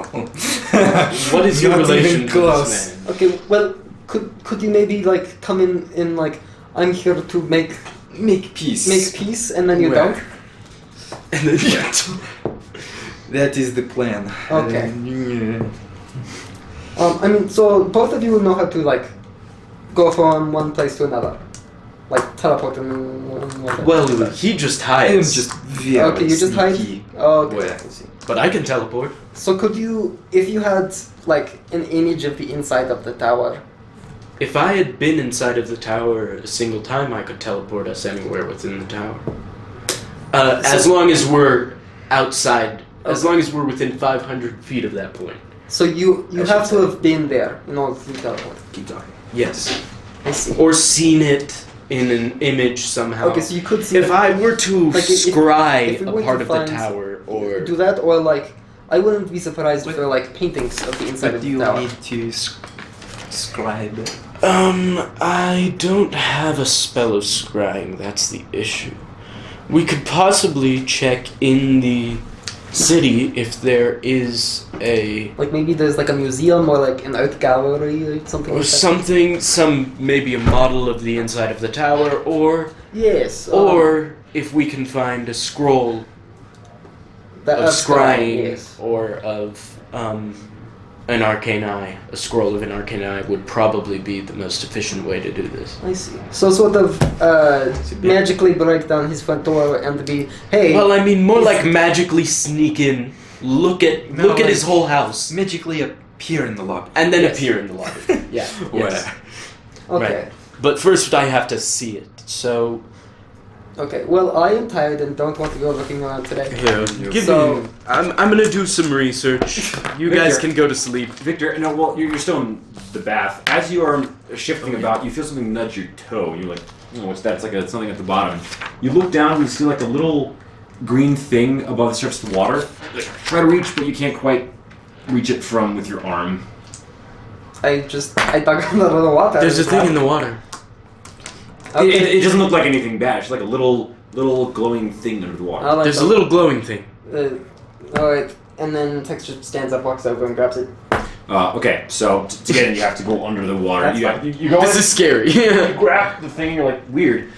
Speaker 5: What is your
Speaker 7: Not even
Speaker 5: relation to
Speaker 7: close.
Speaker 5: this man?
Speaker 4: Okay, well, could could you maybe like come in in like I'm here to make
Speaker 7: Make peace.
Speaker 4: make peace and then you
Speaker 7: Well,
Speaker 4: don't?
Speaker 5: And then
Speaker 7: That is the plan.
Speaker 4: Okay.
Speaker 7: Uh,
Speaker 4: Um, I mean, so both of you know how to like go from one place to another, like teleport and whatever.
Speaker 5: well, he just
Speaker 7: I am
Speaker 5: hides.
Speaker 7: just very
Speaker 4: okay, you just hide.
Speaker 7: sneaky.
Speaker 4: Oh, okay.
Speaker 7: Well.
Speaker 4: I see.
Speaker 5: but I can teleport.
Speaker 4: So could you, if you had like an image of the inside of the tower?
Speaker 5: If I had been inside of the tower a single time, I could teleport us anywhere within the tower. Uh, as long as we're outside, as
Speaker 4: Okay.
Speaker 5: long as we're within 500 feet of that point.
Speaker 4: So you you
Speaker 5: I
Speaker 4: have
Speaker 5: should
Speaker 4: to
Speaker 5: say.
Speaker 4: have been there in order to teleport.
Speaker 7: Keep talking.
Speaker 5: Yes.
Speaker 4: I see.
Speaker 5: Or seen it in an image somehow.
Speaker 4: Okay, so you could see
Speaker 5: if I were to
Speaker 4: Like, i- if-
Speaker 5: scry
Speaker 4: if we were
Speaker 5: a
Speaker 4: to
Speaker 5: part of the
Speaker 4: find-
Speaker 5: tower or
Speaker 4: do that or like I wouldn't be surprised if
Speaker 7: But-
Speaker 4: there were like paintings of the inside
Speaker 7: But
Speaker 4: of
Speaker 7: you
Speaker 4: the tower.
Speaker 7: need to sc- Scribe.
Speaker 5: Um, I don't have a spell of scrying. That's the issue. We could possibly check in the city if there is a
Speaker 4: Like maybe there's like a museum or like an art gallery or something.
Speaker 5: or
Speaker 4: like that.
Speaker 5: something, some maybe a model of the inside of the tower, or
Speaker 4: Yes. um,
Speaker 5: or if we can find a scroll
Speaker 4: that-
Speaker 5: of
Speaker 4: uh,
Speaker 5: scrying
Speaker 4: Yes.
Speaker 5: or of um, an arcane eye. A scroll of an arcane eye would probably be the most efficient way to do this.
Speaker 4: I see. So sort of uh, magically break down his front door and be, hey,
Speaker 5: Well, I mean, more
Speaker 4: Is-
Speaker 5: like magically sneak in, look at
Speaker 7: No,
Speaker 5: look at
Speaker 7: like-
Speaker 5: his whole house,
Speaker 7: Magically appear in the lobby.
Speaker 5: and then
Speaker 4: Yes.
Speaker 5: appear in the lobby. yeah. Yes.
Speaker 4: okay,
Speaker 5: But first, I have to see it. So
Speaker 4: okay. Well, I am tired and don't want to go looking around today.
Speaker 5: here, give
Speaker 4: So-
Speaker 5: me. I'm I'm gonna do some research. You guys can go to sleep.
Speaker 1: Victor, no, well, you're, you're still in the bath. As you are shifting about, you feel something nudge your toe, and you're like, oh, what's that? It's like a, something at the bottom. You look down, and you see like a little green thing above the surface of the water. Like, try to reach, but you can't quite reach it from with your arm.
Speaker 4: I just I dug under the water.
Speaker 5: There's a thing in the water.
Speaker 1: It-
Speaker 4: Okay.
Speaker 1: It, it doesn't look like anything bad. It's like a little, little glowing thing under the water.
Speaker 4: I'll let
Speaker 5: There's a
Speaker 4: them-
Speaker 5: little glowing thing.
Speaker 4: Uh, all right, and then Tex just stands up, walks over, and grabs it.
Speaker 1: Uh, okay, so t- to get in, you have to go under the water.
Speaker 4: That's
Speaker 1: you,
Speaker 4: fine.
Speaker 1: you, you go
Speaker 5: This
Speaker 1: in,
Speaker 5: is scary.
Speaker 1: you grab the thing, you're like, weird.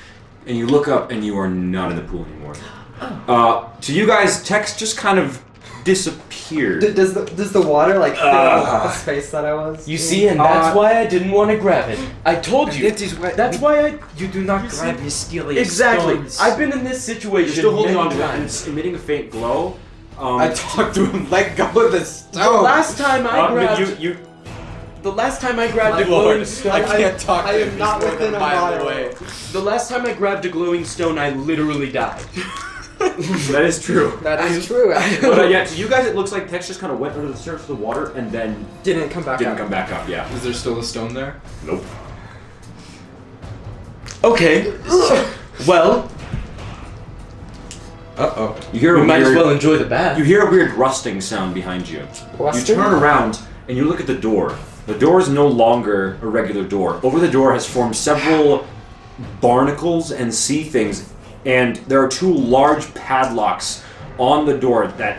Speaker 1: And you look up, and you are not in the pool anymore. Uh, to you guys, Tex just kind of
Speaker 4: D-
Speaker 1: disappeared.
Speaker 4: does the does the water like fill up the space that I was?
Speaker 5: Ah. you
Speaker 4: in?
Speaker 5: see, and that's why I didn't want to grab it. I told you.
Speaker 7: That is why.
Speaker 5: That's why I
Speaker 7: You do not
Speaker 5: see-
Speaker 7: grab mysterious
Speaker 5: exactly.
Speaker 7: stones.
Speaker 5: I've been in this situation.
Speaker 1: You're still holding
Speaker 5: many
Speaker 1: on to it, and
Speaker 5: times.
Speaker 1: it's emitting a faint glow. Um,
Speaker 3: I talked to him. Let go of the
Speaker 5: The
Speaker 3: stone.
Speaker 5: last time I
Speaker 1: uh,
Speaker 5: grabbed,
Speaker 1: you, you,
Speaker 5: the last time I grabbed a
Speaker 3: Lord,
Speaker 5: glowing stone,
Speaker 3: I can't talk
Speaker 4: I
Speaker 3: to
Speaker 4: am
Speaker 3: him. He's
Speaker 4: not
Speaker 3: more
Speaker 4: within
Speaker 3: than
Speaker 4: a
Speaker 3: a mile
Speaker 4: mile.
Speaker 3: away.
Speaker 5: the last time I grabbed a glowing stone, I literally died.
Speaker 1: that is true.
Speaker 4: That is true. Actually.
Speaker 1: But uh, yeah, to you guys, it looks like Tex just kind of went under the surface of the water and then
Speaker 4: Didn't come back.
Speaker 1: didn't
Speaker 4: up.
Speaker 1: come back up. Yeah.
Speaker 3: Is there still a stone there?
Speaker 1: Nope.
Speaker 5: Okay. so- well,
Speaker 3: Uh oh.
Speaker 1: You hear
Speaker 5: we
Speaker 1: a
Speaker 5: might as
Speaker 1: weird-
Speaker 5: well enjoy the
Speaker 1: You
Speaker 5: bath.
Speaker 1: hear a weird rusting sound behind you.
Speaker 4: Rusting?
Speaker 1: You turn around and you look at the door. The door is no longer a regular door. Over the door has formed several barnacles and sea things, and there are two large padlocks on the door that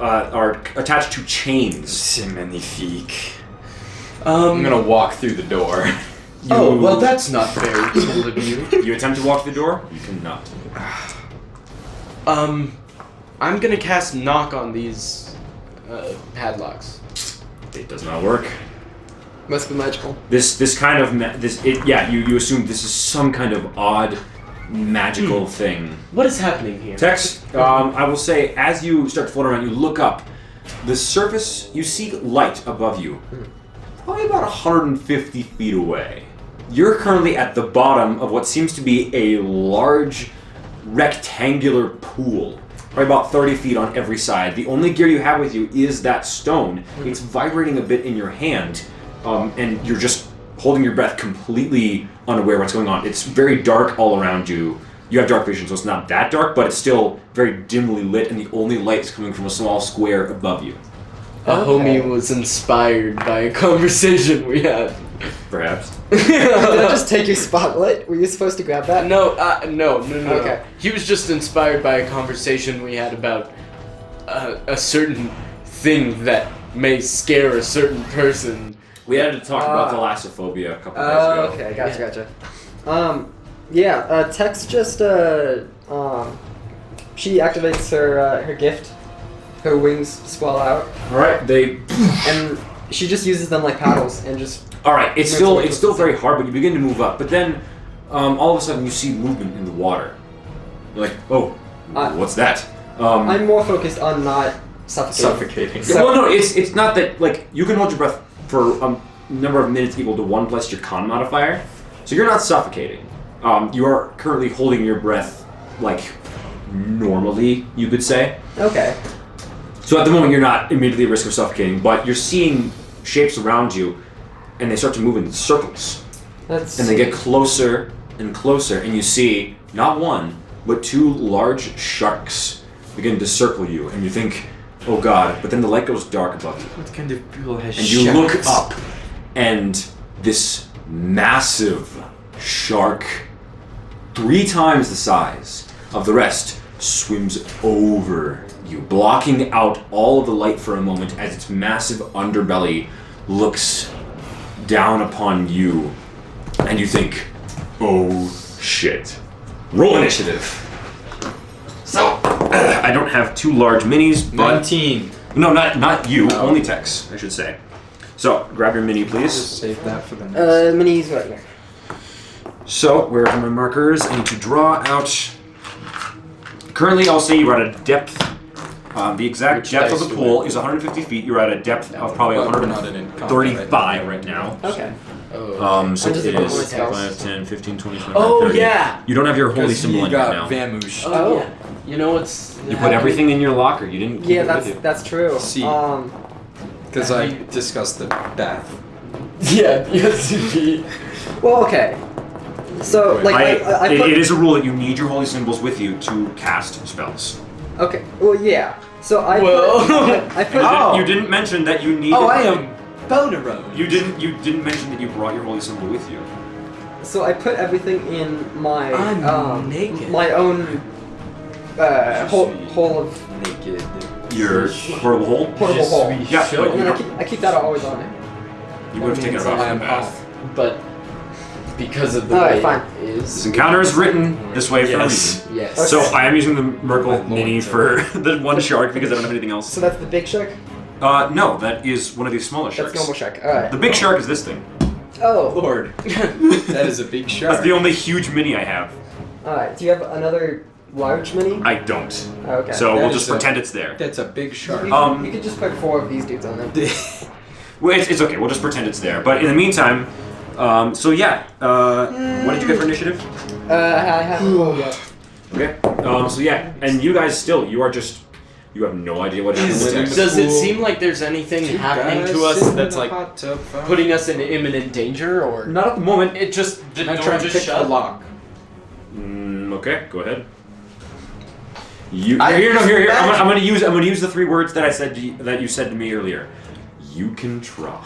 Speaker 1: uh, are attached to chains.
Speaker 3: C'est magnifique. I'm
Speaker 5: Um.
Speaker 3: gonna walk through the door.
Speaker 5: Oh
Speaker 1: You-
Speaker 5: well, that's not very cool of you.
Speaker 1: You attempt to walk through the door? You cannot.
Speaker 5: Um, I'm gonna cast knock on these uh, padlocks.
Speaker 1: It does not work.
Speaker 4: Must be magical.
Speaker 1: This this kind of ma- this it yeah you you assume this is some kind of odd magical thing.
Speaker 5: What is happening here?
Speaker 1: Tex, um, I will say, as you start to float around, you look up. The surface, you see light above you, probably about 150 feet away. You're currently at the bottom of what seems to be a large rectangular pool, probably about 30 feet on every side. The only gear you have with you is that stone. It's vibrating a bit in your hand, um, and you're just holding your breath, completely unaware what's going on. It's very dark all around you. You have dark vision, so it's not that dark, but it's still very dimly lit, and the only light is coming from a small square above you.
Speaker 5: A homie was inspired by a conversation we had.
Speaker 1: Perhaps.
Speaker 4: Did I just take your spotlight? Were you supposed to grab that?
Speaker 5: No, uh, no, no, no, no.
Speaker 4: Okay.
Speaker 5: He was just inspired by a conversation we had about uh, a certain thing that may scare a certain person.
Speaker 1: We had to talk about
Speaker 4: Ah.
Speaker 1: thalassophobia a couple days
Speaker 4: Oh,
Speaker 1: ago.
Speaker 4: okay, gotcha, gotcha. Um, yeah, uh, Tex just uh, um, she activates her uh, her gift, her wings swell out,
Speaker 1: All right, they
Speaker 4: and she just uses them like paddles and just
Speaker 1: All right, it's
Speaker 4: That's
Speaker 1: still
Speaker 4: what
Speaker 1: it's
Speaker 4: this
Speaker 1: still
Speaker 4: is.
Speaker 1: very hard, but you begin to move up. But then, um, all of a sudden, you see movement in the water. You're like, oh,
Speaker 4: Uh,
Speaker 1: what's that? Um,
Speaker 4: I'm more focused on not suffocating.
Speaker 3: Suffocating.
Speaker 1: yeah, well, no, it's it's not that. Like, you can hold your breath for a number of minutes equal to one plus your con modifier, so you're not suffocating. Um, you are currently holding your breath like normally, you could say.
Speaker 4: Okay.
Speaker 1: So at the moment, you're not immediately at risk of suffocating, but you're seeing shapes around you, and they start to move in circles.
Speaker 4: That's
Speaker 1: And they get closer and closer, and you see not one, but two large sharks begin to circle you, and you think, oh god, but then the light goes dark above you.
Speaker 7: What kind of bull has
Speaker 1: And you look up, and this massive shark, three times the size of the rest, swims over you, blocking out all of the light for a moment as its massive underbelly looks down upon you, and you think, oh shit. Roll initiative. So, I don't have two large minis, but.
Speaker 3: 19.
Speaker 1: No, not not you. Only Tex, I should say. So grab your mini, please.
Speaker 3: Save that for the next.
Speaker 4: Uh, minis right here.
Speaker 1: So where are my markers? I need to draw out. Currently, I'll say you're at a depth. Um, the exact
Speaker 3: Which
Speaker 1: depth of
Speaker 3: dice
Speaker 1: the
Speaker 3: do
Speaker 1: pool is 150 feet. You're at a depth of probably
Speaker 3: Well, we're not in it.
Speaker 1: 135 right now.
Speaker 4: Okay.
Speaker 1: Um, so
Speaker 4: I'm
Speaker 1: it
Speaker 4: just looking
Speaker 1: is
Speaker 4: at my
Speaker 1: 5, 10, 15, 20, 25,
Speaker 5: Oh
Speaker 1: 30.
Speaker 5: yeah.
Speaker 1: You don't have your holy
Speaker 3: Because he
Speaker 1: symbol in right now.
Speaker 3: got vamooshed.
Speaker 5: Oh yeah. You know what's
Speaker 1: you put everything in your locker. You didn't keep
Speaker 4: Yeah,
Speaker 1: it
Speaker 4: that's
Speaker 1: with you.
Speaker 4: that's true.
Speaker 3: See.
Speaker 4: Um,
Speaker 3: Because I discussed the bath.
Speaker 5: Yeah. Yes.
Speaker 4: well, okay. So like I,
Speaker 1: I-
Speaker 4: I, I
Speaker 1: it-
Speaker 4: put,
Speaker 1: it is a rule that you need your holy symbols with you to cast spells.
Speaker 4: okay. Well, yeah. So I
Speaker 5: Well.
Speaker 4: put, I
Speaker 1: You
Speaker 4: put
Speaker 1: didn't- You didn't mention that you needed.
Speaker 3: Oh, I am Bonero.
Speaker 1: You didn't. You didn't mention that you brought your holy symbol with you.
Speaker 4: so I put everything in my
Speaker 5: I'm
Speaker 4: um,
Speaker 5: naked.
Speaker 4: my own uh, hole, hole of
Speaker 3: naked.
Speaker 1: Your portable hole.
Speaker 4: portable hole, and
Speaker 1: Yeah, but you,
Speaker 4: then I
Speaker 1: don't-
Speaker 4: keep, I keep that always on it.
Speaker 1: you would have taken it off
Speaker 3: I
Speaker 1: in
Speaker 3: am
Speaker 1: the bath.
Speaker 3: off.
Speaker 5: But because of the
Speaker 4: Alright,
Speaker 5: way
Speaker 4: fine.
Speaker 5: it
Speaker 1: This
Speaker 5: is.
Speaker 1: encounter is written this way for a
Speaker 5: Yes.
Speaker 1: reason.
Speaker 5: Yes.
Speaker 1: So I am using the Merkle mini for the one shark because I don't have anything
Speaker 4: So
Speaker 1: else.
Speaker 4: that's the big shark.
Speaker 1: Uh, no, that is one of these smaller
Speaker 4: That's
Speaker 1: sharks.
Speaker 4: normal shark. All right.
Speaker 1: The big shark is this thing.
Speaker 4: Oh.
Speaker 3: Lord, that is a big shark.
Speaker 1: That's the only huge mini I have.
Speaker 4: All right. Do you have another large mini? Oh,
Speaker 1: I don't.
Speaker 4: Okay.
Speaker 1: So
Speaker 3: That
Speaker 1: we'll
Speaker 3: is
Speaker 1: just
Speaker 3: a-
Speaker 1: pretend it's there.
Speaker 3: That's a big
Speaker 4: You
Speaker 3: shark.
Speaker 4: could-
Speaker 1: Um,
Speaker 4: you could just put four of these dudes on them.
Speaker 1: Well, it's, it's okay. We'll just pretend it's there. But in the meantime, um, so yeah. Uh, What did you get for initiative?
Speaker 4: Uh, I haven't rolled yet.
Speaker 1: Okay. Um, so yeah, and you guys still, you are just, you have no idea what happened.
Speaker 3: Is-
Speaker 5: Does it
Speaker 3: Cool.
Speaker 5: seem like there's anything
Speaker 3: You
Speaker 5: happening
Speaker 3: guys
Speaker 5: to us
Speaker 3: sit in
Speaker 5: that's
Speaker 3: the
Speaker 5: like
Speaker 3: hot tub, huh?
Speaker 5: putting us in imminent danger, or
Speaker 1: Not at the moment.
Speaker 5: it just the
Speaker 3: Can I
Speaker 5: door
Speaker 3: try and
Speaker 5: just
Speaker 3: pick the
Speaker 5: shut?
Speaker 3: lock.
Speaker 1: Mm, okay, go ahead. You
Speaker 3: I-
Speaker 1: here, no, here, here. I'm, gonna- I'm gonna use, I'm gonna use the three words that I said to you, that you said to me earlier. You can try.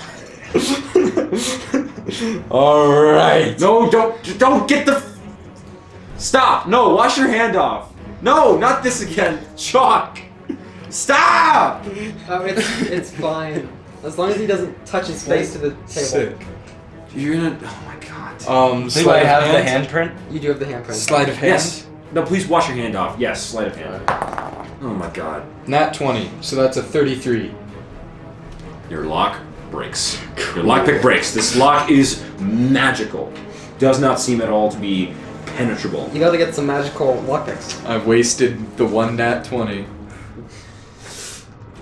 Speaker 3: All right.
Speaker 1: No, don't, don't get the. Stop! No, wash your hand off. No, not this again. Chalk. Stop!
Speaker 4: Oh, it's it's fine. As long as he doesn't touch his face to the table.
Speaker 3: Sick.
Speaker 1: You're gonna. Oh my god.
Speaker 3: Um,
Speaker 7: Do I
Speaker 3: sleight of
Speaker 7: have the
Speaker 3: hand?
Speaker 7: handprint?
Speaker 4: You do have the handprint.
Speaker 3: Sleight of hand.
Speaker 1: Yes. No, please wash your hand off. Yes, sleight of hand. Oh my god.
Speaker 3: Nat 20, so that's a 33.
Speaker 1: Your lock breaks. Your lockpick breaks. This lock is magical. Does not seem at all to be penetrable.
Speaker 4: You gotta get some magical lockpicks.
Speaker 3: I've wasted the one nat 20.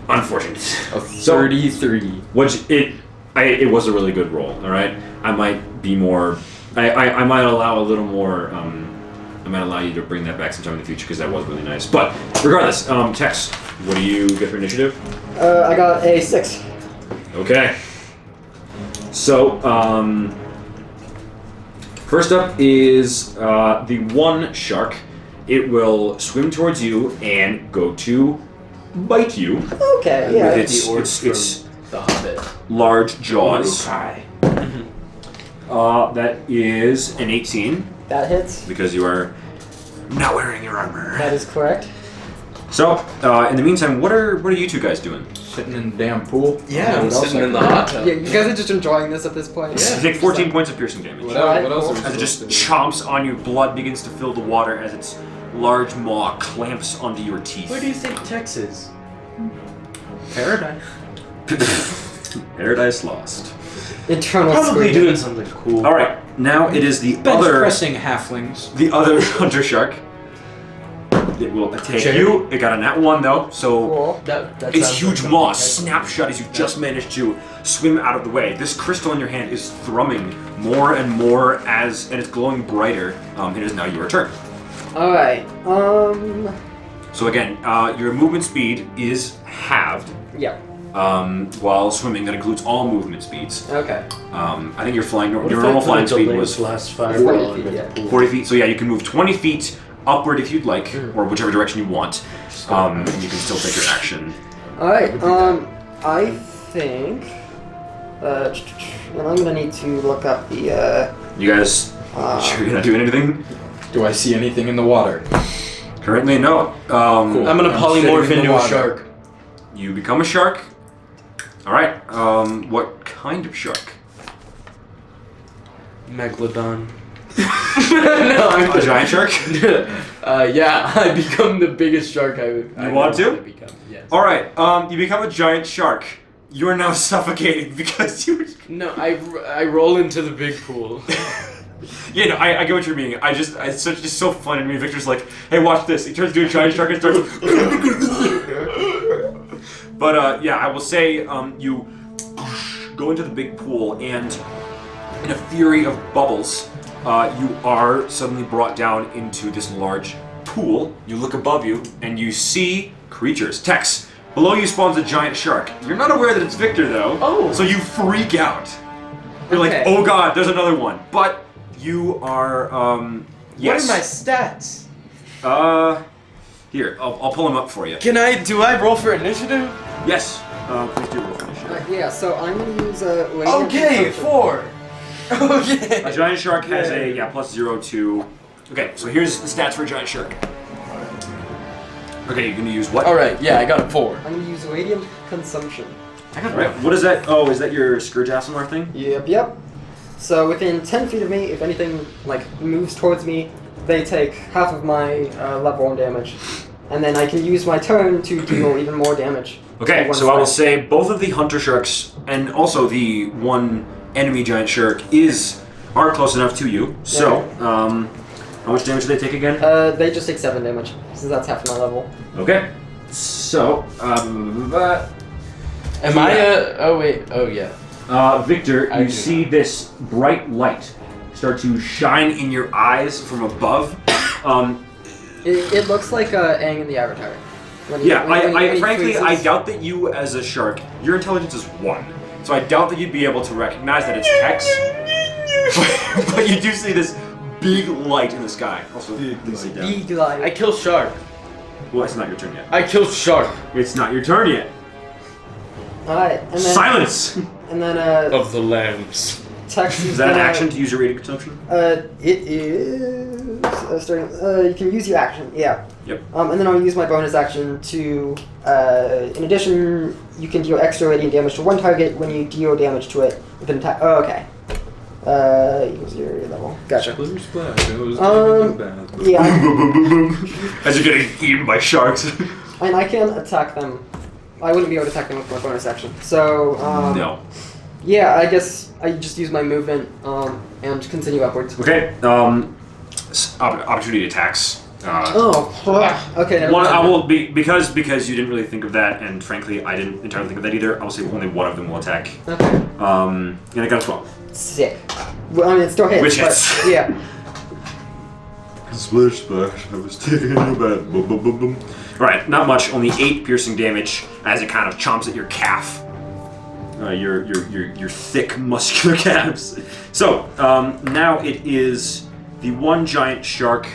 Speaker 1: Unfortunate.
Speaker 3: A
Speaker 1: So-
Speaker 3: 33.
Speaker 1: Which it, I, it was a really good roll. All right, I might be more. I, I, I might allow a little more. Um, I might allow you to bring that back sometime in the future because that was really nice. But regardless, um, Tex, what do you get for initiative?
Speaker 4: Uh, I got a six.
Speaker 1: Okay. So, um, first up is uh, the one shark. It will swim towards you and go to bite you
Speaker 4: Okay. Yeah.
Speaker 1: with
Speaker 4: I-
Speaker 1: its, its, its
Speaker 5: The Hobbit.
Speaker 1: large jaws. Uh, that is an 18
Speaker 4: That hits.
Speaker 1: because you are not wearing your armor.
Speaker 4: That is correct.
Speaker 1: So, uh, in the meantime, what are what are you two guys doing?
Speaker 3: Sitting in the damn pool.
Speaker 5: Yeah, I'm
Speaker 3: What else
Speaker 5: sitting
Speaker 3: I
Speaker 5: in the
Speaker 3: could-
Speaker 5: hot tub.
Speaker 4: Yeah, you guys are just enjoying this at this point.
Speaker 1: Take 14 points of piercing damage.
Speaker 3: What else, what else are we
Speaker 1: As it just
Speaker 3: supposed to do?
Speaker 1: chomps on you, blood begins to fill the water as its large maw clamps onto your teeth.
Speaker 5: Where do you think Texas?
Speaker 3: Paradise.
Speaker 1: Paradise Lost.
Speaker 4: Internal
Speaker 5: Probably
Speaker 4: screaming.
Speaker 5: doing something cool.
Speaker 1: All right, now it is the
Speaker 3: Bench
Speaker 1: other
Speaker 3: pressing halflings.
Speaker 1: the other hunter shark. It will attack
Speaker 5: Jerry?
Speaker 1: you. It got a nat one though, so
Speaker 4: Cool.
Speaker 5: That, Oh, that
Speaker 1: its
Speaker 5: sounds
Speaker 1: huge
Speaker 5: like
Speaker 1: maw
Speaker 5: something
Speaker 1: snap shut as you just managed to swim out of the way. This crystal in your hand is thrumming more and more as, and it's glowing brighter. Um, it is now your turn.
Speaker 4: All right. Um.
Speaker 1: So again, uh, your movement speed is halved
Speaker 4: Yeah.
Speaker 1: um, while swimming. That includes all movement speeds.
Speaker 4: Okay.
Speaker 1: Um, I think your flying
Speaker 5: What
Speaker 1: your
Speaker 5: if
Speaker 1: normal
Speaker 5: I
Speaker 1: flying
Speaker 5: put
Speaker 1: speed
Speaker 5: delayed
Speaker 1: was
Speaker 5: blast fireball
Speaker 4: 40 feet.
Speaker 5: into the
Speaker 4: Yeah.
Speaker 5: pool?
Speaker 1: 40 feet. So yeah, you can move 20 feet upward if you'd like, or whichever direction you want. Um, and you can still take your action.
Speaker 4: All right. Um. I think. Uh. and I'm gonna need to look up the. Uh,
Speaker 1: You guys
Speaker 4: uh,
Speaker 1: sure you're not doing anything?
Speaker 3: Do I see anything in the water?
Speaker 1: Currently, no. Um,
Speaker 5: I'm gonna
Speaker 3: I'm
Speaker 5: polymorph
Speaker 3: sitting
Speaker 5: into
Speaker 3: in the
Speaker 5: a
Speaker 3: water.
Speaker 5: shark.
Speaker 1: You become a shark. All right. Um, what kind of shark?
Speaker 5: Megalodon. no, I'm
Speaker 1: A giant shark.
Speaker 5: uh, yeah, I become the biggest shark I would. I
Speaker 1: want
Speaker 5: know
Speaker 1: to?
Speaker 5: I Become, yes.
Speaker 1: All right. Um, you become a giant shark. You are now suffocating because you. Were...
Speaker 5: No, I, I roll into the big pool.
Speaker 1: Yeah, no, I, I get what you're meaning. I just it's such it's so fun to me. Victor's like, hey, watch this. He turns into a giant shark and starts. but uh, yeah, I will say um, you go into the big pool and in a fury of bubbles, uh, you are suddenly brought down into this large pool. You look above you and you see creatures. Tex, below you spawns a giant shark. You're not aware that it's Victor though.
Speaker 2: Oh.
Speaker 1: So you freak out. You're like,
Speaker 2: Okay.
Speaker 1: oh god, there's another one. But you are, um, yes.
Speaker 2: What are my stats?
Speaker 1: Uh, here, I'll, I'll pull them up for you.
Speaker 5: Can I? Do I roll for initiative?
Speaker 1: Yes. Uh, please do roll for initiative.
Speaker 4: uh, yeah, so I'm gonna use a. Uh, laser
Speaker 5: Okay,
Speaker 4: to-
Speaker 5: four.
Speaker 1: A
Speaker 5: Okay.
Speaker 1: giant shark has a yeah plus zero to. Okay, so here's the stats for a giant shark. Okay, you're gonna use what?
Speaker 5: All right. Yeah, I got a four.
Speaker 4: I'm gonna use radiant consumption.
Speaker 1: All right, What is that? Oh, is that your Scourge Asimar thing?
Speaker 4: Yep, yep. So within 10 feet of me, if anything like moves towards me, they take half of my uh, level 1 damage. And then I can use my turn to deal even more damage.
Speaker 1: Okay,
Speaker 4: One
Speaker 1: so I will
Speaker 4: strike.
Speaker 1: say both of the hunter sharks and also the one enemy giant shark is are close enough to you. So, um, how much damage do they take again?
Speaker 4: Uh, they just take 7 damage, since that's half my level.
Speaker 1: Okay. So, um, but,
Speaker 5: Am I a? Oh wait. Oh yeah.
Speaker 1: uh, Victor,
Speaker 5: I
Speaker 1: you
Speaker 5: do
Speaker 1: see this bright light start to shine in your eyes from above. um,
Speaker 4: It, it looks like uh, Aang in the Avatar. When he-
Speaker 1: yeah,
Speaker 4: when- when he-
Speaker 1: I,
Speaker 4: when
Speaker 1: I
Speaker 4: he
Speaker 1: frankly, I
Speaker 4: freezes.
Speaker 1: doubt that you as a shark, your intelligence is one. So I doubt that you'd be able to recognize that it's Tex. but, but you do see this big light in the sky. Also, please sit down.
Speaker 4: Big light.
Speaker 5: I kill shark.
Speaker 1: Well, it's not your turn yet.
Speaker 5: I kill shark.
Speaker 1: It's not your turn yet.
Speaker 4: Alright, and then,
Speaker 1: Silence!
Speaker 4: and then uh,
Speaker 5: Of the lambs.
Speaker 4: Tex
Speaker 1: Oh. Is that an action to use your rated consumption?
Speaker 4: Uh, it is. Uh, starting, uh, you can use your action, yeah.
Speaker 1: Yep.
Speaker 4: Um, and then I'll use my bonus action to. Uh, in addition, you can deal extra radiant damage to one target when you deal damage to it with an attack. Oh, okay. Uh, equals your level. Gotcha. Um, Yeah, I-
Speaker 1: As you're getting eaten by sharks.
Speaker 4: and I can attack them. I wouldn't be able to attack them with my bonus action. So, um,
Speaker 1: no.
Speaker 4: yeah, I guess I just use my movement um, and continue upwards.
Speaker 1: Okay. Um, s- opp- opportunity attacks. Uh,
Speaker 4: Oh, okay. never
Speaker 1: one,
Speaker 4: mind.
Speaker 1: I will be because because you didn't really think of that, and frankly, I didn't entirely think of that either. I will say only one of them will attack.
Speaker 4: Okay.
Speaker 1: Um, and I got a twelve.
Speaker 4: Sick. Well, I mean, it still hits.
Speaker 1: Which
Speaker 4: but-
Speaker 1: hits.
Speaker 4: Yeah.
Speaker 9: Splish splash, I was taking a bath. Boom, boom, boom, boom.
Speaker 1: All right, not much, only eight piercing damage as it kind of chomps at your calf. Uh, your, your your your thick muscular calves. So um, now it is the one giant shark,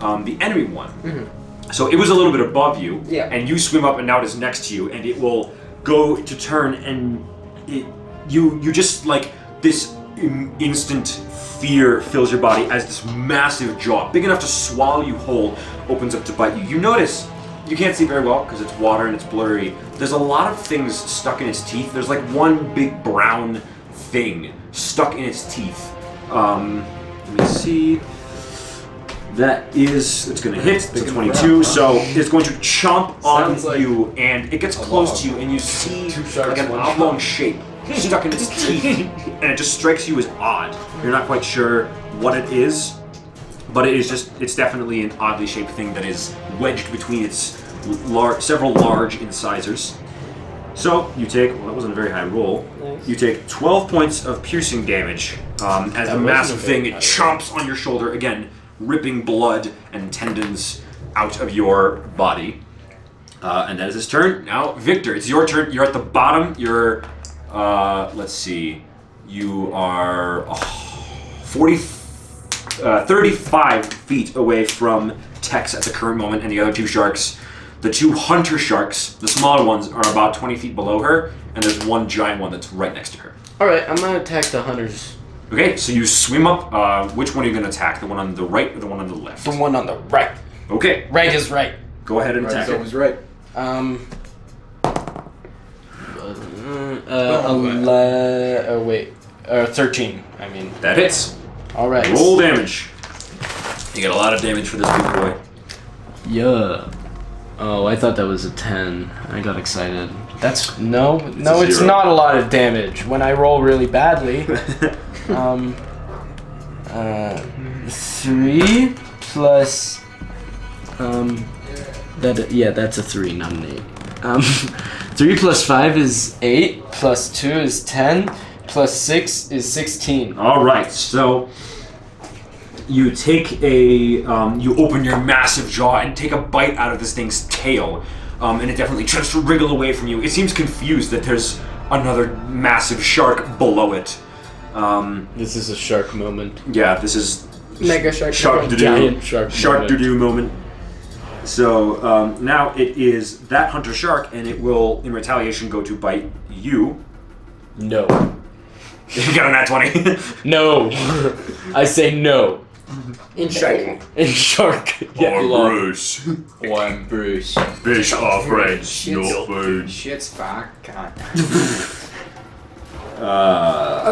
Speaker 1: um, the enemy one. So it was a little bit above you,
Speaker 4: Yeah.
Speaker 1: and you swim up, and now it is next to you, and it will go to turn, and it, you you just like this in, instant fear fills your body as this massive jaw, big enough to swallow you whole, opens up to bite you. You notice you can't see very well because it's water and it's blurry. There's a lot of things stuck in its teeth. There's like one big brown thing stuck in its teeth. Um, let me see. That is, it's going to hit the 22, so it's going to chomp on
Speaker 5: Sounds like
Speaker 1: you, and it gets close to you, and you see like an oblong shape stuck in its teeth, and it just strikes you as odd. You're not quite sure what it is, but it is just, it's definitely an oddly shaped thing that is wedged between its lar- several large incisors. So you take, well, that wasn't a very high roll.
Speaker 4: Nice.
Speaker 1: You take 12 points of piercing damage um, as the massive thing it chomps on your shoulder again, ripping blood and tendons out of your body. Uh, and that is his turn. Now, Victor, it's your turn. You're at the bottom. You're, uh, let's see, you are oh, 40, uh, 35 feet away from Tex at the current moment and the other two sharks. The two hunter sharks, the smaller ones, are about 20 feet below her, and there's one giant one that's right next to her.
Speaker 5: All right, I'm gonna attack the hunters.
Speaker 1: Okay, so you swim up. Uh, which one are you going to attack? The one on the right or the one on the left?
Speaker 6: The one on the right.
Speaker 1: Okay,
Speaker 6: Right is right.
Speaker 1: go ahead and
Speaker 3: Right,
Speaker 1: attack
Speaker 3: so
Speaker 1: it.
Speaker 3: it was right.
Speaker 6: Um.
Speaker 5: Oh,
Speaker 6: Uh, ele- oh wait, uh, thirteen. I mean,
Speaker 1: That hits.
Speaker 6: all right.
Speaker 1: Roll damage. You get a lot of damage for this big boy.
Speaker 5: Yeah. Oh, I thought that was a ten. I got excited.
Speaker 6: That's no, no.
Speaker 1: a
Speaker 6: It's
Speaker 1: zero.
Speaker 6: not a lot of damage when I roll really badly. um, uh, three plus.
Speaker 5: Um, that yeah, that's a three, not an eight. Um, three plus five is
Speaker 6: Eight plus two is ten. Plus six is sixteen.
Speaker 1: All right, so you take a, um, you open your massive jaw and take a bite out of this thing's tail, um, and it definitely tries to wriggle away from you. It seems confused that there's another massive shark below it. Um,
Speaker 5: this is a shark moment.
Speaker 1: yeah, this is
Speaker 4: Mega shark.
Speaker 1: shark doo doo
Speaker 5: Giant shark.
Speaker 1: shark
Speaker 5: moment.
Speaker 1: doo doo moment. So um, now it is that hunter shark, and it will, in retaliation, go to bite you.
Speaker 5: No.
Speaker 1: you got a nat twenty.
Speaker 5: No. I say no.
Speaker 4: In shark.
Speaker 5: In shark.
Speaker 1: Or Bruce,
Speaker 3: One Bruce.
Speaker 1: fish are friends,
Speaker 3: not
Speaker 1: food.
Speaker 3: Shit's fuck. God.
Speaker 1: Uh,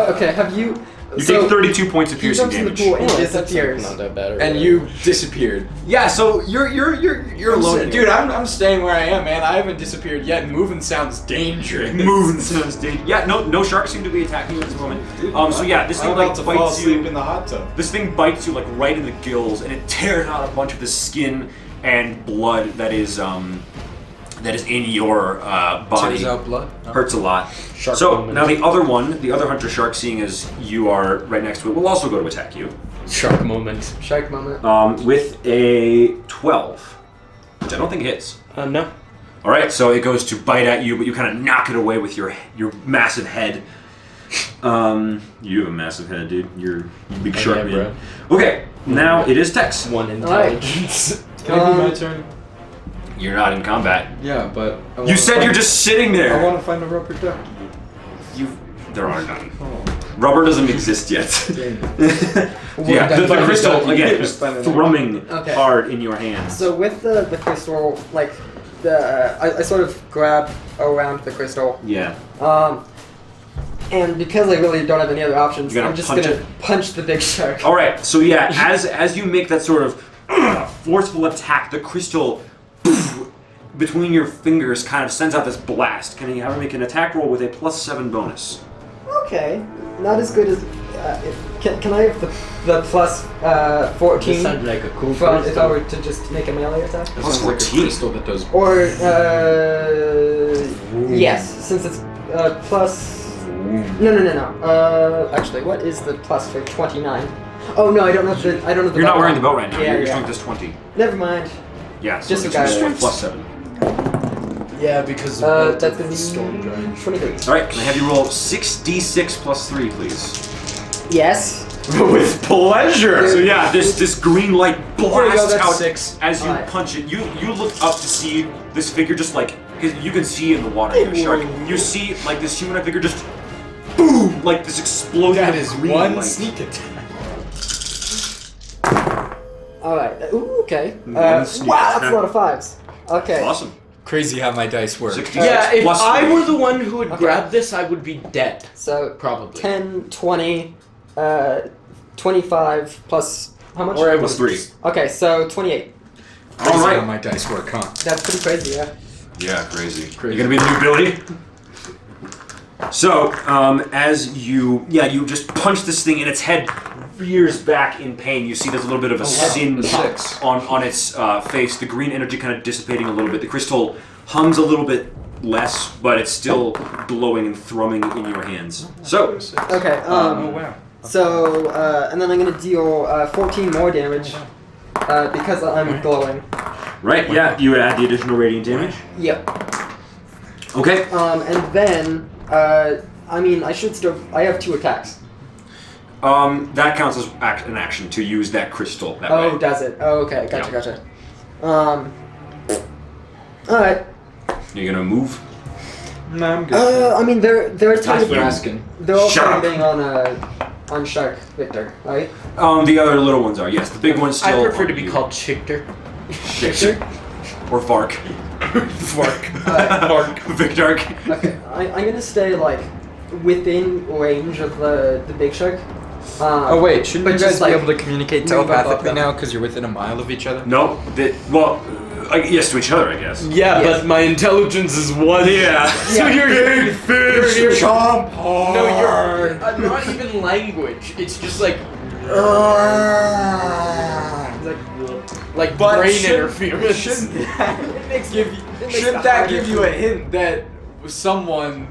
Speaker 4: Uh, okay, have you.
Speaker 1: you
Speaker 4: so
Speaker 1: take 32 points of
Speaker 4: He
Speaker 1: piercing
Speaker 4: jumps in the
Speaker 1: damage.
Speaker 4: pool and
Speaker 5: that's
Speaker 4: disappears.
Speaker 5: Not that bad. or
Speaker 3: And
Speaker 5: whatever.
Speaker 3: you disappeared. Yeah, so you're you're you're you're alone,
Speaker 1: sitting
Speaker 3: dude. I'm, I'm staying where I am, man. I haven't disappeared yet. and Moving sounds dangerous.
Speaker 1: Moving sounds dangerous. Yeah, no, no sharks seem to be attacking you at this moment. Um, so yeah, this
Speaker 3: I'm
Speaker 1: thing
Speaker 3: about
Speaker 1: like
Speaker 3: to fall
Speaker 1: bites
Speaker 3: asleep
Speaker 1: you.
Speaker 3: in the hot tub.
Speaker 1: This thing bites you like right in the gills, and it tears out a bunch of the skin and blood that is um that is in your uh, body.
Speaker 3: blood.
Speaker 1: Hurts a lot. so now the other one, the other hunter shark, seeing as you are right next to it, will also go to attack you
Speaker 5: shark moment.
Speaker 4: Shark moment.
Speaker 1: um, with a 12, which I don't think hits.
Speaker 5: Uh, no.
Speaker 1: All right, so it goes to bite at you, but you kind of knock it away with your your massive head. Um, you have a massive head, dude. You're you big shark
Speaker 5: yeah,
Speaker 1: man. Okay, now it is Tex.
Speaker 5: One
Speaker 4: Alright.
Speaker 5: intelligence.
Speaker 3: Can I do my
Speaker 4: Um,
Speaker 3: turn?
Speaker 1: You're not in combat.
Speaker 3: Yeah, but I
Speaker 1: You said you're just sitting
Speaker 3: I
Speaker 1: there.
Speaker 3: want to find a rubber ducky.
Speaker 1: There are none.
Speaker 3: Oh,
Speaker 1: Rubber doesn't exist yet.
Speaker 3: dang it.
Speaker 1: yeah, the, the crystal again
Speaker 3: Just
Speaker 1: is
Speaker 3: find it.
Speaker 1: thrumming
Speaker 4: Okay.
Speaker 1: hard in your hands.
Speaker 4: So with the the crystal, like the uh, I, I sort of grab around the crystal,
Speaker 1: Yeah.
Speaker 4: um, and because I really don't have any other options,
Speaker 1: You're gonna
Speaker 4: I'm just
Speaker 1: punch
Speaker 4: gonna
Speaker 1: it? Oh.
Speaker 4: punch the big shark.
Speaker 1: All right. So yeah, as as you make that sort of uh, forceful attack, the crystal poof, between your fingers kind of sends out this blast. Can you have her make an attack roll with a plus seven bonus?
Speaker 4: Okay, not as good as. Uh, if, can, can I have the the plus uh,
Speaker 5: This
Speaker 4: fourteen
Speaker 5: sounds like a cool
Speaker 4: from if I
Speaker 5: crystal.
Speaker 4: were to just make a melee attack?
Speaker 3: That
Speaker 1: Plus
Speaker 3: sounds like a
Speaker 1: 14.
Speaker 3: crystal that does.
Speaker 4: Or uh, yes, since it's uh, plus. No, no, no, no. Uh, actually, what is the plus for twenty nine? Oh no, I don't know the. I don't know the.
Speaker 1: You're not
Speaker 4: belt
Speaker 1: wearing the belt
Speaker 4: on.
Speaker 1: right now.
Speaker 4: Yeah,
Speaker 1: your
Speaker 4: yeah.
Speaker 1: strength is twenty.
Speaker 4: Never mind.
Speaker 1: Yeah. So
Speaker 4: Just
Speaker 1: it's
Speaker 4: a guy.
Speaker 1: just plus seven.
Speaker 5: Yeah, because of
Speaker 4: Uh,
Speaker 5: the
Speaker 4: that's gonna be
Speaker 5: storm drain.
Speaker 4: twenty-three.
Speaker 1: All right. Can I have you roll six d six plus three, please?
Speaker 4: Yes.
Speaker 1: with pleasure. So yeah, this this green light
Speaker 3: There you go,
Speaker 1: blasts
Speaker 3: that's
Speaker 1: out
Speaker 3: six.
Speaker 1: as you
Speaker 4: Alright.
Speaker 1: punch it. You you look up to see this figure just like because you can see in the water here, shark. You see like this humanoid figure just boom like this explosion.
Speaker 3: That
Speaker 1: of
Speaker 3: is
Speaker 1: green
Speaker 3: one
Speaker 1: light.
Speaker 3: sneak attack.
Speaker 4: All right. Ooh, okay. Uh,
Speaker 1: One sneak
Speaker 4: wow, that's
Speaker 1: attack.
Speaker 4: a lot of fives. Okay.
Speaker 1: Mm, Awesome.
Speaker 3: Crazy how my dice work.
Speaker 1: 66
Speaker 5: Yeah, if
Speaker 1: plus
Speaker 5: I
Speaker 1: three.
Speaker 5: were the one who had
Speaker 4: Okay.
Speaker 5: grabbed this, I would be dead.
Speaker 4: So
Speaker 5: Probably.
Speaker 4: 10, 20, uh, 25 plus how much?
Speaker 5: Or I
Speaker 1: Plus
Speaker 5: was
Speaker 1: three.
Speaker 4: Okay, so twenty-eight.
Speaker 1: All
Speaker 3: Crazy how
Speaker 1: right.
Speaker 3: my dice work, huh?
Speaker 4: That's pretty crazy. Yeah.
Speaker 1: Yeah, crazy.
Speaker 3: Crazy.
Speaker 1: You're gonna be the new Billy. So, um, as you, yeah, you just punch this thing and its head rears back in pain. You see there's a little bit of a singe
Speaker 3: Six.
Speaker 1: on on its uh, face. The green energy kind of dissipating a little bit. The crystal hums a little bit less, but it's still glowing and thrumming in your hands. So,
Speaker 4: Okay.
Speaker 1: Uh,
Speaker 4: Um.
Speaker 3: oh wow.
Speaker 4: So, uh, and then I'm gonna deal uh, 14 more damage uh, because I'm glowing.
Speaker 1: right, yeah, you would add the additional radiant damage.
Speaker 4: Yep.
Speaker 1: Okay.
Speaker 4: Um, and then, uh, I mean, I should still. I have two attacks.
Speaker 1: Um, that counts as act, an action to use that crystal. That
Speaker 4: Oh,
Speaker 1: way.
Speaker 4: does it? Oh, okay. Gotcha, gotcha. Um. Alright.
Speaker 1: You're gonna move.
Speaker 3: No, I'm good.
Speaker 4: Uh, I mean, they're they're
Speaker 3: Thanks
Speaker 4: trying
Speaker 3: for
Speaker 4: to,
Speaker 3: asking.
Speaker 4: they're all
Speaker 1: Shut
Speaker 4: trying
Speaker 1: up.
Speaker 4: to bang on uh, on Shark Victor, right?
Speaker 1: Um, the other little ones are yes. The big one's
Speaker 5: I
Speaker 1: still.
Speaker 5: prefer to
Speaker 1: on
Speaker 5: be
Speaker 1: you.
Speaker 5: called Chichter.
Speaker 1: Victor or Vark. Vark.
Speaker 4: Uh,
Speaker 1: Vark. Victark.
Speaker 4: Okay, I, I'm gonna stay like within range of the the big shark. Um,
Speaker 3: Oh wait, shouldn't
Speaker 4: but
Speaker 3: you
Speaker 4: just,
Speaker 3: guys
Speaker 4: like,
Speaker 3: be able to communicate
Speaker 4: move above
Speaker 3: telepathically
Speaker 4: them.
Speaker 3: now because you're within a mile of each other?
Speaker 1: No. They, well, I, yes to each other, I guess.
Speaker 5: Yeah,
Speaker 4: Yes.
Speaker 5: but my intelligence is one.
Speaker 1: Yeah.
Speaker 5: So you're hearing
Speaker 1: Fish.
Speaker 5: you're-
Speaker 1: Chomp.
Speaker 5: No, you're uh, not even language. It's just like like like
Speaker 3: But
Speaker 5: brain
Speaker 3: should-
Speaker 5: interference.
Speaker 3: Shouldn't that give you, shouldn't that give you a hint that someone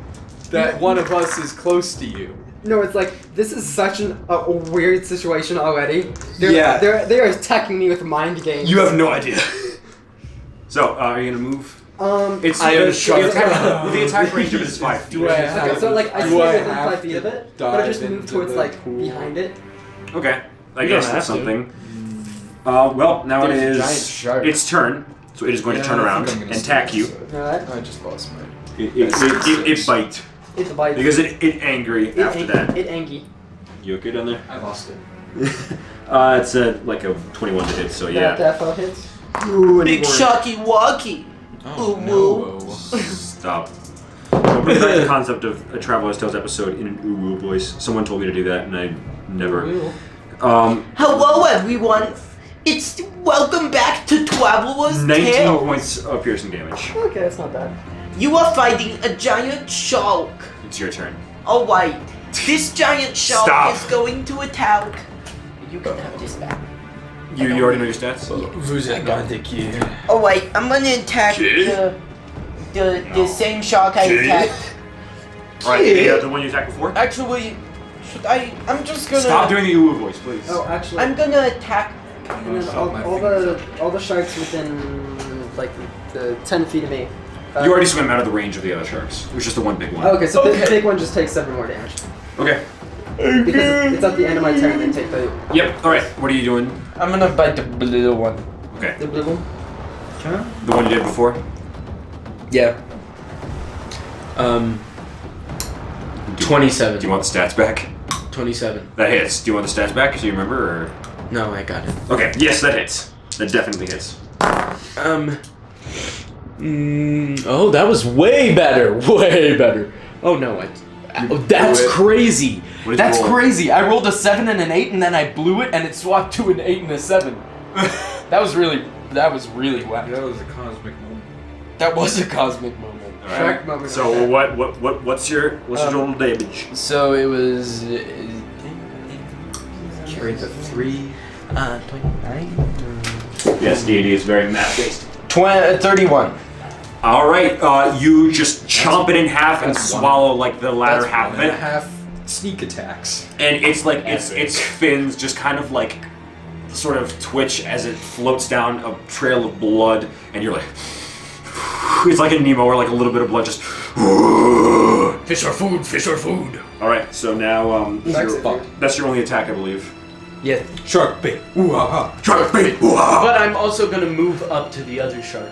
Speaker 3: that one of us is close to you?
Speaker 4: No, it's like this is such an, a a weird situation already. They're,
Speaker 3: Yeah.
Speaker 4: they're they're attacking me with mind games.
Speaker 1: have no idea. So, uh, are you gonna move?
Speaker 4: um.
Speaker 1: It's
Speaker 5: I am
Speaker 1: the,
Speaker 5: sharp.
Speaker 1: The attack, the attack range of it is five feet.
Speaker 3: Do I have
Speaker 4: Okay, so like I
Speaker 3: do
Speaker 4: stay
Speaker 3: I
Speaker 4: within
Speaker 3: have
Speaker 4: five feet
Speaker 3: to
Speaker 4: of it, but I just
Speaker 3: dive
Speaker 4: move
Speaker 3: into
Speaker 4: towards
Speaker 3: the
Speaker 4: like
Speaker 3: pool?
Speaker 4: behind it.
Speaker 1: Okay. I
Speaker 5: You don't
Speaker 1: guess that's
Speaker 5: have to.
Speaker 1: something. Uh, well, now it
Speaker 6: There's a giant
Speaker 1: is
Speaker 6: shark.
Speaker 1: its turn, so it is going
Speaker 3: Yeah,
Speaker 1: to turn
Speaker 3: I think
Speaker 1: around
Speaker 3: I'm gonna
Speaker 1: and
Speaker 3: stay
Speaker 1: attack you.
Speaker 3: outside.
Speaker 4: Alright,
Speaker 3: I just lost my.
Speaker 1: It, it, it, it, it bite
Speaker 4: it's a bite.
Speaker 1: because it, it angry
Speaker 4: it
Speaker 1: after
Speaker 4: ang-
Speaker 1: that.
Speaker 4: it angy.
Speaker 1: You okay down there?
Speaker 3: I lost it.
Speaker 1: Uh, it's a like a twenty-one to hit, so
Speaker 4: That
Speaker 1: yeah.
Speaker 4: defo hits.
Speaker 5: Big shocky walkie.
Speaker 3: Oh,
Speaker 5: Ooh,
Speaker 3: no.
Speaker 1: Stop. Don't bring back the concept of a Traveler's Tales episode in an uwu voice. Someone told me to do that, and I never. Um,
Speaker 8: Hello, everyone. It's welcome back to Traveler's
Speaker 1: nineteen
Speaker 8: Tale.
Speaker 1: points of piercing damage.
Speaker 4: Okay, that's not bad.
Speaker 8: You are fighting a giant shark.
Speaker 1: It's your turn.
Speaker 8: Alright, this giant shark
Speaker 1: Stop.
Speaker 8: is going to attack. You can have this back.
Speaker 1: You, you already know your stats.
Speaker 6: Vous êtes attaqué.
Speaker 8: Alright, I'm gonna attack the, the, the same shark I attacked.
Speaker 1: All right, the, uh, the one you attacked before.
Speaker 8: Actually, should I? I'm just gonna.
Speaker 1: Stop doing the uwu voice, please.
Speaker 4: Oh, actually,
Speaker 8: I'm gonna attack.
Speaker 4: and then
Speaker 3: Oh,
Speaker 4: all,
Speaker 3: my
Speaker 4: all the all the sharks within like the ten feet of me. Uh,
Speaker 1: You already swam out of the range of the other sharks. It was just the one big one.
Speaker 4: Okay, so the
Speaker 8: Okay.
Speaker 4: big one just takes seven more damage
Speaker 1: Okay.
Speaker 4: because it's at the end of my turn. They take the
Speaker 1: Yep. All right. What are you doing?
Speaker 6: I'm gonna bite the little one.
Speaker 1: Okay.
Speaker 4: the blue one.
Speaker 1: The one you did before.
Speaker 6: Yeah.
Speaker 5: Um,
Speaker 1: Do
Speaker 5: 27.
Speaker 1: you want the stats back?
Speaker 5: 27.
Speaker 1: That hits. Do you want the stats back? Do you remember? Or...
Speaker 5: No, I got it.
Speaker 1: Okay. Yes, that hits. That definitely hits.
Speaker 5: Um. mm, oh, that was way better. Way better. Oh no, I. Oh, that's
Speaker 3: blew it.
Speaker 5: crazy.
Speaker 1: What did you
Speaker 6: That's
Speaker 1: roll?
Speaker 6: crazy. I rolled a seven and an eight, and then I blew it, and it swapped to an eight and a seven. that was really, that was really whack.
Speaker 3: That was a cosmic moment.
Speaker 6: That was a cosmic moment.
Speaker 1: All
Speaker 4: Shark
Speaker 1: right.
Speaker 4: moment.
Speaker 1: So what? What? What? What's your? What's your
Speaker 3: Um,
Speaker 1: total damage?
Speaker 6: So it was. Uh,
Speaker 3: Carried the three.
Speaker 6: uh, 29?
Speaker 1: Yes, deity is very math based.
Speaker 6: Tw- uh, 31.
Speaker 1: All right. Uh, you just chomp it in half and
Speaker 3: that's one.
Speaker 1: swallow like the latter
Speaker 3: That's
Speaker 1: half
Speaker 3: one
Speaker 1: of
Speaker 3: and
Speaker 1: it,
Speaker 3: a half sneak attacks.
Speaker 1: and it's like its its fins just kind of like sort of twitch as it floats down a trail of blood, and you're like. It's like a Nemo or like a little bit of blood just.
Speaker 5: Fish or food. Fish or food.
Speaker 1: All right, so now um,
Speaker 4: Shark's
Speaker 1: your-
Speaker 4: it, dude.
Speaker 1: that's your only attack, I believe.
Speaker 6: Yeah.
Speaker 3: Shark bait. Ooh ah ah.
Speaker 1: Shark bait.
Speaker 5: But I'm also gonna move up to the other shark,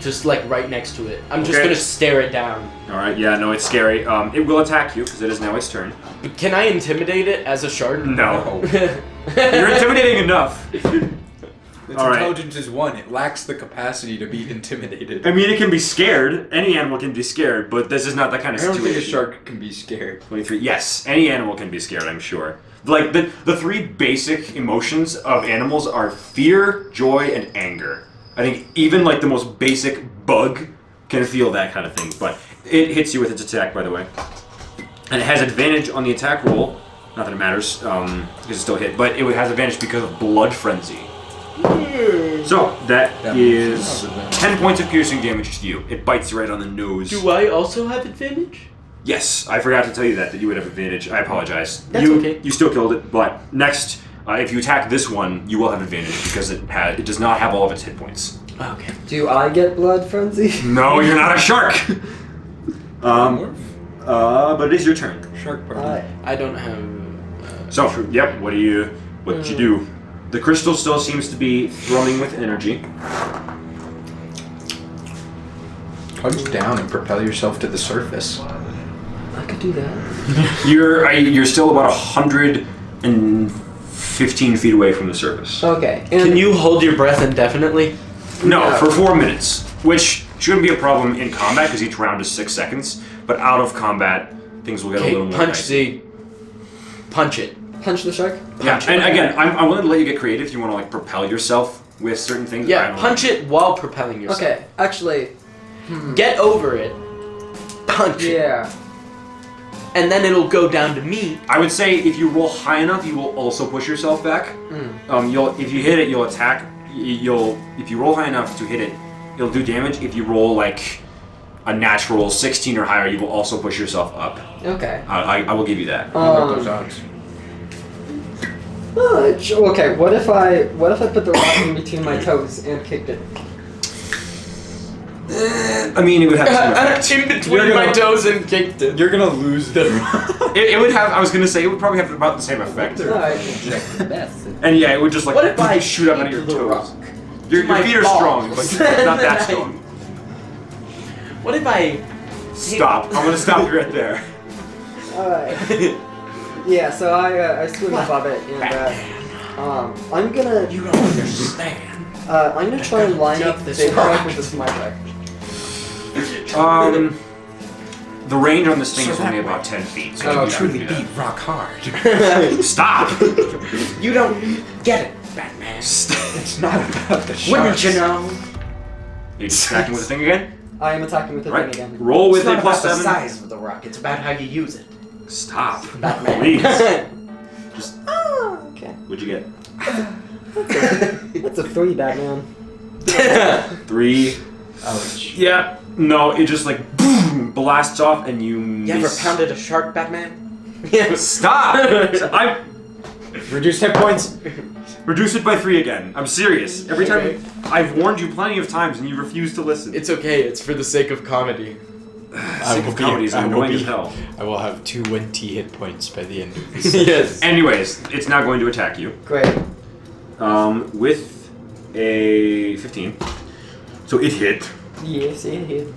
Speaker 5: just like right next to it. I'm just
Speaker 1: Okay.
Speaker 5: gonna stare it down.
Speaker 1: All right, yeah, no, it's scary. Um, it will attack you because it is now its turn.
Speaker 5: But can I intimidate it as a shark?
Speaker 3: Oh.
Speaker 1: No, you're
Speaker 5: You're
Speaker 1: intimidating enough.
Speaker 3: Its
Speaker 1: All right.
Speaker 3: intelligence is one. It lacks the capacity to be intimidated.
Speaker 1: I mean, it can be scared. Any animal can be scared, but this is not that kind of
Speaker 3: I don't
Speaker 1: situation.
Speaker 3: think a shark can be scared.
Speaker 1: 23. Yes, any animal can be scared, I'm sure. Like, the, the three basic emotions of animals are fear, joy, and anger. I think even, like, the most basic bug can feel that kind of thing. But it hits you with its attack, by the way. And it has advantage on the attack roll. Not that it matters, um, because it's still a hit. But it has advantage because of Blood Frenzy. So, that
Speaker 3: That
Speaker 1: is
Speaker 3: means-
Speaker 1: 10 points of piercing damage to you. It bites you right on the nose.
Speaker 5: Do I also have advantage?
Speaker 1: Yes, I forgot to tell you that that you would have advantage. I apologize.
Speaker 5: That's
Speaker 1: you,
Speaker 5: okay.
Speaker 1: You still killed it, but next, uh, if you attack this one, you will have advantage because it ha- it does not have all of its hit points.
Speaker 5: Okay.
Speaker 4: Do I get blood frenzy?
Speaker 1: No, you're not a shark. um, uh, but it is your turn.
Speaker 3: Shark party.
Speaker 4: Alright.
Speaker 5: I don't have. uh,
Speaker 1: So, yep. What do you what did you do? The crystal still seems to be thrumming with energy.
Speaker 3: Punch down and propel yourself to the surface.
Speaker 4: I could do that.
Speaker 1: You're I, you're still about hundred and fifteen feet away from the surface.
Speaker 4: Okay. And
Speaker 5: Can you hold your breath indefinitely?
Speaker 1: No, for four minutes, which shouldn't be a problem in combat because each round is six seconds. But out of combat, things will get a
Speaker 5: Okay,
Speaker 1: little more.
Speaker 5: punch
Speaker 1: dicey.
Speaker 5: the. Punch it.
Speaker 4: punch the shark?
Speaker 1: yeah,
Speaker 5: punch
Speaker 1: and
Speaker 5: it.
Speaker 1: again, I'm, I'm willing to let you get creative if you want to like propel yourself with certain things. but I
Speaker 5: Yeah,
Speaker 1: don't
Speaker 5: punch it while propelling yourself.
Speaker 4: Okay, actually,
Speaker 5: Get over it. Punch it.
Speaker 4: yeah.
Speaker 5: And then it'll go down to me.
Speaker 1: I would say if you roll high enough, you will also push yourself back.
Speaker 5: Mm.
Speaker 1: Um, you'll if you hit it, you'll attack. y- You'll if you roll high enough to hit it, you'll do damage. If you roll like a natural 16 or higher, you will also push yourself up.
Speaker 4: Okay.
Speaker 1: I, I, I will give you that.
Speaker 3: Those
Speaker 4: Um,
Speaker 3: odds.
Speaker 4: uh, j- okay, what if I what if I put the rock in between my toes and kicked it?
Speaker 1: I mean, it would have some effect.
Speaker 5: In between my toes and kicked it.
Speaker 3: You're gonna lose the.
Speaker 1: It, it would have. I was gonna say it would probably have about the same effect.
Speaker 4: Alright.
Speaker 1: And yeah, it would just like
Speaker 5: What if I
Speaker 1: shoot up out of your
Speaker 5: kicked the
Speaker 1: toes.
Speaker 5: rock
Speaker 1: Your, your
Speaker 5: my
Speaker 1: feet are
Speaker 5: balls?
Speaker 1: strong, but not that strong.
Speaker 5: What if I.
Speaker 1: Stop. I'm gonna stop you right there.
Speaker 4: Alright. Yeah, so I uh, I swing above it and uh, um I'm gonna
Speaker 5: You don't understand.
Speaker 4: uh, I'm gonna try and line up
Speaker 5: Jump
Speaker 4: the
Speaker 5: this
Speaker 4: big
Speaker 5: rock.
Speaker 4: rock with this my rock.
Speaker 1: Um, the range on this thing is only about 10 feet. So
Speaker 3: Oh,
Speaker 1: you can
Speaker 3: truly
Speaker 1: do that.
Speaker 3: beat rock hard.
Speaker 1: Stop!
Speaker 5: You don't get it, Batman.
Speaker 3: it's not about the sharks.
Speaker 5: Wouldn't you know?
Speaker 1: You're distracting with the thing again?
Speaker 4: I am attacking with the
Speaker 1: Right.
Speaker 4: thing again.
Speaker 1: Roll with
Speaker 8: it's not
Speaker 1: a Oh, plus
Speaker 8: about the
Speaker 1: seven.
Speaker 8: size of the rock. It's about how you use it.
Speaker 1: Stop.
Speaker 8: Batman.
Speaker 1: Please.
Speaker 4: Oh, okay.
Speaker 1: What'd you get?
Speaker 4: That's a three, Batman.
Speaker 1: Three.
Speaker 3: Ouch.
Speaker 1: Yeah. No, it just like boom, blasts off and you
Speaker 5: You ever
Speaker 1: miss.
Speaker 5: pounded a shark, Batman? Yes.
Speaker 1: Stop! I
Speaker 3: Reduce hit points.
Speaker 1: reduce it by three again. I'm serious. Every time I've warned you plenty of times and you refuse to listen.
Speaker 5: It's okay. It's for the sake of comedy.
Speaker 1: sick of comedies. I'm annoying as hell.
Speaker 3: I will have 20 hit points by the end of this.
Speaker 5: yes.
Speaker 1: Anyways, it's now going to attack you.
Speaker 4: Great.
Speaker 1: Um, with a 15. So it hit.
Speaker 4: Yes, it hit.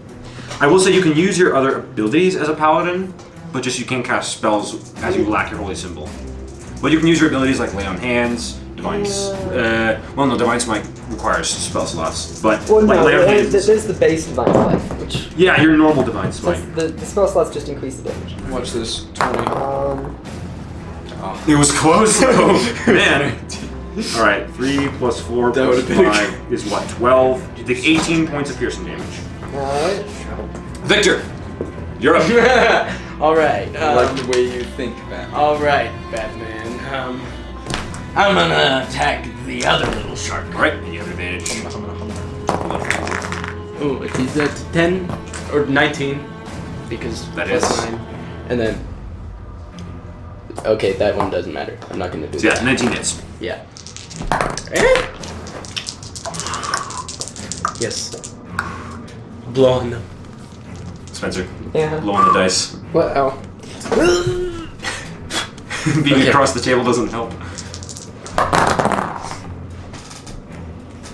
Speaker 1: I will say you can use your other abilities as a paladin, but just you can't cast spells as you lack your holy symbol. But you can use your abilities like lay on hands, divine. s- Uh, well, no, divine smite requires spell slots, but
Speaker 4: Well,
Speaker 1: like
Speaker 4: no,
Speaker 1: lay on
Speaker 4: there-
Speaker 1: hands.
Speaker 4: there's the base divine life, which
Speaker 1: yeah, your normal divine smite.
Speaker 4: that's, the, the spell slots just increase the damage.
Speaker 3: Watch this. 20.
Speaker 4: Um,
Speaker 1: It was close though, man. All right, three plus four
Speaker 3: That
Speaker 1: plus
Speaker 3: would've been a-
Speaker 1: five is what? Twelve. You take eighteen points of piercing damage.
Speaker 4: alright.
Speaker 1: Victor, you're up.
Speaker 5: all right.
Speaker 3: I
Speaker 5: Um,
Speaker 3: like the way you think, man.
Speaker 5: all right, Batman. Um, I'm gonna attack the other little shark.
Speaker 1: All right, and you have advantage.
Speaker 5: Oh, it is that ten or nineteen? Because
Speaker 1: That
Speaker 5: plus
Speaker 1: is.
Speaker 5: nine, and then. Okay, that one doesn't matter. I'm not gonna do
Speaker 1: So yeah, nineteen hits.
Speaker 5: that. Eh? Yeah. Yes. Blow on them.
Speaker 1: Spencer,
Speaker 4: Yeah.
Speaker 1: blow on the dice.
Speaker 4: What? Oh.
Speaker 1: Being
Speaker 5: Okay.
Speaker 1: across the table doesn't help.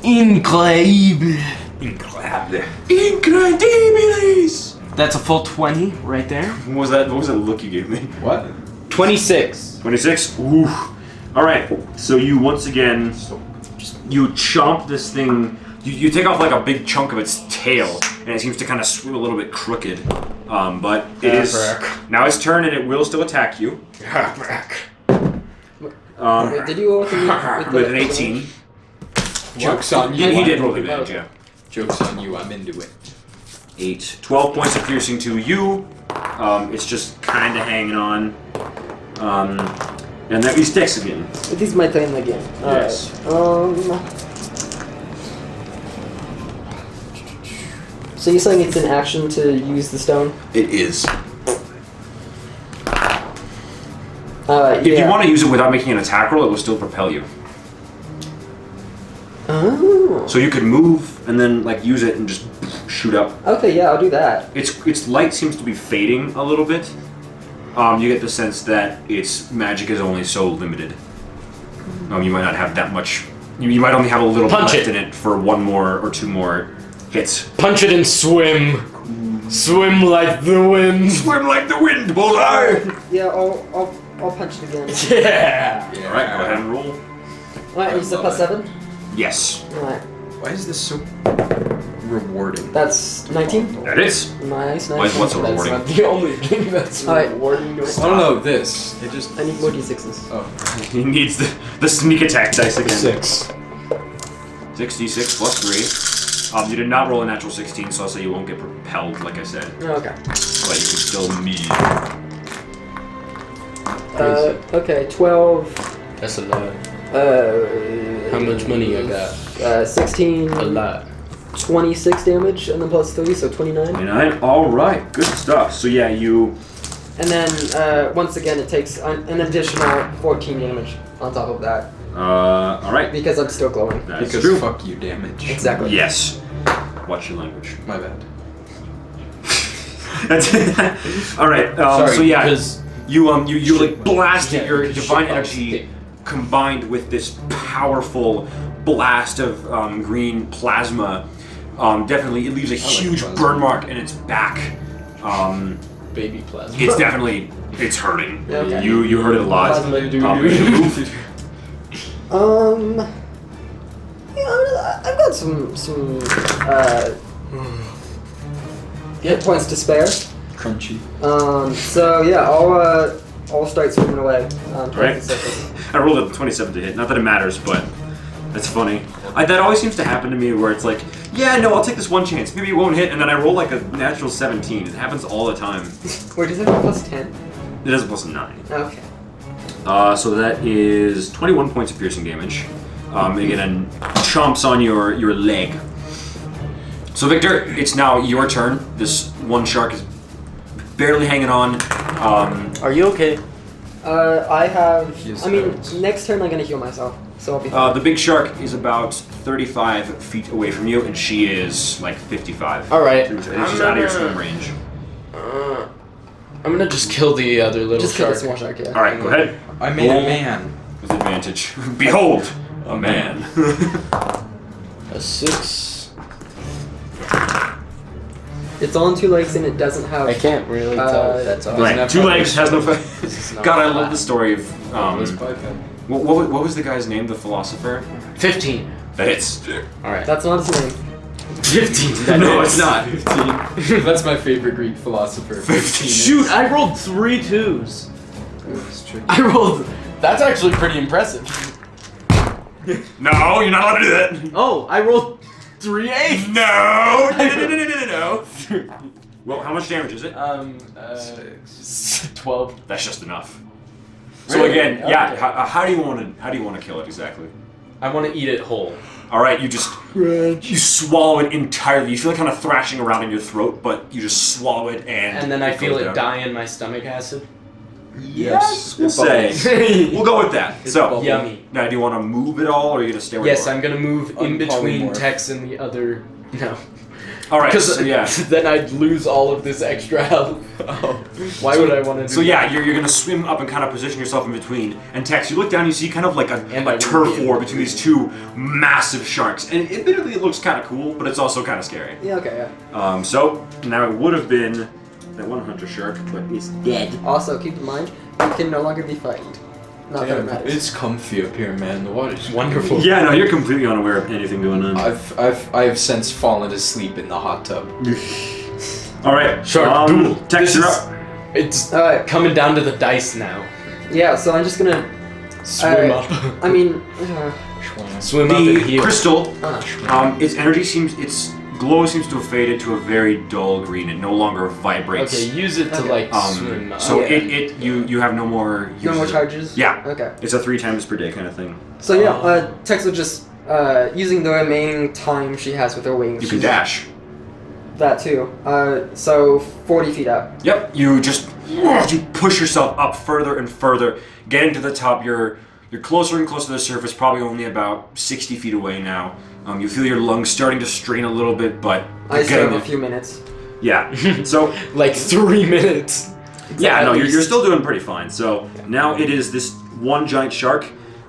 Speaker 6: Incredible.
Speaker 1: Incredibilis!
Speaker 6: That's a full 20 right there.
Speaker 1: What was that? What was that look you gave me?
Speaker 3: What?
Speaker 6: 26.
Speaker 1: Twenty-six. Ooh. All right. So you once again, you chomp this thing. You, you take off like a big chunk of its tail, and it seems to kind of swim a little bit crooked. Um, but it is now its turn, and it will still attack you. Um, ah,
Speaker 4: Wait, did you roll with, the, with, the,
Speaker 1: with an eighteen,
Speaker 3: Joke's on you.
Speaker 1: he, he
Speaker 3: I'm
Speaker 1: did roll
Speaker 3: into
Speaker 1: advantage. Yeah.
Speaker 3: it. Joke's on you. I'm into it.
Speaker 1: Eight. Twelve points of piercing to you. Um, it's just kind of hanging on. Um, and that means Dex again.
Speaker 4: It is my turn again. Alright.
Speaker 1: Yes.
Speaker 4: Um. So you're saying it's an action to use the stone?
Speaker 1: It is.
Speaker 4: Uh,
Speaker 1: If you want to use it without making an attack roll, it will still propel you.
Speaker 4: Oh.
Speaker 1: So you could move and then like use it and just shoot up.
Speaker 4: Okay, yeah, I'll do that.
Speaker 1: Its its light seems to be fading a little bit. Um, you get the sense that its magic is only so limited. Um, you might not have that much. You, you might only have a little bit
Speaker 5: Punch
Speaker 1: left
Speaker 5: it.
Speaker 1: in it for one more or two more hits.
Speaker 5: Punch it and swim. Swim like the wind.
Speaker 1: Swim like the wind, bullseye!
Speaker 4: Yeah, I'll, I'll, I'll punch it again.
Speaker 5: Yeah.
Speaker 1: Alright, go ahead and roll.
Speaker 4: Alright, is it plus seven?
Speaker 1: Yes.
Speaker 4: Alright,
Speaker 3: Why is this so rewarding?
Speaker 4: that's 19.
Speaker 1: That is.
Speaker 4: Nice, nice.
Speaker 1: Why is what so
Speaker 5: That's
Speaker 1: rewarding?
Speaker 5: not the only thing that's
Speaker 4: Alright.
Speaker 5: rewarding to us.
Speaker 3: I don't know this. It just
Speaker 4: I need more d6s.
Speaker 1: He needs the, the sneak attack dice again.
Speaker 3: six.
Speaker 1: 66 plus 3. Um, you did not roll a natural 16, so I'll say you won't get propelled, like I said.
Speaker 4: Oh, okay.
Speaker 1: But you can still meet.
Speaker 4: Uh, okay, 12,
Speaker 5: That's a lot.
Speaker 4: uh,
Speaker 5: How much money I got?
Speaker 4: uh, 16,
Speaker 5: A lot.
Speaker 4: 26 damage, and then plus 3, so 29.
Speaker 1: 29. Alright, good stuff. So yeah, you.
Speaker 4: And then, uh, once again, it takes an, an additional 14 damage on top of that,
Speaker 1: Uh, alright.
Speaker 4: because I'm still glowing.
Speaker 1: That's
Speaker 3: Because
Speaker 1: true.
Speaker 3: fuck you, damage.
Speaker 4: Exactly.
Speaker 1: Yes. Watch your language.
Speaker 3: My bad.
Speaker 1: That's Alright, um, so yeah.
Speaker 5: Because
Speaker 1: You um you you like blast
Speaker 5: Yeah,
Speaker 1: at your
Speaker 5: shit
Speaker 1: divine
Speaker 5: balls.
Speaker 1: energy combined with this powerful blast of um, green plasma. Um, definitely, it leaves a huge
Speaker 3: plasma.
Speaker 1: burn mark in its back. Um,
Speaker 5: baby plasma.
Speaker 1: it's definitely it's hurting.
Speaker 4: Okay.
Speaker 1: You you hurt it a lot.
Speaker 5: Plasma do
Speaker 1: Um,
Speaker 5: do.
Speaker 4: Um. Yeah, I- I've got some some uh, hit points to spare.
Speaker 3: Crunchy.
Speaker 4: Um. So yeah, I'll uh, I'll start swimming away. Um, towards the
Speaker 1: Right.
Speaker 4: surface.
Speaker 1: I rolled a 27 to hit. Not that it matters, but that's funny. I, that always seems to happen to me where it's like, yeah, no, I'll take this one chance. Maybe it won't hit, and then I roll like a natural 17. It happens all the time.
Speaker 4: Wait, does it have plus ten?
Speaker 1: It is a plus 9.
Speaker 4: Okay.
Speaker 1: Uh, so that is 21 points of piercing damage. Um, again, and chomps on your, your leg. So, Victor, it's now your turn. This one shark is barely hanging on. Um,
Speaker 5: Are you okay?
Speaker 4: Uh, I have.
Speaker 3: Yes,
Speaker 4: I mean,
Speaker 3: hurts.
Speaker 4: next turn I'm gonna heal myself, so I'll be fine.
Speaker 1: uh, the big shark is about 35 feet away from you, and she is like 55.
Speaker 5: All right.
Speaker 1: She's out of your swim range.
Speaker 5: Uh, I'm gonna just kill the other little
Speaker 4: Just kill
Speaker 5: shark.
Speaker 4: this one shark. Yeah.
Speaker 1: All right, go ahead.
Speaker 3: I made
Speaker 1: Roll
Speaker 3: a man.
Speaker 1: with advantage. Behold, a man.
Speaker 5: A six.
Speaker 4: It's on two legs and it doesn't have.
Speaker 5: I can't really tell.
Speaker 4: Uh,
Speaker 5: if that's all.
Speaker 1: right, two legs has no. fa-
Speaker 5: This is not
Speaker 1: God, I
Speaker 5: bad.
Speaker 1: love the story of um,
Speaker 3: Let's buy them.
Speaker 1: What, what, wa- what was the guy's name? The philosopher?
Speaker 5: Fifteen.
Speaker 1: That hits.
Speaker 5: All right.
Speaker 4: That's not his name.
Speaker 1: 15.
Speaker 3: no, it's not. 15. That's my favorite Greek philosopher. 15.
Speaker 5: Shoot! I rolled three twos.
Speaker 3: That's true.
Speaker 5: I rolled. That's actually pretty impressive.
Speaker 1: No, you're not allowed to do that.
Speaker 5: Oh, I rolled three eights.
Speaker 1: No. No, no, no, no, no, no, no. Well, how much damage is it?
Speaker 5: Um. Uh, Twelve.
Speaker 1: That's just enough. So
Speaker 5: Really?
Speaker 1: again, yeah. uh,
Speaker 5: Okay.
Speaker 1: How, how do you want to? How do you want to kill it exactly?
Speaker 5: I want to eat it whole.
Speaker 1: All right, you just you swallow it entirely. You feel it kind of thrashing around in your throat, but you just swallow it and
Speaker 5: And then I feel
Speaker 1: goes
Speaker 5: it
Speaker 1: down.
Speaker 5: die in my stomach acid.
Speaker 3: Yes.
Speaker 1: We'll say we'll go with that. So
Speaker 3: bubble.
Speaker 5: Yummy.
Speaker 1: now, do you want to move at all, or are you gonna stay? Where
Speaker 5: Yes,
Speaker 1: you are?
Speaker 5: I'm gonna move in between
Speaker 3: Unpolymorph.
Speaker 5: Tex and the other. No.
Speaker 1: All right.
Speaker 5: Because
Speaker 1: So, yeah. Oh.
Speaker 5: then I'd lose all of this extra health. Why would I want to do
Speaker 1: So
Speaker 5: that?
Speaker 1: yeah, you're, you're gonna swim up and kind of position yourself in between. And Tex, you look down, you see kind of like a,
Speaker 5: And I
Speaker 1: a
Speaker 5: will
Speaker 1: turf
Speaker 5: be
Speaker 1: war between these two massive sharks. And admittedly, it looks kind of cool, but it's also kind of scary.
Speaker 4: Yeah. Okay. Yeah.
Speaker 1: Um, so now it would have been that one hunter shark, but it's dead.
Speaker 4: Also, keep in mind you can no longer be frightened. Not that it
Speaker 3: Damn,
Speaker 4: matters.
Speaker 3: it's comfy up here, man. The water's
Speaker 5: Wonderful.
Speaker 1: Yeah, no, you're completely unaware of anything going on.
Speaker 3: I've I've I have since fallen asleep in the hot tub.
Speaker 1: All right,
Speaker 5: Shark
Speaker 1: um,
Speaker 5: doodle.
Speaker 1: Tex,
Speaker 5: This
Speaker 1: you're
Speaker 5: is-
Speaker 1: up.
Speaker 5: It's uh,
Speaker 4: All right.
Speaker 5: coming down to the dice now.
Speaker 4: Yeah. So I'm just gonna.
Speaker 5: Swim
Speaker 4: Alright.
Speaker 5: up.
Speaker 4: I mean. Uh,
Speaker 5: Swim up and
Speaker 1: The
Speaker 5: heal.
Speaker 1: crystal,
Speaker 4: uh,
Speaker 1: um, its energy seems, its glow seems to have faded to a very dull green. It no longer vibrates.
Speaker 5: Okay, use it to
Speaker 4: Okay.
Speaker 5: like swim
Speaker 1: Um,
Speaker 5: up.
Speaker 1: so
Speaker 4: Yeah.
Speaker 1: it, it you you have no more
Speaker 4: no more
Speaker 1: uses.
Speaker 4: charges.
Speaker 1: Yeah. Uh-huh.
Speaker 4: Okay.
Speaker 1: It's a three times per day kind of thing.
Speaker 4: So yeah, uh, Tex will just uh, using the remaining time she has with her wings.
Speaker 1: You can
Speaker 4: she's-
Speaker 1: dash.
Speaker 4: That too. Uh, so 40 feet up.
Speaker 1: Yep. You just you push yourself up further and further, getting to the top. You're you're closer and closer to the surface. Probably only about sixty feet away now. Um, you feel your lungs starting to strain a little bit, but
Speaker 4: I
Speaker 1: you're
Speaker 4: still
Speaker 1: getting
Speaker 4: have a
Speaker 1: it.
Speaker 4: few minutes.
Speaker 1: Yeah. So
Speaker 5: like three minutes.
Speaker 1: yeah,
Speaker 5: at
Speaker 1: no, you're, you're
Speaker 5: least.
Speaker 1: still doing pretty fine. So now it is this one giant shark.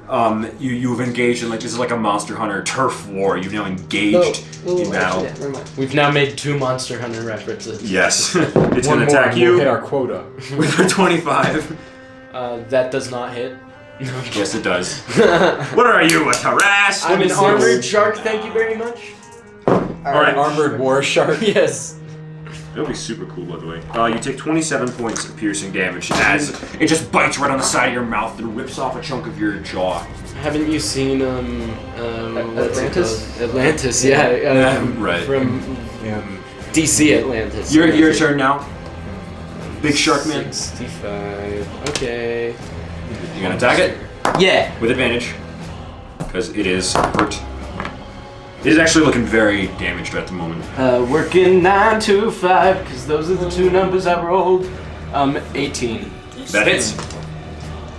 Speaker 1: Um, you you've engaged in like this is like a monster hunter turf war. You've now engaged
Speaker 4: Oh,
Speaker 1: in battle.
Speaker 4: actually, yeah, never mind.
Speaker 5: We've now made two Monster Hunter references.
Speaker 1: Yes, it's
Speaker 3: One
Speaker 1: gonna
Speaker 3: more
Speaker 1: attack
Speaker 3: and we'll
Speaker 1: you
Speaker 3: hit our quota.
Speaker 1: with a twenty-five.
Speaker 5: Uh, that does not hit.
Speaker 1: yes, it does. what are you, a harass?
Speaker 5: I'm an
Speaker 1: Six.
Speaker 5: armored shark, thank you very much.
Speaker 1: All right,
Speaker 3: Armored war shark.
Speaker 5: Yes.
Speaker 1: that'll be super cool, by the way. Uh, you take twenty-seven points of piercing damage as it just bites right on the side of your mouth and rips off a chunk of your jaw.
Speaker 5: Haven't you seen um, um what's it
Speaker 4: Atlantis?
Speaker 5: called? Atlantis, yeah. Um,
Speaker 1: right.
Speaker 5: From DC Atlantis.
Speaker 1: Your your turn now. Big shark man.
Speaker 5: Sixty-five. Okay.
Speaker 1: You're gonna attack it.
Speaker 7: Yeah.
Speaker 1: with advantage because it is hurt. It is actually looking very damaged at the moment.
Speaker 6: Uh, working nine to five, because those are the two numbers I rolled. Um, 18.
Speaker 1: That hits.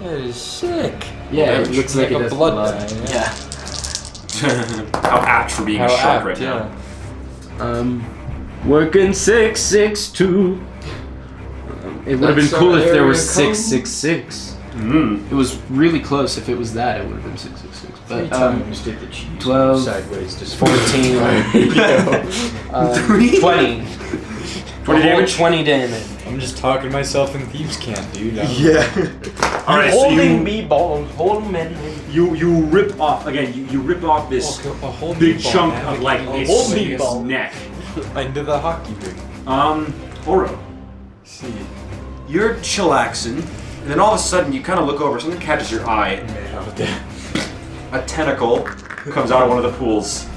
Speaker 7: That is sick.
Speaker 6: Yeah, it
Speaker 1: Damage.
Speaker 6: looks like,
Speaker 7: Like
Speaker 6: it
Speaker 7: a
Speaker 6: does
Speaker 7: blood
Speaker 6: blood.
Speaker 7: line,
Speaker 6: Yeah.
Speaker 1: How apt for being a shark
Speaker 7: apt,
Speaker 1: right now.
Speaker 6: Um, working six six two. Um, it would have been
Speaker 7: That's
Speaker 6: cool
Speaker 7: our
Speaker 6: if there
Speaker 7: area
Speaker 6: was six
Speaker 7: code?
Speaker 6: six six.
Speaker 1: Mm.
Speaker 6: It was really close. If it was that, it would have been six six six.
Speaker 7: Three
Speaker 6: But um,
Speaker 7: times did the cheese
Speaker 6: 12,
Speaker 7: sideways to
Speaker 6: fourteen. um, Twenty.
Speaker 1: 20
Speaker 6: A whole
Speaker 1: damage?
Speaker 6: Twenty damage.
Speaker 3: I'm just talking myself in thieves' camp, dude. I'm-
Speaker 1: Yeah. All right. So
Speaker 6: Holding
Speaker 1: you,
Speaker 6: me ball, holding men.
Speaker 1: you you rip off again. You, you rip off this
Speaker 3: A whole
Speaker 1: big
Speaker 3: meatball,
Speaker 1: chunk
Speaker 3: man.
Speaker 1: of like
Speaker 3: A
Speaker 1: its,
Speaker 3: whole
Speaker 1: its
Speaker 3: meatball
Speaker 1: neck.
Speaker 3: into the hockey ring.
Speaker 1: Um, Oro,
Speaker 3: See,
Speaker 1: you're chillaxing, and then all of a sudden you kind of look over. Something catches your eye.
Speaker 3: out there.
Speaker 1: A tentacle comes out of one of the pools,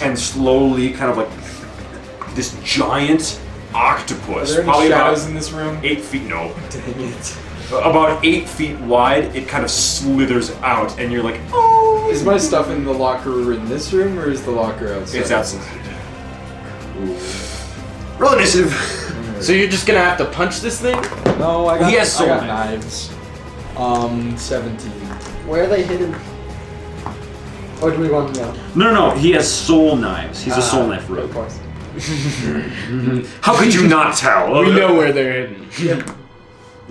Speaker 1: and slowly, kind of like this giant
Speaker 3: Are
Speaker 1: octopus,
Speaker 3: there any
Speaker 1: probably about
Speaker 3: shadows in this room?
Speaker 1: eight feet. No,
Speaker 3: Dang it.
Speaker 1: about eight feet wide, it kind of slithers out, and you're like, oh!
Speaker 3: Is my stuff in the locker in this room or is the locker outside?
Speaker 1: It's outside. Roll initiative.
Speaker 5: So you're just gonna have to punch this thing?
Speaker 3: No, I got,
Speaker 1: He has
Speaker 3: I got
Speaker 1: soul
Speaker 3: knives. Um, 17.
Speaker 4: Where are they hidden? Or do we want to know?
Speaker 1: No, no, no. He has soul knives. He's a soul knife
Speaker 4: Of
Speaker 1: rogue.
Speaker 4: course.
Speaker 1: How could you not tell?
Speaker 5: We know where they're hidden.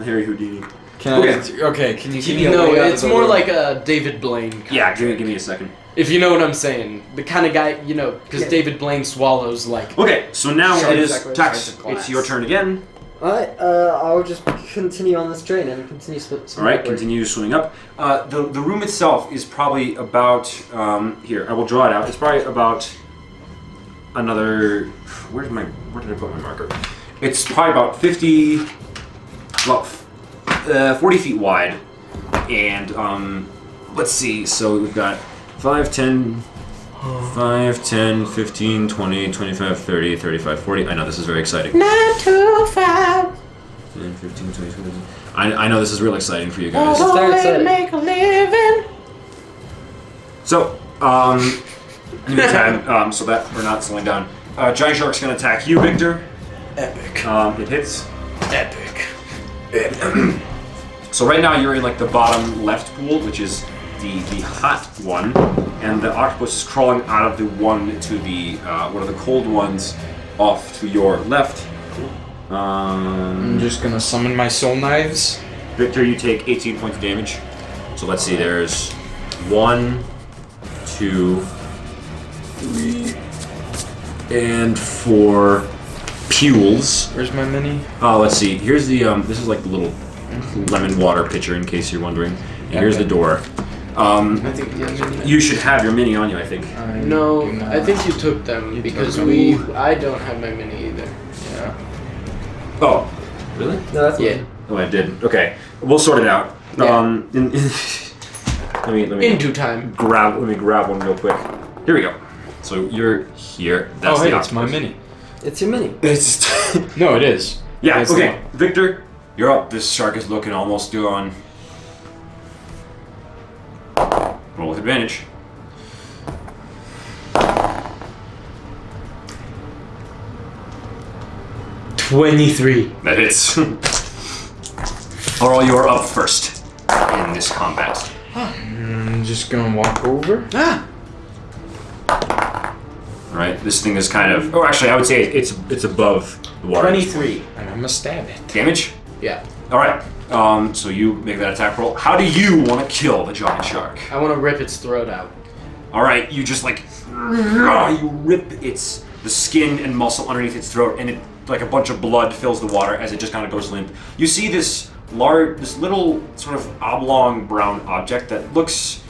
Speaker 1: Harry Houdini.
Speaker 3: Can
Speaker 1: Okay.
Speaker 3: I? Okay, can you give me a
Speaker 5: No,
Speaker 3: layout of
Speaker 5: it's
Speaker 3: the
Speaker 5: more
Speaker 3: room?
Speaker 5: like a David Blaine. Kind
Speaker 1: Yeah, give me, give me a second.
Speaker 5: If you know what I'm saying, the kind of guy you know, because
Speaker 4: Yeah.
Speaker 5: David Blaine swallows like.
Speaker 1: Okay, so now
Speaker 4: Sure,
Speaker 1: it is
Speaker 4: exactly.
Speaker 1: Tax.
Speaker 4: Sure,
Speaker 1: It's your turn again.
Speaker 4: Alright, uh, I'll just continue on this train and continue sw-
Speaker 1: All right, continue swimming up. Uh, the the room itself is probably about um, here. I will draw it out. It's probably about another. Where's my? Where did I put my marker? It's probably about fifty, well, f- uh, forty feet wide, and um, let's see. So we've got 5, 10, 5, 10, 15, 20, 25, 30, 35, 40. I know this is very exciting. 10, 15, 20, 20. I, I know this is real exciting for you guys.
Speaker 4: Continue.
Speaker 1: So, um, in the meantime, um, so that we're not slowing down. Uh, giant shark's gonna attack you, Victor. Epic. Um, it hits.
Speaker 5: Epic.
Speaker 1: So right now you're in like the bottom left pool, which is the the hot one, and the octopus is crawling out of the one to the uh, one of the cold ones off to your left.
Speaker 3: I'm
Speaker 1: Um,
Speaker 3: just gonna summon my soul knives.
Speaker 1: Victor, you take 18 points of damage. So let's see. There's one, two, three, and four pules.
Speaker 3: Where's my mini?
Speaker 1: Oh, let's see. Here's the um. This is like the little lemon water pitcher, in case you're wondering. And here's the door. Um,
Speaker 5: I think
Speaker 1: you should have your mini on you, I think.
Speaker 5: No,
Speaker 3: do not.
Speaker 5: I think you took them because
Speaker 3: them.
Speaker 5: we. I don't have my mini either.
Speaker 1: Oh, really?
Speaker 4: No, that's
Speaker 5: Yeah.
Speaker 1: Oh, I did. Okay, we'll sort it out.
Speaker 5: Yeah.
Speaker 1: Um, in, in- let me let me
Speaker 5: In due time.
Speaker 1: grab let me grab one real quick. Here we go. So you're here. That's
Speaker 3: oh, hey,
Speaker 1: the
Speaker 3: it's my
Speaker 1: octopus.
Speaker 3: mini.
Speaker 4: It's your mini.
Speaker 1: It's
Speaker 3: No, it is.
Speaker 1: yeah.
Speaker 3: That's the
Speaker 1: okay, Victor, you're up. This shark is looking almost gone. Roll with advantage.
Speaker 5: Twenty-three.
Speaker 1: That hits. Oral, you're up first in this combat.
Speaker 3: I'm just gonna walk over.
Speaker 1: Alright, this thing is kind of. Oh, actually, I would say it's it's above the water.
Speaker 5: Twenty-three.
Speaker 3: And I'm gonna stab it.
Speaker 1: Damage?
Speaker 5: Yeah.
Speaker 1: Alright. Um, so you make that attack roll. How do you want to kill the giant shark?
Speaker 5: I want to rip its throat out.
Speaker 1: All right, you just like you rip its the skin and muscle underneath its throat, and it like a bunch of blood fills the water as it just kind of goes limp. You see this large, this little sort of oblong brown object that looks.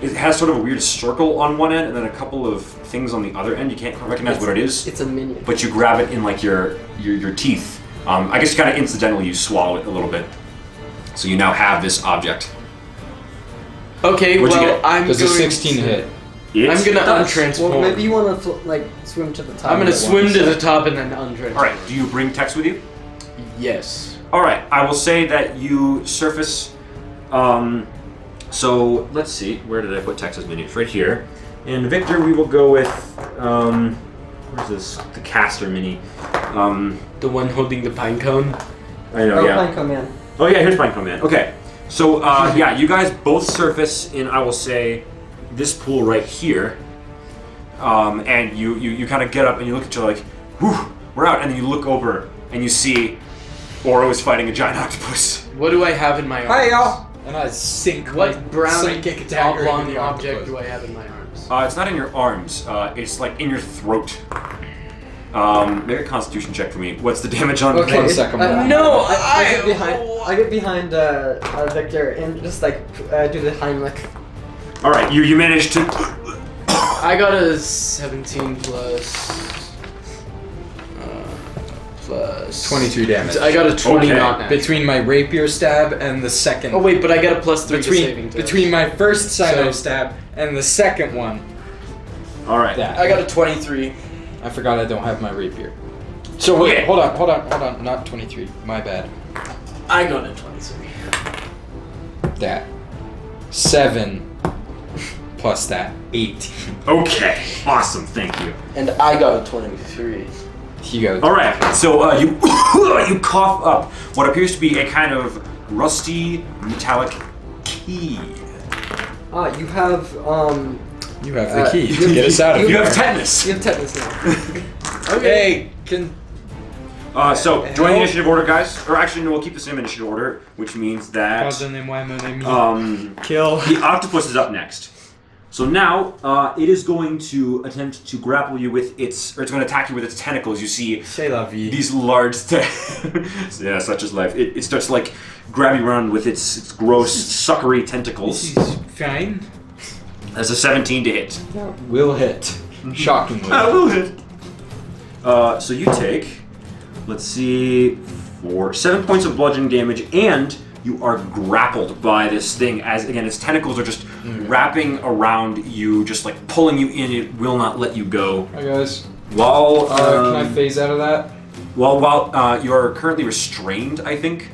Speaker 1: It has sort of a weird circle on one end, and then a couple of things on the other end. You can't quite recognize what it is,
Speaker 10: It's a minion.
Speaker 1: but you grab it in like your your, your teeth. Um, I guess kind of incidentally, you swallow it a little bit, so you now have this object.
Speaker 5: Okay,
Speaker 1: What'd you
Speaker 5: well,
Speaker 1: get?
Speaker 5: I'm
Speaker 3: Does a
Speaker 5: going
Speaker 3: 16
Speaker 5: to,
Speaker 3: hit?
Speaker 1: It's-
Speaker 5: I'm gonna untransform.
Speaker 4: Well, maybe you want to fl- like swim to the top.
Speaker 5: I'm gonna
Speaker 4: at
Speaker 5: swim
Speaker 4: once.
Speaker 5: to the top and then untransform.
Speaker 1: All right. Do you bring Tex with you?
Speaker 5: Yes.
Speaker 1: All right, I will say that you surface. Um, so let's see, where did I put Texas menus? Right here. And Victor, we will go with. Um, where's this? The caster mini. Um,
Speaker 5: The one holding the pine cone.
Speaker 1: I know,
Speaker 4: Oh,
Speaker 1: yeah.
Speaker 4: plank command.
Speaker 1: Oh yeah, here's Pine Cone Man. Okay, so uh, yeah, you guys both surface in I will say this pool right here, um, and you you, you kind of get up and you look at you like, whew, we're out, and then you look over and you see Oro is fighting a giant octopus.
Speaker 5: What do I have in my arms?
Speaker 3: Hi, y'all. And I sink.
Speaker 5: What brown
Speaker 3: Psychic dagger into
Speaker 5: oblong
Speaker 3: the
Speaker 5: object
Speaker 3: octopus.
Speaker 5: do I have in my arms?
Speaker 1: Uh, it's not in your arms. Uh, it's like in your throat. Um, make a Constitution check for me. What's the damage on?
Speaker 4: Okay.
Speaker 3: One second.
Speaker 4: Uh,
Speaker 3: more.
Speaker 5: No,
Speaker 4: I, I get behind. I get behind uh, uh, Victor and just like uh, do the Heimlich.
Speaker 1: All right, you you managed to.
Speaker 5: I got a 17 plus. Uh, plus.
Speaker 3: 22 damage.
Speaker 5: I got a 20
Speaker 1: Okay.
Speaker 5: not natural.
Speaker 3: between my rapier stab and the second.
Speaker 5: Oh, wait, but I got a plus 3 to
Speaker 3: between
Speaker 5: saving throw.
Speaker 3: between my first sino
Speaker 5: So-
Speaker 3: stab and the second one.
Speaker 1: All right.
Speaker 3: That
Speaker 5: I got a 23.
Speaker 3: I forgot I don't have my rapier. So wait,
Speaker 1: Okay.
Speaker 3: hold on, hold on, hold on. Not 23. My bad.
Speaker 5: I got a 23.
Speaker 3: That seven plus that eight.
Speaker 1: Okay. Awesome. Thank you.
Speaker 10: And I got a 23.
Speaker 3: He goes.
Speaker 1: All right. So uh, you you cough up what appears to be a kind of rusty metallic key.
Speaker 4: Ah, you have um,
Speaker 3: You have the
Speaker 4: Uh,
Speaker 3: key
Speaker 4: you-
Speaker 3: to get us out of
Speaker 1: You
Speaker 3: here.
Speaker 1: have tetanus.
Speaker 4: you have tetanus now.
Speaker 3: Okay. Can
Speaker 1: Uh, so join the
Speaker 3: Help.
Speaker 1: initiative order, guys. Or actually, no, we'll keep the same initiative order, which means that um,
Speaker 3: uh, kill.
Speaker 1: the octopus is up next. So now uh, it is going to attempt to grapple you with its, or it's going to attack you with its tentacles. You see
Speaker 3: Say la vie.
Speaker 1: these large tentacles. yeah, such is life. It, it starts to, like grab you around with its, its gross, suckery tentacles.
Speaker 3: fine.
Speaker 1: That's a 17 to hit.
Speaker 3: Will hit. Shockingly.
Speaker 1: will hit. Uh, so you take, let's see, four, seven points of bludgeoning damage, and you are grappled by this thing as, again, its tentacles are just
Speaker 3: Mm.
Speaker 1: wrapping around you, just like pulling you in. It will not let you go.
Speaker 3: Hi guys.
Speaker 1: While,
Speaker 3: Uh,
Speaker 1: um,
Speaker 3: can I phase out of that?
Speaker 1: while, while uh, you're currently restrained, I think.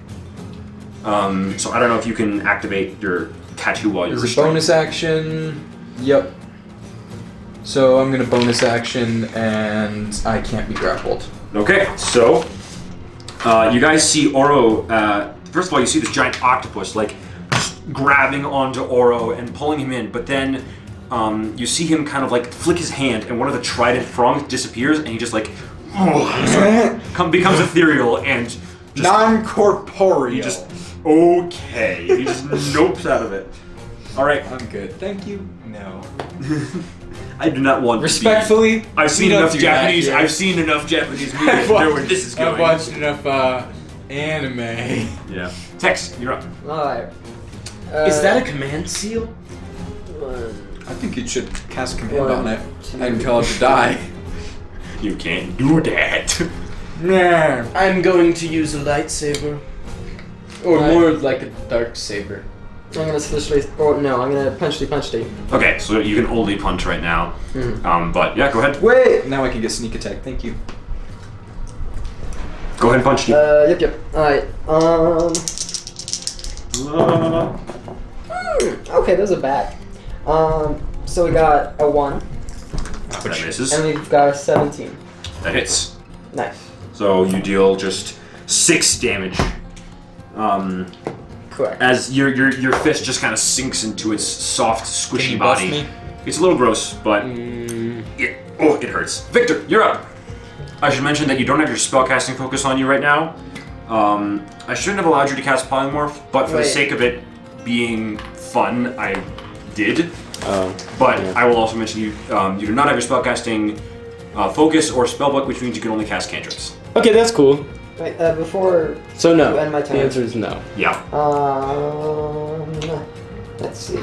Speaker 1: Um, so I don't know if you can activate your tattoo while you're
Speaker 3: There's a
Speaker 1: restrained.
Speaker 3: bonus action. Yep. So I'm gonna bonus action, and I can't be grappled.
Speaker 1: Okay, so uh, you guys see Oro. Uh, first of all, you see this giant octopus like grabbing onto Oro and pulling him in, but then um, you see him kind of like flick his hand, and one of the trident prongs disappears, and he just like come, becomes ethereal and just
Speaker 3: Non-corporeal.
Speaker 1: he just okay. He just nopes out of it. All right,
Speaker 3: I'm good. Thank you. No.
Speaker 1: I do not want To be-
Speaker 3: Respectfully,
Speaker 1: I've seen
Speaker 3: we don't
Speaker 1: enough
Speaker 3: do that
Speaker 1: Japanese.
Speaker 3: here.
Speaker 1: I've seen enough Japanese media
Speaker 3: I've
Speaker 1: to know
Speaker 3: watched-
Speaker 1: where this is
Speaker 3: I've
Speaker 1: going.
Speaker 3: watched enough uh, anime.
Speaker 1: Yeah, Tex, you're up.
Speaker 4: All right. Uh,
Speaker 5: Is that a command seal?
Speaker 3: I think you should cast command
Speaker 4: One,
Speaker 3: on it and tell it to die.
Speaker 1: You can't do that.
Speaker 3: Nah.
Speaker 5: I'm going to use a lightsaber. Or
Speaker 4: Light-
Speaker 5: more like a dark saber.
Speaker 4: I'm gonna slishly. Oh no, I'm gonna punchy punchy.
Speaker 1: Okay, so you can only punch right now. Um, but yeah, go ahead.
Speaker 4: Wait.
Speaker 3: Now I can get sneak attack. Thank you.
Speaker 1: Go ahead and punch. Deep.
Speaker 4: Uh, yep, yep. All right. Um. hmm, Okay, those are bad. Um. So we got a one,
Speaker 1: that misses.
Speaker 4: and we've got a seventeen.
Speaker 1: That hits.
Speaker 4: Nice.
Speaker 1: So you deal just six damage. Um,
Speaker 4: Correct.
Speaker 1: as your your your fist just kind of sinks into its soft, squishy body. It's a little gross, but
Speaker 5: Hmm.
Speaker 6: Mm.
Speaker 1: it oh it hurts. Victor, you're up. I should mention that you don't have your spellcasting focus on you right now. Um, I shouldn't have allowed you to cast polymorph, but for
Speaker 8: Wait.
Speaker 1: the sake of it being fun, I did.
Speaker 10: Oh.
Speaker 1: But
Speaker 10: yeah.
Speaker 1: I will also mention you um, you do not have your spellcasting uh, focus or spellbook, which means you can only cast cantrips.
Speaker 10: Okay, that's cool.
Speaker 4: Wait, uh, before
Speaker 10: So no.
Speaker 4: you end my turn.
Speaker 10: The answer is no.
Speaker 1: Yeah,
Speaker 4: Um, let's see.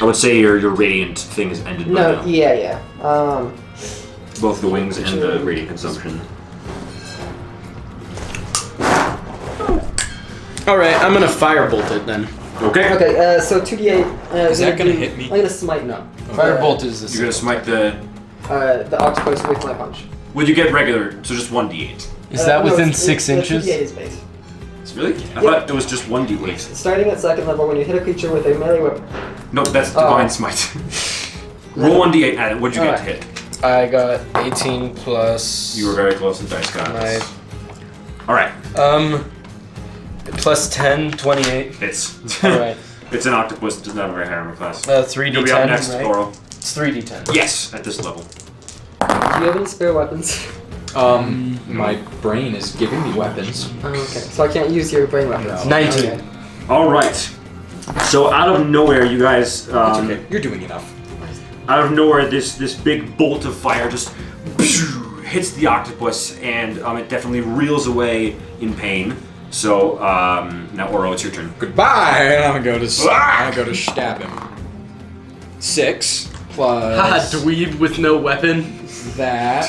Speaker 1: I would say your your radiant thing is ended. by
Speaker 4: No,
Speaker 1: now.
Speaker 4: yeah, yeah. Um,
Speaker 1: both the wings and the radiant consumption.
Speaker 5: All right, I'm gonna firebolt it then.
Speaker 1: Okay.
Speaker 4: okay, uh, so 2d8. Uh,
Speaker 5: Is that
Speaker 4: gonna
Speaker 5: gonna
Speaker 4: do-
Speaker 5: hit me?
Speaker 4: I'm gonna smite
Speaker 5: No.
Speaker 6: Firebolt is the
Speaker 1: You're gonna smite the.
Speaker 4: uh, the octopus with my punch.
Speaker 1: Would you get regular? So just one d8.
Speaker 6: Is
Speaker 4: Uh,
Speaker 6: that
Speaker 4: no,
Speaker 6: within
Speaker 4: it's-
Speaker 6: six
Speaker 4: it's-
Speaker 6: inches?
Speaker 4: The 2d8 is base.
Speaker 1: Really? I thought it was just one d8.
Speaker 4: Starting at second level, when you hit a creature with a melee weapon.
Speaker 1: No, that's
Speaker 4: Oh.
Speaker 1: divine smite. Roll one d8 at it. What'd you get to hit?
Speaker 6: I got 18 plus.
Speaker 1: You were very close to dice guys.
Speaker 6: my
Speaker 1: All right,
Speaker 6: um plus 10, 28.
Speaker 1: it's
Speaker 6: All right,
Speaker 1: it's an octopus that doesn't have a very high armor class.
Speaker 6: uh, three
Speaker 1: You'll
Speaker 6: d10.
Speaker 1: be up next,
Speaker 6: right?
Speaker 1: Laurel.
Speaker 6: It's three d10.
Speaker 1: Yes, at this level.
Speaker 4: Do you have any spare weapons?
Speaker 3: Um, my brain is giving me weapons.
Speaker 4: Oh, okay. So I can't use your brain weapons.
Speaker 6: Nineteen.
Speaker 4: Okay.
Speaker 1: All right. So out of nowhere, you guys.
Speaker 3: It's
Speaker 1: Um,
Speaker 3: okay. You're doing enough.
Speaker 1: out of nowhere, this this big bolt of fire just hits the octopus, and um, it definitely reels away in pain. So um, now, Oro, it's your turn.
Speaker 3: Goodbye. And I'm gonna go to. s-
Speaker 1: Ah!
Speaker 3: I'm gonna go to stab him. Six plus
Speaker 5: dweeb with no weapon.
Speaker 3: that.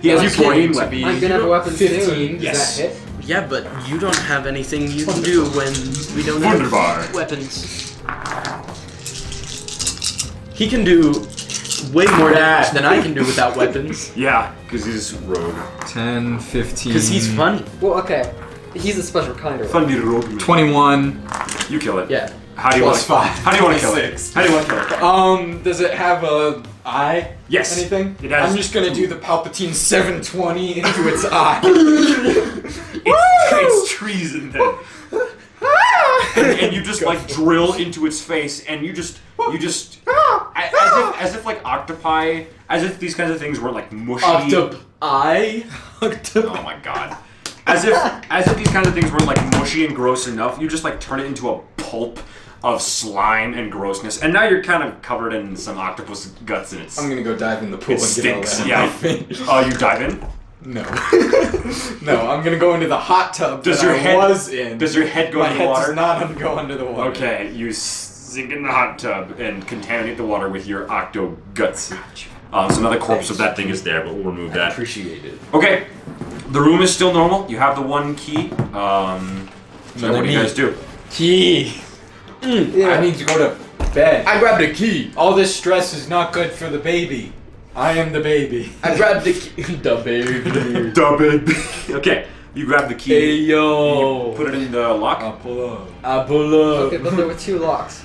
Speaker 1: He has
Speaker 3: You
Speaker 1: your pointing
Speaker 3: to
Speaker 1: weapon.
Speaker 3: be
Speaker 4: I'm gonna have a weapon
Speaker 3: Fifteen. Does
Speaker 1: Yes.
Speaker 3: that hit?
Speaker 5: Yeah, but you don't have anything you can do when we don't
Speaker 1: Wunderbar.
Speaker 5: have weapons. He can do way more damage than I can do without weapons
Speaker 1: Yeah, because he's rogue.
Speaker 3: Ten, fifteen.
Speaker 5: because he's funny.
Speaker 4: Well, okay. He's a special kind of.
Speaker 1: Funny rogue. man.
Speaker 3: Twenty-one.
Speaker 1: You kill it.
Speaker 5: Yeah.
Speaker 1: How do you
Speaker 3: Plus
Speaker 1: want?
Speaker 3: five.
Speaker 1: How do you want to kill it?
Speaker 3: Twenty-six.
Speaker 1: How do you want to kill it?
Speaker 3: Um, does it have a eye?
Speaker 1: Yes.
Speaker 3: Anything?
Speaker 1: It has
Speaker 3: I'm just gonna do the Palpatine 720 into its eye.
Speaker 1: It's treason then.
Speaker 3: Ah!
Speaker 1: and, and you just like drill into its face, and you just you just
Speaker 3: Ah!
Speaker 1: a- as if as if like octopi, as if these kinds of things were like mushy.
Speaker 5: Octop I
Speaker 1: oh my god. As if as if these kinds of things were like mushy and gross enough, you just like turn it into a pulp of slime and grossness, and now you're kind of covered in some octopus guts, and it's
Speaker 3: I'm gonna go dive in the pool
Speaker 1: it
Speaker 3: and get all
Speaker 1: stinks.
Speaker 3: that
Speaker 1: Yeah.
Speaker 3: off me.
Speaker 1: Oh, you dive in.
Speaker 3: No. no, I'm gonna go into the hot tub
Speaker 1: Does
Speaker 3: that
Speaker 1: your
Speaker 3: I
Speaker 1: head-
Speaker 3: was in.
Speaker 1: Does your head go
Speaker 3: My
Speaker 1: in the
Speaker 3: head
Speaker 1: water?
Speaker 3: does not go under the water.
Speaker 1: Okay, you sink in the hot tub and contaminate the water with your octo guts. Um, so another corpse of that thing is there, but we'll remove that.
Speaker 10: Appreciate it.
Speaker 1: Okay, the room is still normal. You have the one key. Um, so
Speaker 3: Another
Speaker 1: what do you
Speaker 3: key.
Speaker 1: guys do?
Speaker 3: Key. I
Speaker 4: Yeah.
Speaker 3: need to go to bed. I grabbed a key. All this stress is not good for the baby. I am the baby.
Speaker 10: I grabbed the key.
Speaker 5: the baby.
Speaker 1: Dub it. okay, you grab the key.
Speaker 5: hey Oh, yo,
Speaker 1: Put it in the lock.
Speaker 3: I'll pull up.
Speaker 5: I pull
Speaker 4: Okay,
Speaker 5: up.
Speaker 4: but there were two locks.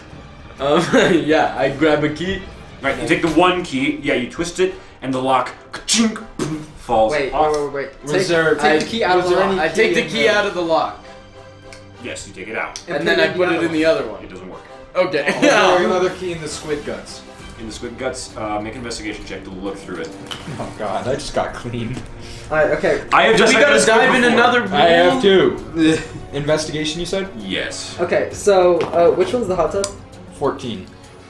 Speaker 5: Um, yeah, I grab a key.
Speaker 1: right, you take the one key. Yeah, you twist it, and the lock ka-chink, boom, falls
Speaker 4: Wait,
Speaker 1: off.
Speaker 4: wait, wait, wait. Take,
Speaker 5: Reserve.
Speaker 4: Take
Speaker 5: I-
Speaker 4: the key out of the lock.
Speaker 5: I take the key out of the lock
Speaker 1: Yes, you take it out.
Speaker 5: and then I put it in the other one.
Speaker 1: It doesn't work.
Speaker 5: Okay.
Speaker 3: I'll throw another key in the squid guts.
Speaker 1: In the squid guts, uh, make an investigation check to look through it.
Speaker 3: Oh god, I just got clean.
Speaker 4: Alright, okay.
Speaker 1: I have just
Speaker 5: we
Speaker 1: had
Speaker 5: gotta
Speaker 1: this squid
Speaker 5: dive in
Speaker 1: before.
Speaker 5: another room.
Speaker 3: I have two. Investigation, you said?
Speaker 1: Yes.
Speaker 4: Okay, so uh, which one's the hot tub?
Speaker 3: 14.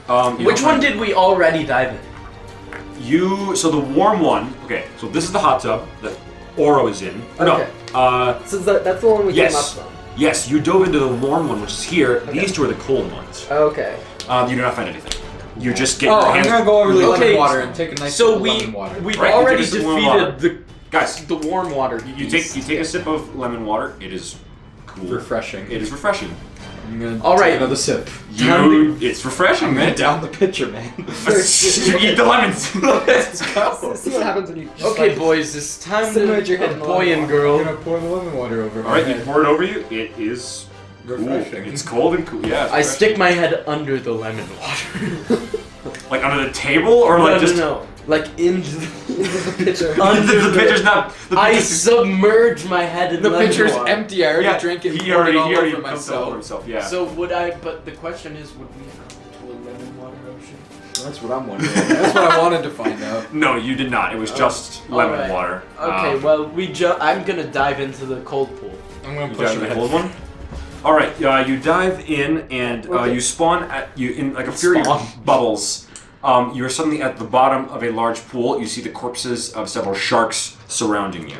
Speaker 1: Um, you
Speaker 5: Which
Speaker 1: know,
Speaker 5: one did we already dive in?
Speaker 1: You so the warm one. Okay, so this is the hot tub that Oro is in. Or
Speaker 4: Okay.
Speaker 1: No. Uh,
Speaker 4: So that, that's the one we
Speaker 1: yes.
Speaker 4: came up from.
Speaker 1: Yes, you dove into the warm one, which is here. These two are the cold ones.
Speaker 4: Oh, Okay.
Speaker 1: Um, you do not find anything. You just get
Speaker 3: Oh,
Speaker 1: your
Speaker 3: I'm
Speaker 1: hands.
Speaker 3: gonna go over to the
Speaker 5: Okay,
Speaker 3: lemon water and take a nice
Speaker 5: So
Speaker 3: sip of
Speaker 5: we
Speaker 3: lemon water.
Speaker 5: we've
Speaker 1: Right, you
Speaker 5: already
Speaker 1: give us the warm water.
Speaker 5: defeated the
Speaker 1: Guys,
Speaker 5: the warm water.
Speaker 1: you take you take a sip of lemon water. It is cool.
Speaker 3: refreshing.
Speaker 1: It is refreshing.
Speaker 3: I'm gonna
Speaker 5: All
Speaker 3: take
Speaker 5: right.
Speaker 3: another sip.
Speaker 1: You, it's refreshing, man.
Speaker 3: Down the pitcher, man.
Speaker 1: you eat the lemons.
Speaker 3: Let's go.
Speaker 4: See what happens when you. Just
Speaker 5: Okay,
Speaker 4: like,
Speaker 5: boys, it's time
Speaker 4: Submerge
Speaker 5: to
Speaker 4: your head in
Speaker 5: boy
Speaker 4: lemon
Speaker 5: and
Speaker 3: I'm
Speaker 5: girl.
Speaker 3: gonna pour the lemon water over
Speaker 1: All
Speaker 3: my
Speaker 1: right, you
Speaker 3: head.
Speaker 1: pour it over you. It is cool.
Speaker 3: Refreshing.
Speaker 1: It's cold and cool. Yeah. it's
Speaker 5: I
Speaker 1: refreshing.
Speaker 5: stick my head under the lemon water.
Speaker 1: like under the table or like
Speaker 5: no,
Speaker 1: just.
Speaker 5: no, no. Like in the, under
Speaker 1: the,
Speaker 5: the,
Speaker 1: the pitcher's not. The
Speaker 5: I
Speaker 1: pitcher's-
Speaker 5: submerge my head in
Speaker 3: The
Speaker 5: lemon
Speaker 3: pitcher's
Speaker 5: water.
Speaker 3: empty. I already
Speaker 1: yeah,
Speaker 3: drank it. and
Speaker 1: He
Speaker 3: poured
Speaker 1: already,
Speaker 3: it all
Speaker 1: he already
Speaker 3: over
Speaker 1: dumped it all over
Speaker 3: myself.
Speaker 1: himself. Yeah.
Speaker 5: So would I? But the question is, would we go to a lemon water ocean?
Speaker 3: That's what I'm wondering. That's what I wanted to find out.
Speaker 1: No, you did not. It was just lemon
Speaker 5: Alright.
Speaker 1: water.
Speaker 5: Oh, Okay,
Speaker 1: Um,
Speaker 5: well we ju- I'm gonna dive into the cold pool.
Speaker 3: I'm gonna
Speaker 1: You
Speaker 3: push
Speaker 1: dive
Speaker 3: him
Speaker 1: in the
Speaker 3: ahead.
Speaker 1: cold one. All right, uh, you dive in and uh,
Speaker 4: Okay.
Speaker 1: you spawn at you in like a fury of bubbles. Um, you are suddenly at the bottom of a large pool. You see the corpses of several sharks surrounding you.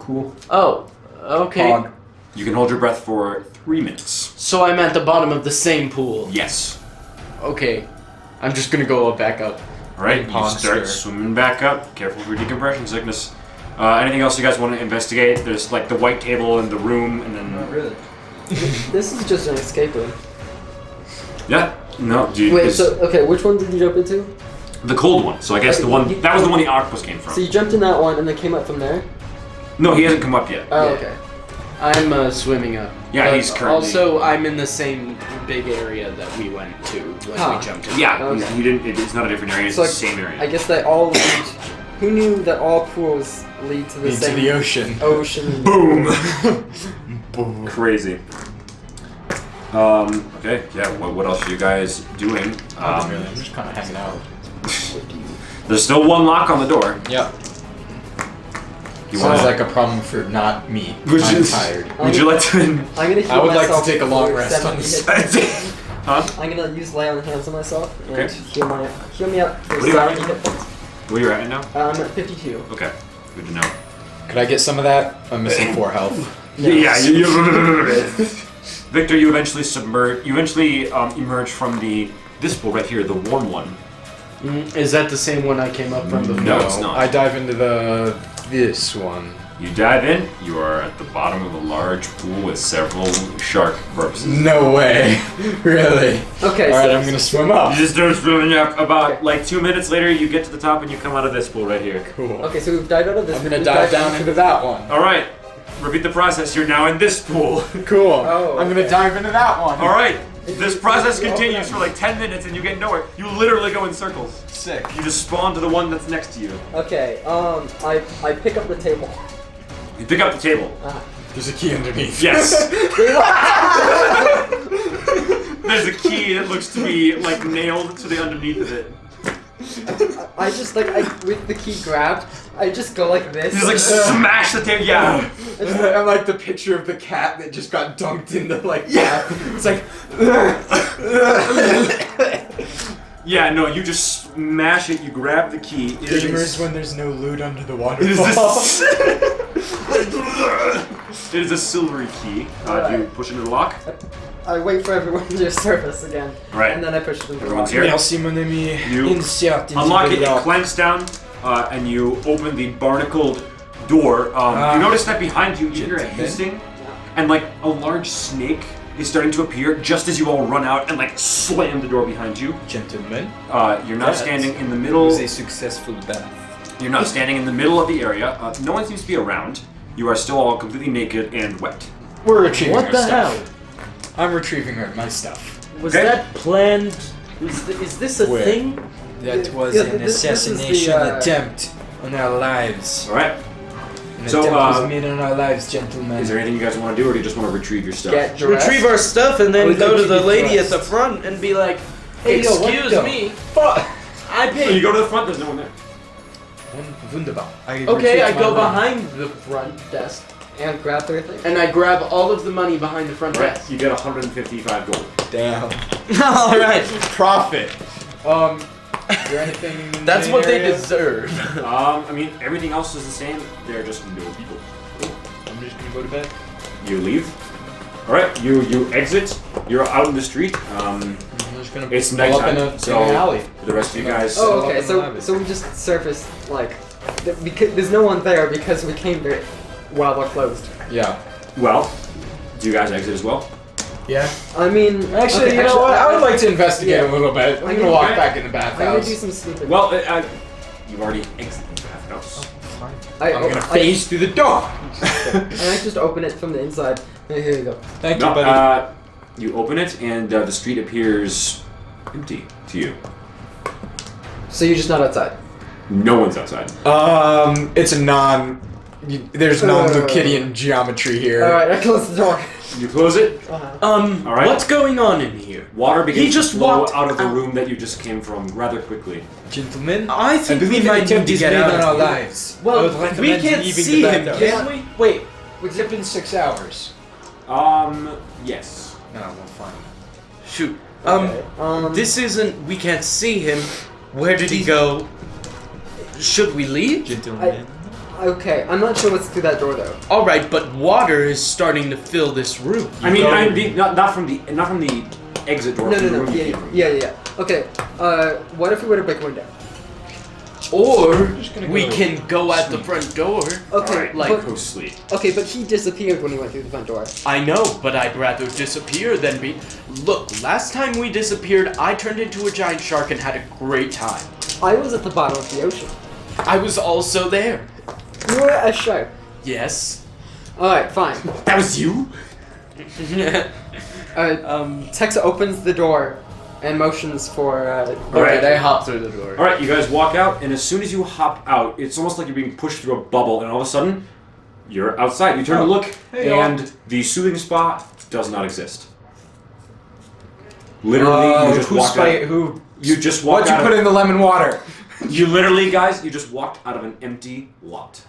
Speaker 3: Cool.
Speaker 5: Oh, okay.
Speaker 3: Pog.
Speaker 1: You can hold your breath for three minutes.
Speaker 5: So I'm at the bottom of the same pool.
Speaker 1: Yes.
Speaker 5: Okay. I'm just gonna go back up.
Speaker 1: All right, you
Speaker 3: Pond
Speaker 1: start
Speaker 3: stir.
Speaker 1: swimming back up. Careful for your decompression sickness. Uh, anything else you guys want to investigate? There's like the white table and the room, and then
Speaker 7: Really?
Speaker 4: This is just an escape room.
Speaker 1: yeah, no, dude,
Speaker 4: Wait,
Speaker 1: it's
Speaker 4: so okay, which one did you jump into?
Speaker 1: the cold one. So I guess the one that was the one the octopus came
Speaker 4: So
Speaker 1: from.
Speaker 4: you jumped in that one and then came up from there?
Speaker 1: No, he hasn't come up yet.
Speaker 4: Oh,
Speaker 5: Yeah.
Speaker 4: okay.
Speaker 5: I'm uh, swimming up.
Speaker 1: Yeah,
Speaker 5: But
Speaker 1: he's currently-
Speaker 5: Also, I'm in the same big area that we went to when
Speaker 4: Huh.
Speaker 5: we jumped in.
Speaker 1: Yeah,
Speaker 4: Okay.
Speaker 1: you didn't. It, it's not a different area. It's
Speaker 4: So
Speaker 1: the
Speaker 4: I-
Speaker 1: same area.
Speaker 4: I guess they all lead. Who knew that all pools lead to the
Speaker 3: Into
Speaker 4: same
Speaker 3: the Oh. ocean.
Speaker 4: ocean?
Speaker 1: Boom. Crazy. Um. Okay. Yeah. What, what else are you guys doing?
Speaker 3: Um,
Speaker 1: Um,
Speaker 3: I'm just kind of hanging out.
Speaker 1: there's still one lock on the door.
Speaker 3: Yeah.
Speaker 1: You
Speaker 3: Sounds
Speaker 1: wanna-
Speaker 3: like a problem for not me.
Speaker 1: Which
Speaker 3: I'm
Speaker 1: is-
Speaker 3: tired.
Speaker 1: Would you like to?
Speaker 4: I'm gonna heal
Speaker 3: I would like to
Speaker 4: myself
Speaker 3: take a long
Speaker 4: before
Speaker 3: rest on
Speaker 4: 70
Speaker 3: this
Speaker 4: hits.
Speaker 1: huh?
Speaker 4: I'm gonna use lay on hands on myself and
Speaker 1: Okay.
Speaker 4: heal my heal me up for
Speaker 1: What do you
Speaker 4: 70
Speaker 1: have?
Speaker 4: hit points.
Speaker 1: Where you at right now?
Speaker 4: Uh, I'm at 52.
Speaker 1: Okay. Good to know.
Speaker 3: Could I get some of that? I'm missing four health.
Speaker 1: Yeah. You, you, Victor, you eventually submerge. You eventually um, emerge from the this pool right here, the warm one.
Speaker 5: Mm, Is that the same one I came up from before?
Speaker 1: No, it's not.
Speaker 3: I dive into the this one.
Speaker 1: You dive in. You are at the bottom of a large pool with several shark corpses.
Speaker 3: No way. really?
Speaker 4: Okay,
Speaker 3: All right,
Speaker 4: so
Speaker 3: I'm gonna swim up.
Speaker 1: You just start swimming up. About like two minutes later, you get to the top and you come out of this pool right here.
Speaker 3: Cool.
Speaker 4: okay, so we've dived out of this.
Speaker 3: I'm gonna
Speaker 4: we've
Speaker 3: dive
Speaker 4: dived
Speaker 3: down into that one.
Speaker 1: All right, repeat the process. You're now in this pool.
Speaker 3: Cool.
Speaker 4: Oh,
Speaker 3: I'm gonna
Speaker 4: okay.
Speaker 3: dive into that one.
Speaker 1: All right, this process continues for like ten minutes and you get nowhere. You literally go in circles.
Speaker 3: Sick.
Speaker 1: You just spawn to the one that's next to you.
Speaker 4: Okay, um, I I pick up the table.
Speaker 1: You pick up the table.
Speaker 3: There's a key underneath.
Speaker 1: Yes. There's a key that looks to be like nailed to the underneath of it.
Speaker 4: I just like I with the key grabbed, I just go like this.
Speaker 1: You just like smash the table. Yeah.
Speaker 3: I like the picture of the cat that just got dunked into like
Speaker 1: Yeah.
Speaker 3: It's like
Speaker 1: Yeah. No, you just smash it. You grab the key. It is-
Speaker 3: gamers when there's no loot under the
Speaker 1: It is
Speaker 3: waterfall.
Speaker 1: this. it is a silvery key. Uh, do you push into the lock?
Speaker 4: I wait for everyone to surface again.
Speaker 1: Right.
Speaker 4: And then I push them.
Speaker 1: Everyone's here. You
Speaker 7: Insert into
Speaker 1: unlock it.
Speaker 7: the
Speaker 1: It
Speaker 7: lock.
Speaker 1: clanks down, uh, and you open the barnacled door. Um, you notice that behind you, you hear a hissing, and like a large snake is starting to appear just as you all run out and like slam the door behind you.
Speaker 7: Gentlemen,
Speaker 1: Uh, you're not
Speaker 7: That's-
Speaker 1: standing in the
Speaker 7: it
Speaker 1: middle.
Speaker 7: was a successful bath.
Speaker 1: You're not standing in the middle of the area. Uh, no one seems to be around. You are still all completely naked and wet.
Speaker 3: We're retrieving
Speaker 5: What
Speaker 3: our
Speaker 5: the
Speaker 3: stuff.
Speaker 5: hell?
Speaker 3: I'm retrieving her, my stuff.
Speaker 5: Was
Speaker 1: Okay.
Speaker 5: that planned? Is, th- is this a
Speaker 3: Where?
Speaker 5: thing?
Speaker 7: That was
Speaker 4: yeah,
Speaker 7: an
Speaker 4: this- this is the,
Speaker 7: assassination
Speaker 4: uh,
Speaker 7: attempt on our lives.
Speaker 1: All right.
Speaker 7: An
Speaker 1: So,
Speaker 7: attempt
Speaker 1: uh,
Speaker 7: was made on our lives, gentlemen.
Speaker 1: Is there anything you guys want to do, or do you just want to retrieve your stuff?
Speaker 4: Get dressed.
Speaker 5: Retrieve our stuff and
Speaker 7: Oh,
Speaker 5: then
Speaker 7: we
Speaker 5: go to
Speaker 7: could
Speaker 5: the
Speaker 7: be
Speaker 5: lady at the
Speaker 7: dressed.
Speaker 5: front and be like,
Speaker 7: Hey, yo, what
Speaker 5: "Excuse
Speaker 7: the
Speaker 5: me,
Speaker 7: fuck?
Speaker 5: I
Speaker 1: So Oh, you
Speaker 5: paid."
Speaker 1: go to the front. There's no one there.
Speaker 3: Wunderbar.
Speaker 7: I
Speaker 5: Okay,
Speaker 7: retrieved
Speaker 5: I
Speaker 7: my money.
Speaker 5: go behind the front desk
Speaker 4: and grab their thing.
Speaker 5: and I grab all of the money behind the front
Speaker 1: Right.
Speaker 5: desk.
Speaker 1: You get 155 gold.
Speaker 3: Damn.
Speaker 7: All right,
Speaker 3: Profit. Um, is there anything? in
Speaker 5: That's
Speaker 3: the
Speaker 5: what they
Speaker 3: area?
Speaker 5: deserve.
Speaker 1: Um, I mean, everything else is the same. They're just no people.
Speaker 3: I'm just gonna go to bed.
Speaker 1: You leave. All right. You you exit. You're out in the street. Um,
Speaker 3: I'm just gonna
Speaker 1: It's
Speaker 3: pull up in,
Speaker 1: nighttime,
Speaker 3: a,
Speaker 1: so-
Speaker 3: in an alley.
Speaker 1: the rest of you guys.
Speaker 4: Oh,
Speaker 3: So
Speaker 4: okay.
Speaker 3: up and
Speaker 4: So
Speaker 3: live.
Speaker 4: so we just surfaced like th- because there's no one there because we came there while we're closed.
Speaker 3: Yeah.
Speaker 1: Well, do you guys exit as well?
Speaker 3: Yeah.
Speaker 4: I mean,
Speaker 3: Actually,
Speaker 4: okay,
Speaker 3: you know what? I would
Speaker 4: I'm-
Speaker 3: like to investigate
Speaker 4: Yeah.
Speaker 3: a little bit. I'm gonna walk back in the
Speaker 4: I'm gonna
Speaker 3: bathhouse.
Speaker 4: do some sleeping.
Speaker 1: Well, uh, uh, you've already exited the bathhouse.
Speaker 4: I,
Speaker 3: I'm gonna
Speaker 4: Oh, I-
Speaker 3: phase through the door.
Speaker 4: And I just open it from the inside. Hey, Here you go.
Speaker 3: Thank
Speaker 1: No,
Speaker 3: you, buddy.
Speaker 1: uh, you open it, and uh, the street appears empty to you.
Speaker 4: So you're just not outside.
Speaker 1: No one's outside.
Speaker 3: Um, it's a non. you- There's non
Speaker 4: Uh.
Speaker 3: Euclidean geometry here.
Speaker 4: All right, I close the door.
Speaker 1: You close it.
Speaker 5: Um,
Speaker 1: All right.
Speaker 5: what's going on in here?
Speaker 1: Water begins
Speaker 5: just
Speaker 1: to flow
Speaker 5: walked
Speaker 1: out of the
Speaker 5: out.
Speaker 1: room that you just came from rather quickly.
Speaker 7: gentlemen.
Speaker 5: I
Speaker 7: I
Speaker 5: think we
Speaker 7: believe an
Speaker 5: might need
Speaker 7: attempt
Speaker 5: to
Speaker 7: is
Speaker 5: get
Speaker 7: made
Speaker 5: out.
Speaker 7: on
Speaker 5: of
Speaker 7: our
Speaker 5: here.
Speaker 7: lives. I would
Speaker 5: Well, we
Speaker 7: recommend
Speaker 5: can't
Speaker 7: leaving
Speaker 5: see
Speaker 7: the
Speaker 5: him,
Speaker 7: bathhouse.
Speaker 5: can we? Wait,
Speaker 7: It's been six hours.
Speaker 1: Um, yes.
Speaker 3: No, well, fine.
Speaker 7: Shoot. Um,
Speaker 4: Um,
Speaker 7: this isn't. We can't see him. Where did he go? Should we leave?
Speaker 3: Gentlemen.
Speaker 4: okay, I'm not sure what's through that door though.
Speaker 7: All right, but water is starting to fill this room.
Speaker 1: I mean, I mean, not not from the not from the exit door.
Speaker 4: No,
Speaker 1: from
Speaker 4: no,
Speaker 1: the
Speaker 4: no.
Speaker 1: room you
Speaker 4: Yeah,
Speaker 1: came from.
Speaker 4: yeah, yeah. yeah. Okay. Uh, what if we were to break one down?
Speaker 7: Or we can go out the front door.
Speaker 4: Okay,
Speaker 1: Alright,
Speaker 4: like-
Speaker 1: go sleep.
Speaker 4: Okay, but he disappeared when he went through the front door.
Speaker 7: I know, but I'd rather disappear than be. Look, last time we disappeared, I turned into a giant shark and had a great time.
Speaker 4: I was at the bottom of the ocean.
Speaker 7: I was also there.
Speaker 4: You were a shark.
Speaker 7: Yes.
Speaker 4: All right, fine.
Speaker 1: That was you.
Speaker 4: Uh,
Speaker 7: um.
Speaker 4: Texa opens the door and motions for. Uh,
Speaker 1: All right.
Speaker 5: I hop through the door.
Speaker 1: All right, you guys walk out, and as soon as you hop out, it's almost like you're being pushed through a bubble, and all of a sudden, you're outside. You
Speaker 4: Oh.
Speaker 1: turn to look, and the soothing spa does not exist. Literally, you just
Speaker 3: who
Speaker 1: walked
Speaker 3: spy,
Speaker 1: out.
Speaker 3: Oh, who?
Speaker 1: You just walked
Speaker 3: What'd you
Speaker 1: out.
Speaker 3: put in the lemon water?
Speaker 1: in? You literally, guys, you just walked out of an empty lot,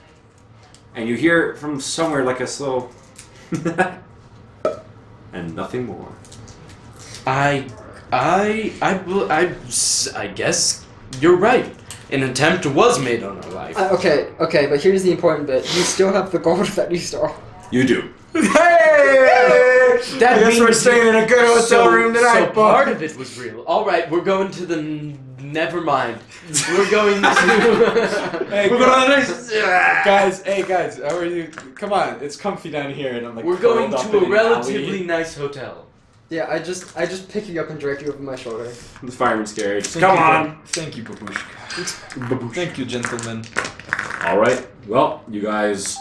Speaker 1: and you hear from somewhere like a slow, and nothing more.
Speaker 5: I, I, I, bel- I, s- I guess you're right. An attempt was made on our life.
Speaker 4: uh, okay, okay, but here's the important bit. You still have the gold that you stole.
Speaker 1: You do.
Speaker 3: Hey!
Speaker 5: That
Speaker 3: I guess
Speaker 5: means
Speaker 3: we're staying in a good hotel room
Speaker 5: So
Speaker 3: tonight, boy.
Speaker 5: part of it was real. All right, we're going to the. N- never mind. We're going to.
Speaker 3: Hey,
Speaker 1: We're
Speaker 3: guys,
Speaker 1: going on this.
Speaker 3: guys, hey guys, how are you? Come on, it's comfy down here, and I'm like.
Speaker 5: we're going
Speaker 3: curled up
Speaker 5: to
Speaker 3: in
Speaker 5: a
Speaker 3: an
Speaker 5: relatively
Speaker 3: alley.
Speaker 5: nice hotel.
Speaker 4: Yeah, I just, I just pick you up and direct you over my shoulder.
Speaker 1: The fireman's carriage.
Speaker 3: Thank
Speaker 1: Come
Speaker 3: you,
Speaker 1: on.
Speaker 3: Bob. Thank you, Babushka. Thank you, gentlemen.
Speaker 1: All right. Well, you guys,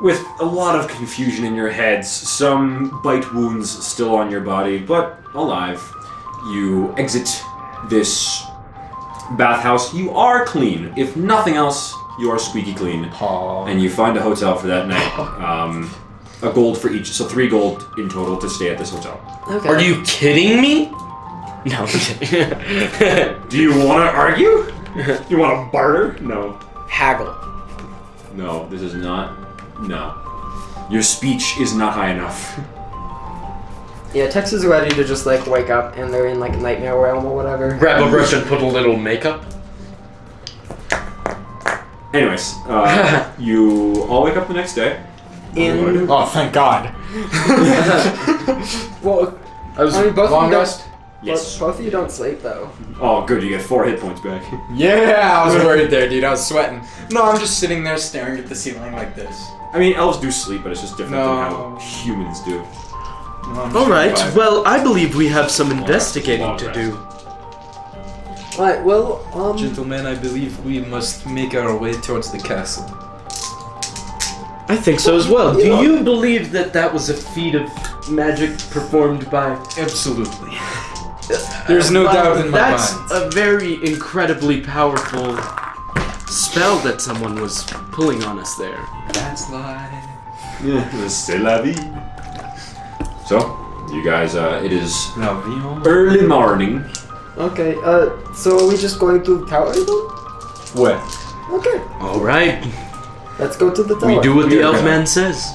Speaker 1: with a lot of confusion in your heads, some bite wounds still on your body, but alive, you exit this bathhouse. You are clean. If nothing else, you are squeaky clean. And you find a hotel for that night. Um, a gold for each, so three gold in total to stay at this hotel.
Speaker 4: Okay.
Speaker 5: Are you kidding me? No, I'm kidding.
Speaker 1: Do you want to argue? You want to barter? No.
Speaker 5: Haggle.
Speaker 1: No, this is not. No. Your speech is not high enough.
Speaker 4: Yeah, Tex is ready to just like wake up and they're in like a nightmare realm or whatever.
Speaker 5: Grab a brush and put a little makeup.
Speaker 1: Anyways, uh, you all wake up the next day.
Speaker 4: In
Speaker 3: Oh, thank God.
Speaker 4: well,
Speaker 6: I
Speaker 5: Oh.
Speaker 6: was
Speaker 4: I mean, both
Speaker 6: long
Speaker 4: of you
Speaker 6: rest.
Speaker 4: don't- Both of you don't sleep though.
Speaker 1: Oh, good. You get four hit points back.
Speaker 3: Yeah, I was worried there, dude. I was sweating. No, I'm just sitting there staring at the ceiling like this.
Speaker 1: I mean, elves do sleep, but it's just different
Speaker 3: No.
Speaker 1: than how humans do.
Speaker 3: No, I'm
Speaker 5: All right.
Speaker 3: surviving.
Speaker 5: Well, I believe we have some investigating to do.
Speaker 4: Alright, well, um,
Speaker 7: Gentlemen, I believe we must make our way towards the castle.
Speaker 5: I think so as well.
Speaker 4: Yeah.
Speaker 5: Do you believe that that was a feat of magic performed by?
Speaker 7: Absolutely.
Speaker 3: There's no
Speaker 5: Wow,
Speaker 3: doubt in my
Speaker 5: That's
Speaker 3: mind.
Speaker 5: a very incredibly powerful spell that someone was pulling on us there.
Speaker 3: That's live.
Speaker 1: C'est la vie. So, you guys, uh, it is
Speaker 3: La vie
Speaker 1: early morning.
Speaker 4: okay, uh, so are we just going to the tower though?
Speaker 3: What?
Speaker 4: Okay,
Speaker 5: All right,
Speaker 4: let's go to the tower.
Speaker 5: we do what the
Speaker 3: Here we
Speaker 5: elf
Speaker 3: go.
Speaker 5: man says.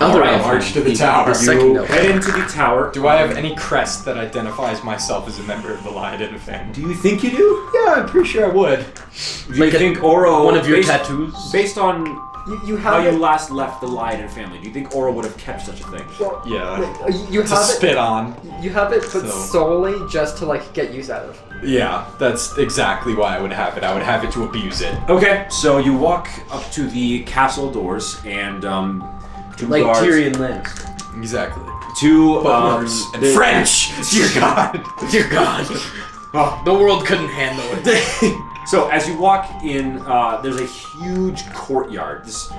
Speaker 5: Other
Speaker 1: right,
Speaker 5: elf
Speaker 3: march to
Speaker 5: man,
Speaker 3: the tower.
Speaker 5: The second
Speaker 1: You
Speaker 5: elf.
Speaker 1: head into the tower.
Speaker 3: Do I have any crest that identifies myself as a member of the Lyden family?
Speaker 1: Do you think you do?
Speaker 3: Yeah, I'm pretty sure I would.
Speaker 1: Do you
Speaker 5: Like a-
Speaker 1: think Oro?
Speaker 5: One of your
Speaker 1: based,
Speaker 5: tattoos.
Speaker 1: Based on
Speaker 4: You, you
Speaker 3: Oh,
Speaker 1: how
Speaker 4: have
Speaker 1: you
Speaker 4: it.
Speaker 1: last left the Lion family, do you think Oro would have kept such a thing?
Speaker 4: well,
Speaker 3: Yeah.
Speaker 4: wait, you- you
Speaker 3: To
Speaker 4: have it.
Speaker 3: spit on.
Speaker 4: You have it, but
Speaker 3: So-
Speaker 4: solely just to like get use out of.
Speaker 3: Yeah, that's exactly why I would have it. I would have it to abuse it.
Speaker 1: Okay, so you walk up to the castle doors, and um, two
Speaker 5: like
Speaker 1: guards,
Speaker 5: Tyrion Lance.
Speaker 3: Exactly.
Speaker 1: two
Speaker 3: But
Speaker 1: um,
Speaker 3: worse. And
Speaker 1: they-
Speaker 3: French! Dear God!
Speaker 5: Dear God, Oh, the world couldn't handle it.
Speaker 1: So as you walk in, uh, there's a huge courtyard. This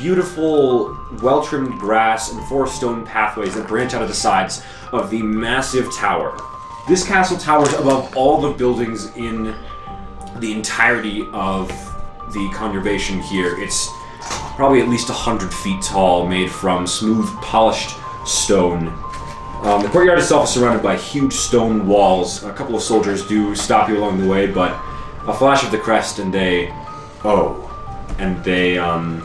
Speaker 1: beautiful, well-trimmed grass and four stone pathways that branch out of the sides of the massive tower. This castle towers above all the buildings in the entirety of the conurbation here. It's probably at least hundred feet tall, made from smooth, polished stone. Um, the courtyard itself is surrounded by huge stone walls. A couple of soldiers do stop you along the way, but a flash of the crest and they, oh, and they um,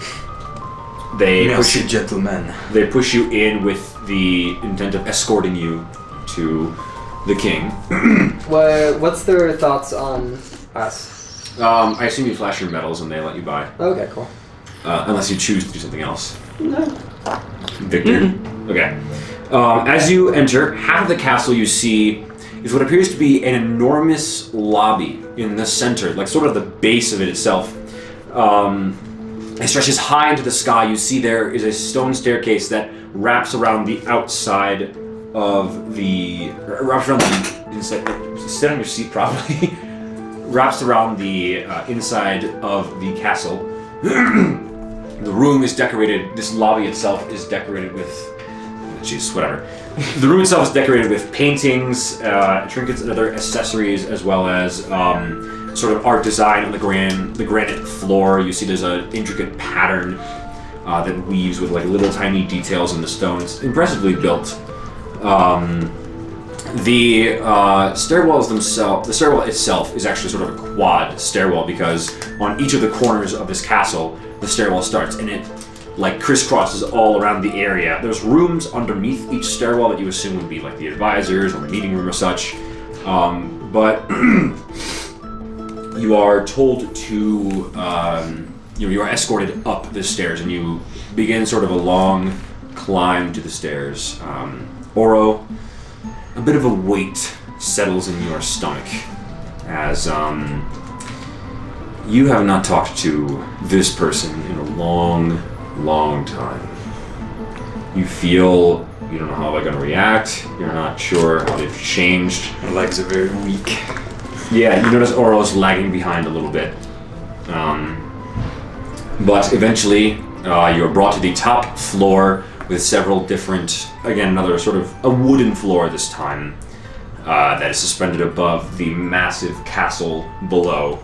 Speaker 1: They push
Speaker 7: Merci,
Speaker 1: you,
Speaker 7: gentlemen.
Speaker 1: they push you in with the intent of escorting you to the king.
Speaker 4: What, what's their thoughts on us?
Speaker 1: Um, I assume you flash your medals and they let you by,
Speaker 4: Okay, cool.
Speaker 1: uh, unless you choose to do something else.
Speaker 4: No.
Speaker 1: Victor. Okay. Um, as you enter, half of the castle you see is what appears to be an enormous lobby in the center, like sort of the base of it itself. Um, it stretches high into the sky. You see there is a stone staircase that wraps around the outside of the wraps around the inside. uh, Sit on your seat properly. wraps around the uh, inside of the castle. The room is decorated. This lobby itself is decorated with, jeez, whatever. The room itself is decorated with paintings, uh, trinkets, and other accessories, as well as um, sort of art design on the grand, the granite floor. You see, there's an intricate pattern uh, that weaves with like little tiny details in the stone. It's impressively built. Um, the uh, stairwells themselves, the stairwell itself is actually sort of a quad stairwell because on each of the corners of this castle, the stairwell starts and it like crisscrosses all around the area. There's rooms underneath each stairwell that you assume would be like the advisors or the meeting room or such. Um, but you are told to, um, you know, you are escorted up the stairs and you begin sort of a long climb to the stairs. Um, Oro, a bit of a weight settles in your stomach as um, you have not talked to this person in a long, long time. You feel you don't know how they're going to react. You're not sure how they've changed.
Speaker 7: My legs are very weak.
Speaker 1: Yeah, you notice Oro's lagging behind a little bit. Um, but eventually, uh, you're brought to the top floor with several different, again, another sort of a wooden floor this time uh, that is suspended above the massive castle below.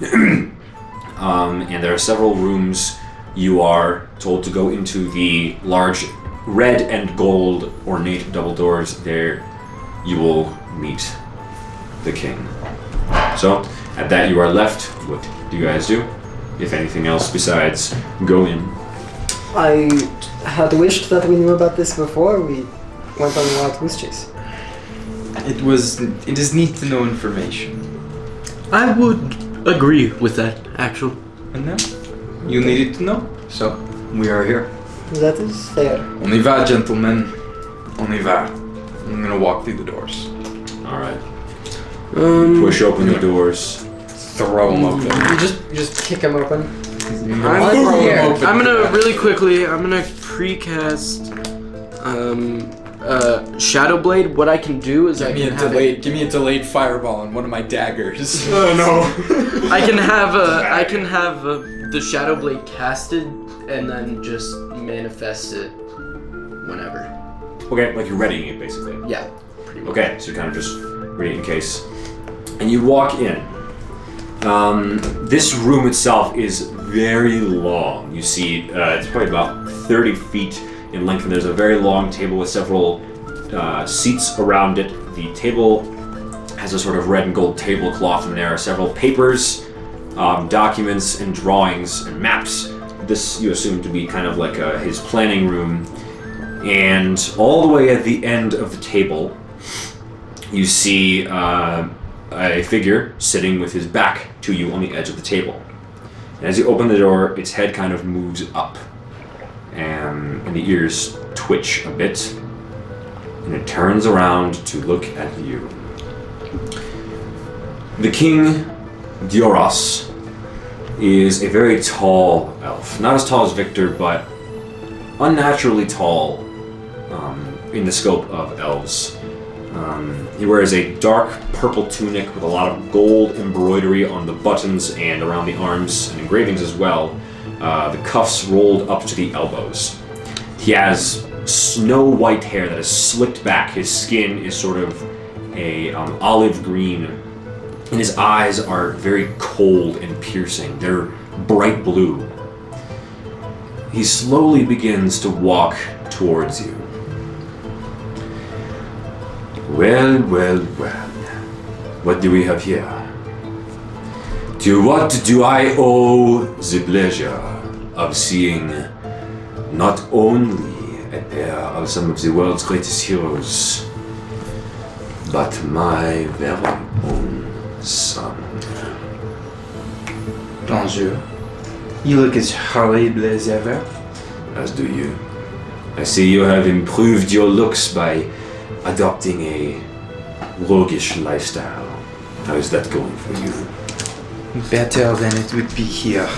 Speaker 1: um, and there are several rooms you are told to go into the large red and gold ornate double doors. There you will meet the king. So, at that, you are left. What do you guys do? If anything else besides go in.
Speaker 4: I had wished that we knew about this before we went on the wild goose chase.
Speaker 7: It was. It is neat to know information.
Speaker 5: I would agree with that, actually.
Speaker 7: And now, you needed to know, so we are here.
Speaker 4: That is fair.
Speaker 7: On y va, gentlemen. On y va. I'm gonna walk through the doors.
Speaker 1: Alright.
Speaker 5: Um,
Speaker 1: Push open the doors.
Speaker 7: Throw them open.
Speaker 4: You just you just kick him open.
Speaker 5: I'm,
Speaker 7: Throw 'em open.
Speaker 5: I'm gonna really quickly. I'm gonna precast um, uh, Shadow Blade. What I can do is I
Speaker 3: Give me
Speaker 5: can
Speaker 3: a
Speaker 5: have
Speaker 3: delayed. Give me a delayed fireball on one of my daggers.
Speaker 5: It, I can have uh, I can have uh, the Shadow Blade casted and then just manifest it whenever.
Speaker 1: Okay, like you're readying it basically.
Speaker 5: Yeah.
Speaker 1: Okay, so you're kind of just ready in case. And you walk in. Um, this room itself is very long. You see, uh, it's probably about 30 feet in length, and there's a very long table with several uh, seats around it. The table has a sort of red and gold tablecloth, and there are several papers, um, documents, and drawings and maps. This you assume to be kind of like uh his planning room. And all the way at the end of the table, you see uh, a figure sitting with his back to you on the edge of the table. And as you open the door, its head kind of moves up, and, and the ears twitch a bit, and it turns around to look at you. The king, Dioros, is a very tall elf. Not as tall as Victor, but unnaturally tall um, in the scope of elves. Um, he wears a dark purple tunic with a lot of gold embroidery on the buttons and around the arms and engravings as well. Uh, the cuffs rolled up to the elbows. He has snow white hair that is slicked back. His skin is sort of a um, olive green, and his eyes are very cold and piercing. They're bright blue. He slowly begins to walk towards you. Well, well, well. What do we have here? To what do I owe the pleasure of seeing not only a pair of some of the world's greatest heroes, but my very own son.
Speaker 7: Bonjour. You look as horrible as ever.
Speaker 1: As do you. I see you have improved your looks by adopting a roguish lifestyle. How is that going for you?
Speaker 7: Better than it would be here.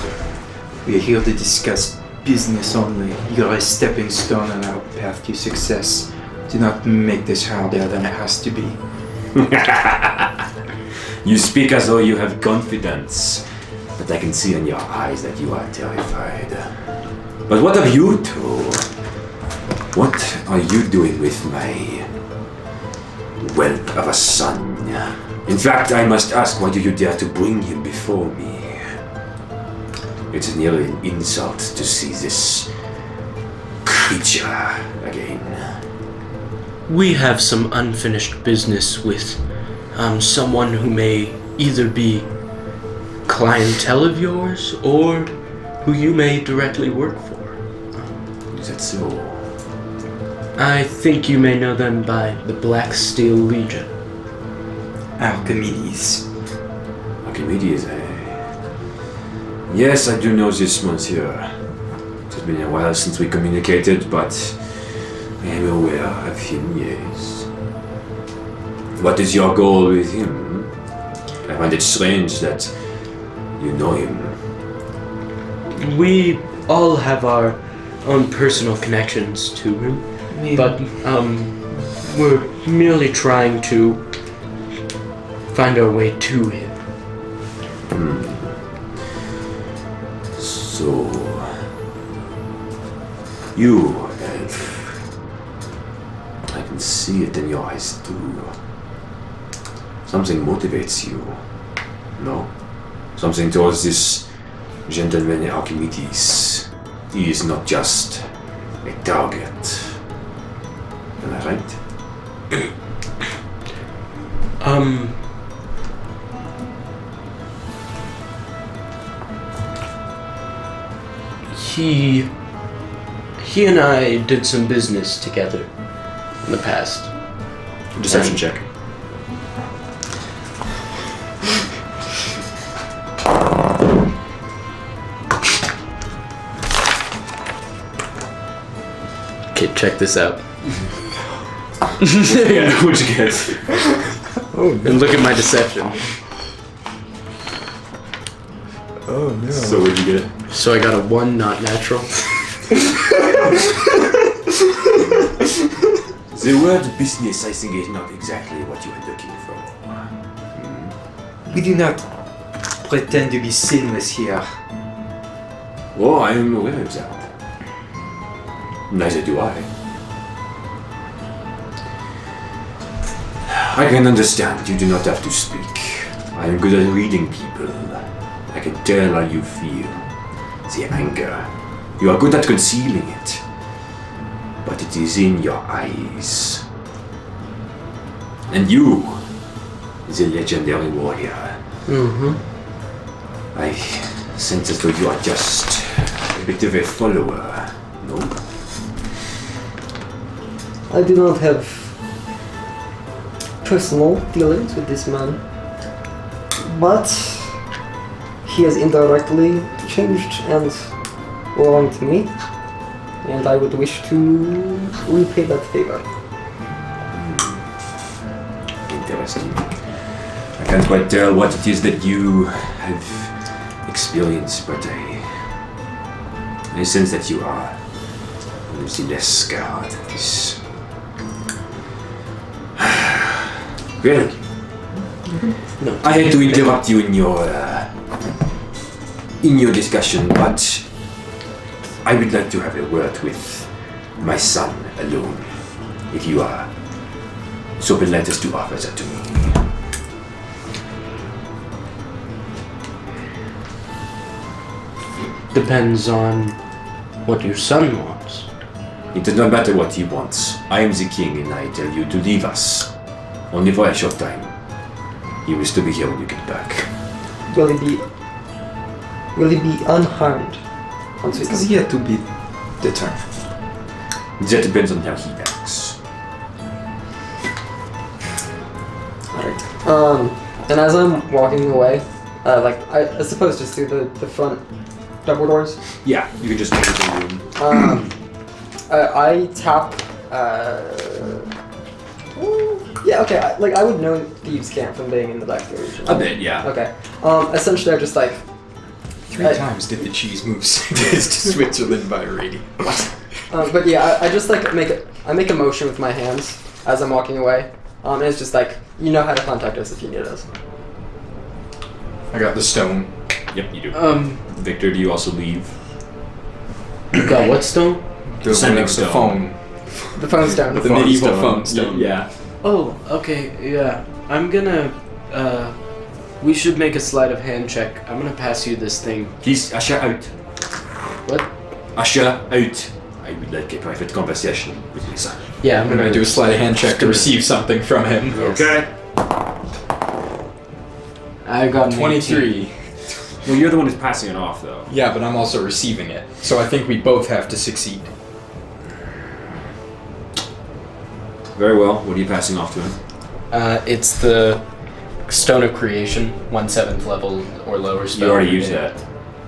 Speaker 7: We're here to discuss business only. You're a stepping stone on our path to success. Do not make this harder than it has to be.
Speaker 1: You speak as though you have confidence, but I can see in your eyes that you are terrified. But what of you two? What are you doing with my whelp of a son? In fact, I must ask why do you dare to bring him before me? It's nearly an insult to see this creature again.
Speaker 5: We have some unfinished business with um, someone who may either be clientele of yours or who you may directly work for.
Speaker 1: Is that so?
Speaker 5: I think you may know them by the Black Steel Legion.
Speaker 7: Archimedes.
Speaker 1: Archimedes, eh? Yes, I do know this, monsieur. It has been a while since we communicated, but I am aware of him, yes. What is your goal with him? I find it strange that you know him.
Speaker 5: We all have our own personal connections to him, but um, we're merely trying to find our way to him.
Speaker 1: So, you, elf. I can see it in your eyes too. Something motivates you. No? Something towards this gentleman Archimedes. He is not just a target. Am I right?
Speaker 5: Um. He. He and I did some business together in the past.
Speaker 1: Deception check.
Speaker 10: Okay, check this out.
Speaker 1: What'd you get?
Speaker 10: And look at my deception.
Speaker 9: Oh no.
Speaker 1: So what'd you get?
Speaker 10: So I got a one not natural.
Speaker 1: The word business, I think, is not exactly what you were looking for. Hmm.
Speaker 7: We do not pretend to be sinless here.
Speaker 1: Oh, I am aware of that. Neither do I. I can understand. You do not have to speak. I am good at reading people. I can tell how you feel. The anger. You are good at concealing it. But it is in your eyes. And you, the legendary warrior, I sense as though you are just a bit of a follower. No?
Speaker 4: I do not have personal dealings with this man, but he has indirectly changed and wronged me, and I would wish to repay that favor.
Speaker 1: Interesting. I can't quite tell what it is that you have experienced, but I, I sense that you are one of the less scarred. of This. Really?
Speaker 5: No.
Speaker 1: I had to interrupt you in your uh, in your discussion, but I would like to have a word with my son alone, if you are so relentless to offer that to me.
Speaker 5: Depends on what your son wants.
Speaker 1: It does not matter what he wants. I am the king, and I tell you to leave us. Only for a short time. He will still be here when you get back.
Speaker 4: Will he be will he be unharmed once we
Speaker 7: It's
Speaker 4: come?
Speaker 7: easier to be the turn.
Speaker 1: That depends on how he acts.
Speaker 4: Alright. Um, and as I'm walking away, uh, like, I, I suppose just through the, the front double doors,
Speaker 1: Yeah, you can just enter the room.
Speaker 4: um, uh, I tap. Uh, ooh, yeah, okay. I, like, I would know Thieves' Camp from being in the back door. usually.
Speaker 1: A bit, yeah.
Speaker 4: Okay. Um, essentially, I just like.
Speaker 7: Three
Speaker 4: I-
Speaker 7: times did the cheese move sideways to Switzerland by Rady.
Speaker 4: Um, but yeah, I, I just like make a, I make a motion with my hands as I'm walking away. Um, and it's just like you know how to contact us if you need us.
Speaker 7: I got the stone.
Speaker 1: Yep, you do.
Speaker 5: Um,
Speaker 1: Victor, do you also leave?
Speaker 5: you got what stone?
Speaker 7: The,
Speaker 1: Sending
Speaker 7: the
Speaker 1: stone.
Speaker 7: phone.
Speaker 4: The phone's down.
Speaker 7: The medieval
Speaker 1: stone.
Speaker 7: phone stone.
Speaker 1: Yeah.
Speaker 5: Oh, okay, yeah. I'm gonna. Uh, we should make a sleight of hand check. I'm gonna pass you this thing.
Speaker 1: Please, Asher out.
Speaker 5: What?
Speaker 1: Asher out. I would like a private conversation with my son.
Speaker 5: Yeah, I'm
Speaker 7: I'm gonna do a sleight of hand check to receive something from him.
Speaker 1: Okay.
Speaker 6: I got an 18.
Speaker 7: Twenty-three.
Speaker 1: Well, you're the one who's passing it off, though.
Speaker 7: Yeah, but I'm also receiving it, so I think we both have to succeed.
Speaker 1: Very well. What are you passing off to him?
Speaker 5: Uh, it's the Stone of Creation, one seventh level or lower
Speaker 1: You
Speaker 5: spell.
Speaker 1: already used that.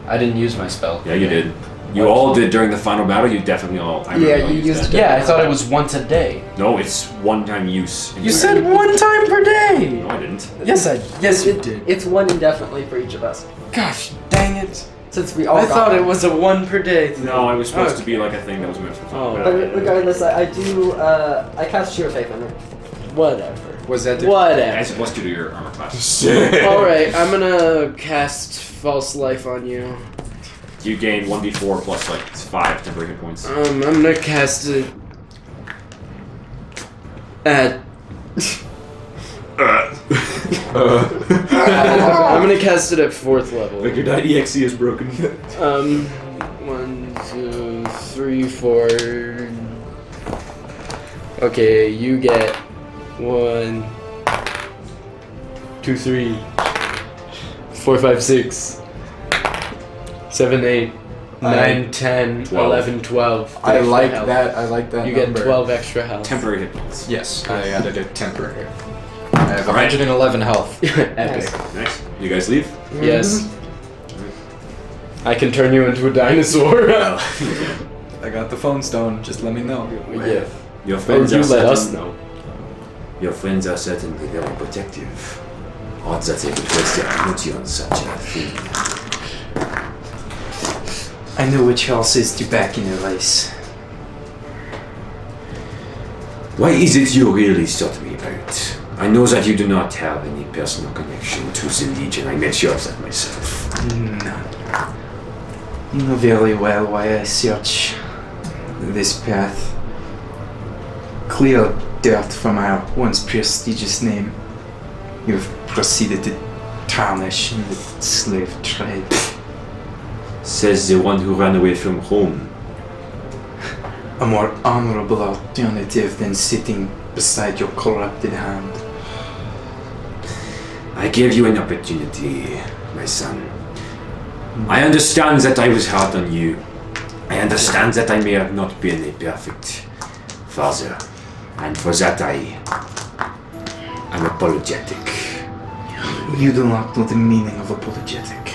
Speaker 5: I didn't use my spell.
Speaker 1: Yeah, you did. You all did during the final battle. You definitely all. I
Speaker 4: Yeah,
Speaker 1: remember all
Speaker 4: you
Speaker 1: used
Speaker 4: used
Speaker 1: that.
Speaker 4: it.
Speaker 5: Yeah, I thought it was once a day.
Speaker 1: No, it's one-time use.
Speaker 5: You said one time per day.
Speaker 1: No, I didn't.
Speaker 6: Yes, I. Yes, you did.
Speaker 4: It's one indefinitely for each of us
Speaker 6: Gosh, dang it!
Speaker 4: since
Speaker 7: Oh,
Speaker 4: we all.
Speaker 5: I
Speaker 4: got
Speaker 5: thought it
Speaker 4: one.
Speaker 5: was a one per day. thing.
Speaker 1: No, it was supposed to
Speaker 5: Okay.
Speaker 1: be like a thing that was meant for.
Speaker 5: Oh.
Speaker 1: but-
Speaker 4: But regardless, I, I do. Uh, I cast sheer faith on her.
Speaker 5: Whatever.
Speaker 7: Was that the
Speaker 5: Whatever.
Speaker 1: As it was to your armor class,
Speaker 5: All right, I'm gonna cast false life on you.
Speaker 1: you gain one d4 plus like five temporary hit points.
Speaker 5: Um, I'm gonna cast it at. Uh. I'm gonna cast it at fourth level.
Speaker 1: Victor died. exe is broken.
Speaker 5: Um, one, two, three, four. Okay, you get one, two, three, four, five, six, seven, eight, nine, ten,
Speaker 1: Twelve.
Speaker 5: eleven, twelve.
Speaker 3: I like
Speaker 5: Health.
Speaker 3: that. I like that.
Speaker 5: You get
Speaker 3: number.
Speaker 5: 12 extra health.
Speaker 1: temporary hit points.
Speaker 7: Yes, I added a temporary. I have 111 health.
Speaker 5: Epic.
Speaker 1: Nice. You guys leave.
Speaker 5: Yes. I can turn you into a dinosaur. yeah.
Speaker 7: I got the phone stone. Just let me know.
Speaker 1: Your friends
Speaker 5: you
Speaker 1: are
Speaker 5: let
Speaker 1: certain-
Speaker 5: us know.
Speaker 1: Your friends are certainly very protective. Odds that they would waste their energy on such a thing.
Speaker 7: I know which horse is the back in the race.
Speaker 1: Why is it you really sought me out? I know that you do not have any personal connection to the Legion. I made sure of that myself.
Speaker 7: Mm. You know very well why I search this path. Clear dirt from our once prestigious name. You've proceeded to tarnish in the slave trade.
Speaker 1: Says the one who ran away from home.
Speaker 7: A more honorable alternative than sitting beside your corrupted hand.
Speaker 1: I gave you an opportunity, my son. I understand that I was hard on you. I understand that I may have not been a perfect father. And for that I am apologetic.
Speaker 7: You do not know the meaning of apologetic.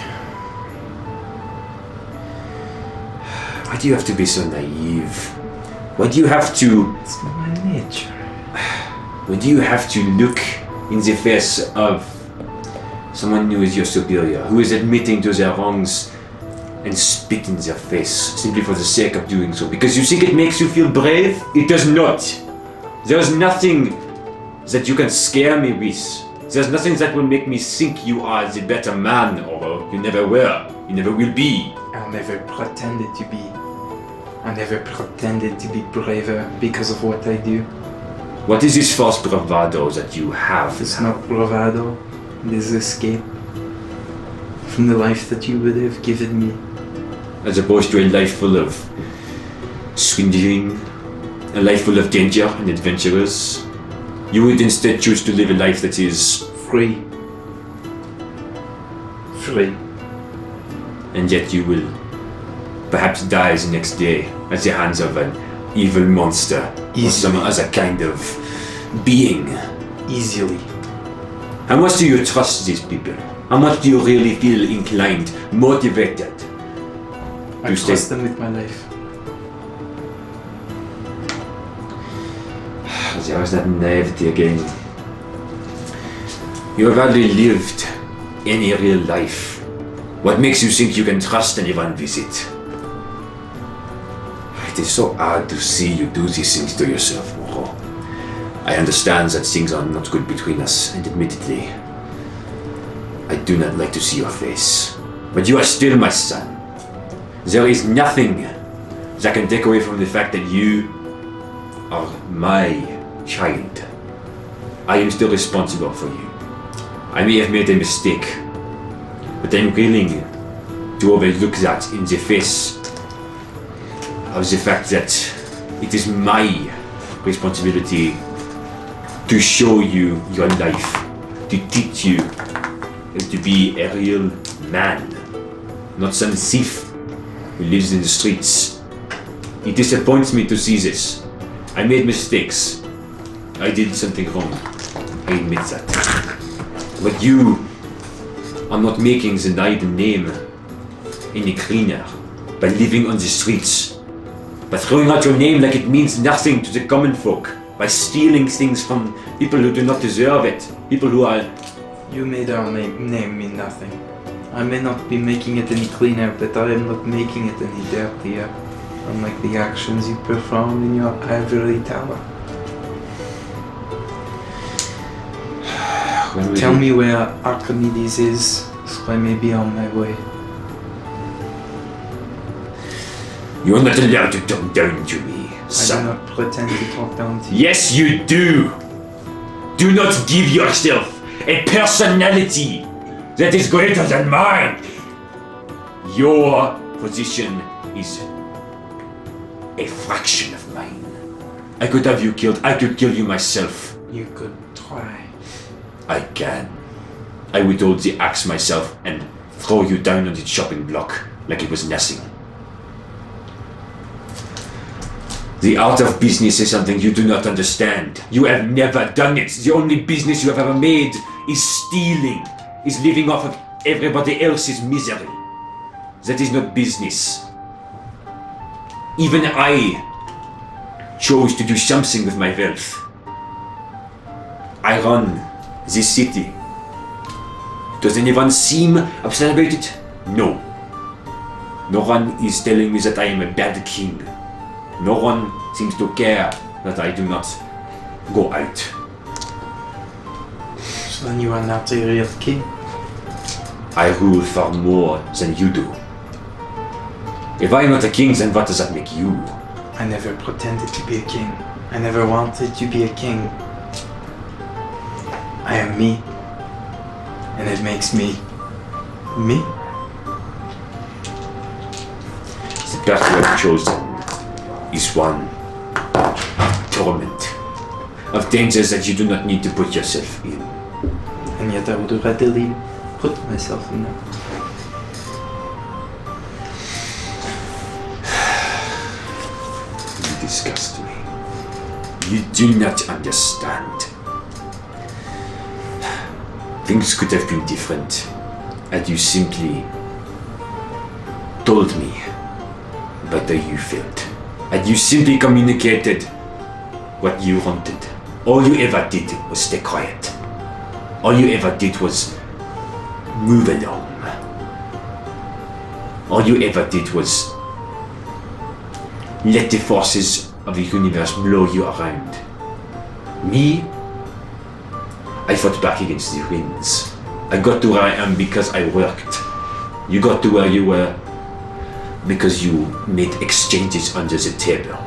Speaker 1: Why do you have to be so naive? Why do you have to
Speaker 7: It's my nature.
Speaker 1: why do you have to look in the face of someone who is your superior, who is admitting to their wrongs and spit in their face simply for the sake of doing so? Because you think it makes you feel brave? It does not. There's nothing that you can scare me with. There's nothing that will make me think you are the better man, or you never were. You never will be.
Speaker 7: I never pretended to be. I never pretended to be braver because of what I do.
Speaker 1: What is this false bravado that you have?
Speaker 7: It's not bravado, it is escape from the life that you would have given me.
Speaker 1: as opposed to a life full of swindling, a life full of danger and adventurers. You would instead choose to live a life that is,
Speaker 7: Free. Free.
Speaker 1: and yet you will perhaps dies next day at the hands of an evil monster or some other kind of being. Easily. How much do you trust these people? How much do you really feel inclined, motivated?
Speaker 3: I
Speaker 1: to
Speaker 3: trust them with my life.
Speaker 1: There was that naivety again. You have hardly lived any real life. What makes you think you can trust anyone with it? It is so hard to see you do these things to yourself, Moro. I understand that things are not good between us, and admittedly, I do not like to see your face. But you are still my son. There is nothing that can take away from the fact that you are my child. I am still responsible for you. I may have made a mistake, but I'm willing to overlook that in the face of the fact that it is my responsibility to show you your life, to teach you, and to be a real man, not some thief who lives in the streets. It disappoints me to see this. I made mistakes. I did something wrong. I admit that. But you are not making the night name any cleaner by living on the streets, by throwing out your name like it means nothing to the common folk, by stealing things from people who do not deserve it, people who are
Speaker 3: You made our ma- name mean nothing. I may not be making it any cleaner, but I am not making it any dirtier. Unlike the actions you performed in your ivory tower.
Speaker 1: When we-
Speaker 3: Tell me where Archimedes is, so I may be on my way.
Speaker 1: You are not allowed to talk down to me,
Speaker 3: I do
Speaker 1: son.
Speaker 3: not pretend to talk down to you.
Speaker 1: Yes, you do. Do not give yourself a personality that is greater than mine. Your position is a fraction of mine. I could have you killed. I could kill you myself.
Speaker 3: You could try.
Speaker 1: I can. I would hold the axe myself and throw you down on the chopping block like it was nothing. The art of business is something you do not understand. You have never done it. The only business you have ever made is stealing, is living off of everybody else's misery. That is not business. Even I chose to do something with my wealth. I run this city. Does anyone seem upset about it? No. No one is telling me that I am a bad king. No one seems to care that I do not go out.
Speaker 3: So then you are not a real king.
Speaker 1: I rule far more than you do. If I am not a king, then what does that make you?
Speaker 3: I never pretended to be a king. I never wanted to be a king. I am me. And it makes me me.
Speaker 1: The path you have chosen is one of torment, of dangers that you do not need to put yourself in.
Speaker 3: And yet I would readily put myself in them.
Speaker 1: You disgust me. You do not understand. Things could have been different had you simply told me about how you felt. Had you simply communicated what you wanted. All you ever did was stay quiet. All you ever did was move along. All you ever did was let the forces of the universe blow you around. Me, I fought back against the winds. I got to where I am because I worked. You got to where you were because you made exchanges under the table.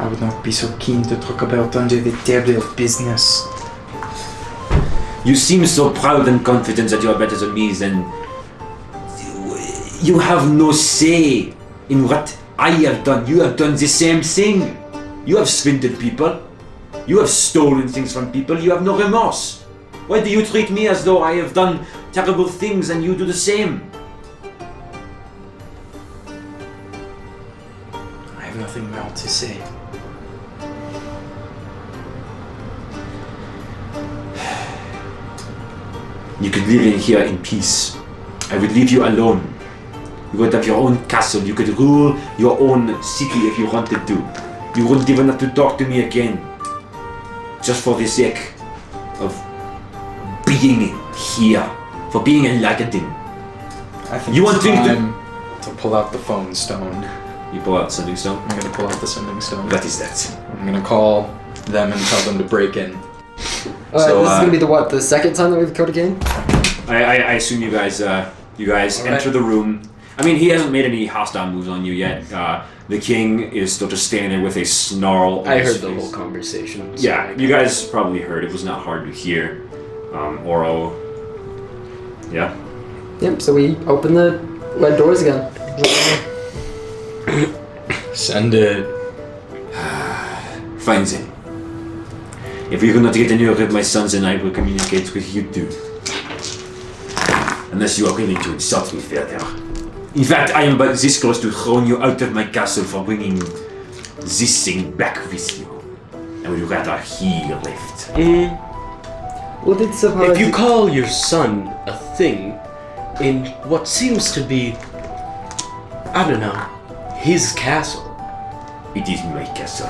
Speaker 3: I would not be so keen to talk about under the table business.
Speaker 1: You seem so proud and confident that you are better than me, then you have no say in what I have done. You have done the same thing. You have swindled people. You have stolen things from people. You have no remorse. Why do you treat me as though I have done terrible things and you do the same?
Speaker 10: what to say.
Speaker 11: You could live in here in peace. I would leave you alone. You would have your own castle. You could rule your own city if you wanted to. You wouldn't even have to talk to me again. Just for the sake of being here. For being a Lagadin.
Speaker 3: I think
Speaker 11: You
Speaker 3: it's
Speaker 11: want things to-
Speaker 3: time to pull out the phone stone.
Speaker 11: You pull out sending stone?
Speaker 3: I'm gonna pull out the sending stone.
Speaker 11: What is that?
Speaker 3: I'm gonna call them and tell them to break in.
Speaker 4: Alright,
Speaker 11: So,
Speaker 4: this is
Speaker 11: uh,
Speaker 4: gonna be the what, the second time that we've killed a game?
Speaker 1: I, I, I assume you guys uh, you guys
Speaker 3: All right.
Speaker 1: enter the room. I mean, he hasn't made any hostile moves on you yet. Uh, the king is still just standing there with a snarl. on
Speaker 5: I
Speaker 1: his
Speaker 5: heard the
Speaker 1: face.
Speaker 5: whole conversation. so
Speaker 1: Yeah,
Speaker 5: I-
Speaker 1: you guys probably heard. It was not hard to hear. Um, Oro. Yeah.
Speaker 4: Yep, so we open the red doors again.
Speaker 3: Send it.
Speaker 11: Fine then. If you cannot get anywhere with my sons and I will communicate with you too. Unless you are willing to insult me further. In fact, I am but this close to throwing you out of my castle for bringing this thing back with you. I would rather he left.
Speaker 5: Mm,
Speaker 4: Well, did surprise
Speaker 5: If you call your son a thing in what seems to be, I don't know, his castle.
Speaker 11: It is my castle.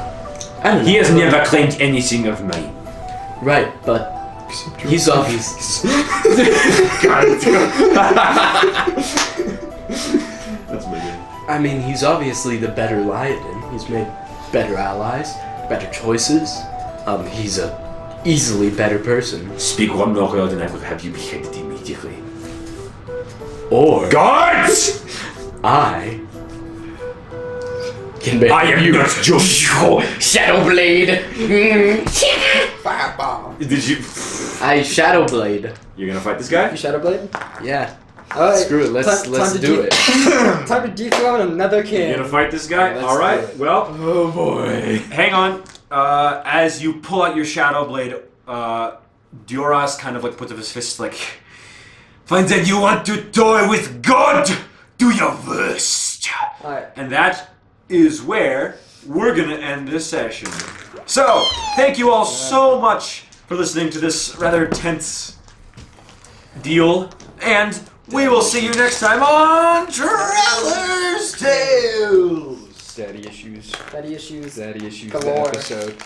Speaker 5: I don't
Speaker 11: He
Speaker 5: know.
Speaker 11: has never claimed anything of mine.
Speaker 5: Right, but he's obvious.
Speaker 1: That's my game.
Speaker 5: I mean, he's obviously the better Lyodin. He's made better allies, better choices. Um, he's a easily better person.
Speaker 11: Speak one more word and I will have you beheaded immediately.
Speaker 5: Or
Speaker 11: Guards!
Speaker 5: I can make
Speaker 11: I am
Speaker 5: you
Speaker 11: not joking.
Speaker 5: Shadowblade.
Speaker 1: Did you?
Speaker 5: I Shadowblade.
Speaker 1: You're gonna fight this guy?
Speaker 4: You Shadow Blade?
Speaker 5: Yeah.
Speaker 4: Alright.
Speaker 5: Screw it. Let's
Speaker 4: time-
Speaker 5: let's
Speaker 4: time to
Speaker 5: do
Speaker 4: de-
Speaker 5: it.
Speaker 4: Time to dethrone another
Speaker 1: You're
Speaker 4: king.
Speaker 1: gonna fight this guy?
Speaker 5: Let's
Speaker 1: All
Speaker 5: do
Speaker 1: right. Well,
Speaker 3: Oh boy.
Speaker 1: hang on. Uh, as you pull out your shadow blade, uh, Dioras kind of like puts up his fist, like, "Find that you want to toy with God. Do your worst."
Speaker 4: Alright.
Speaker 1: And that is where we're gonna end this session. So, thank you all so much for listening to this rather tense deal, and we will see you next time on Traveler's Tales.
Speaker 3: Daddy issues.
Speaker 4: Daddy issues.
Speaker 3: Daddy issues.
Speaker 4: Galore.
Speaker 3: The episode.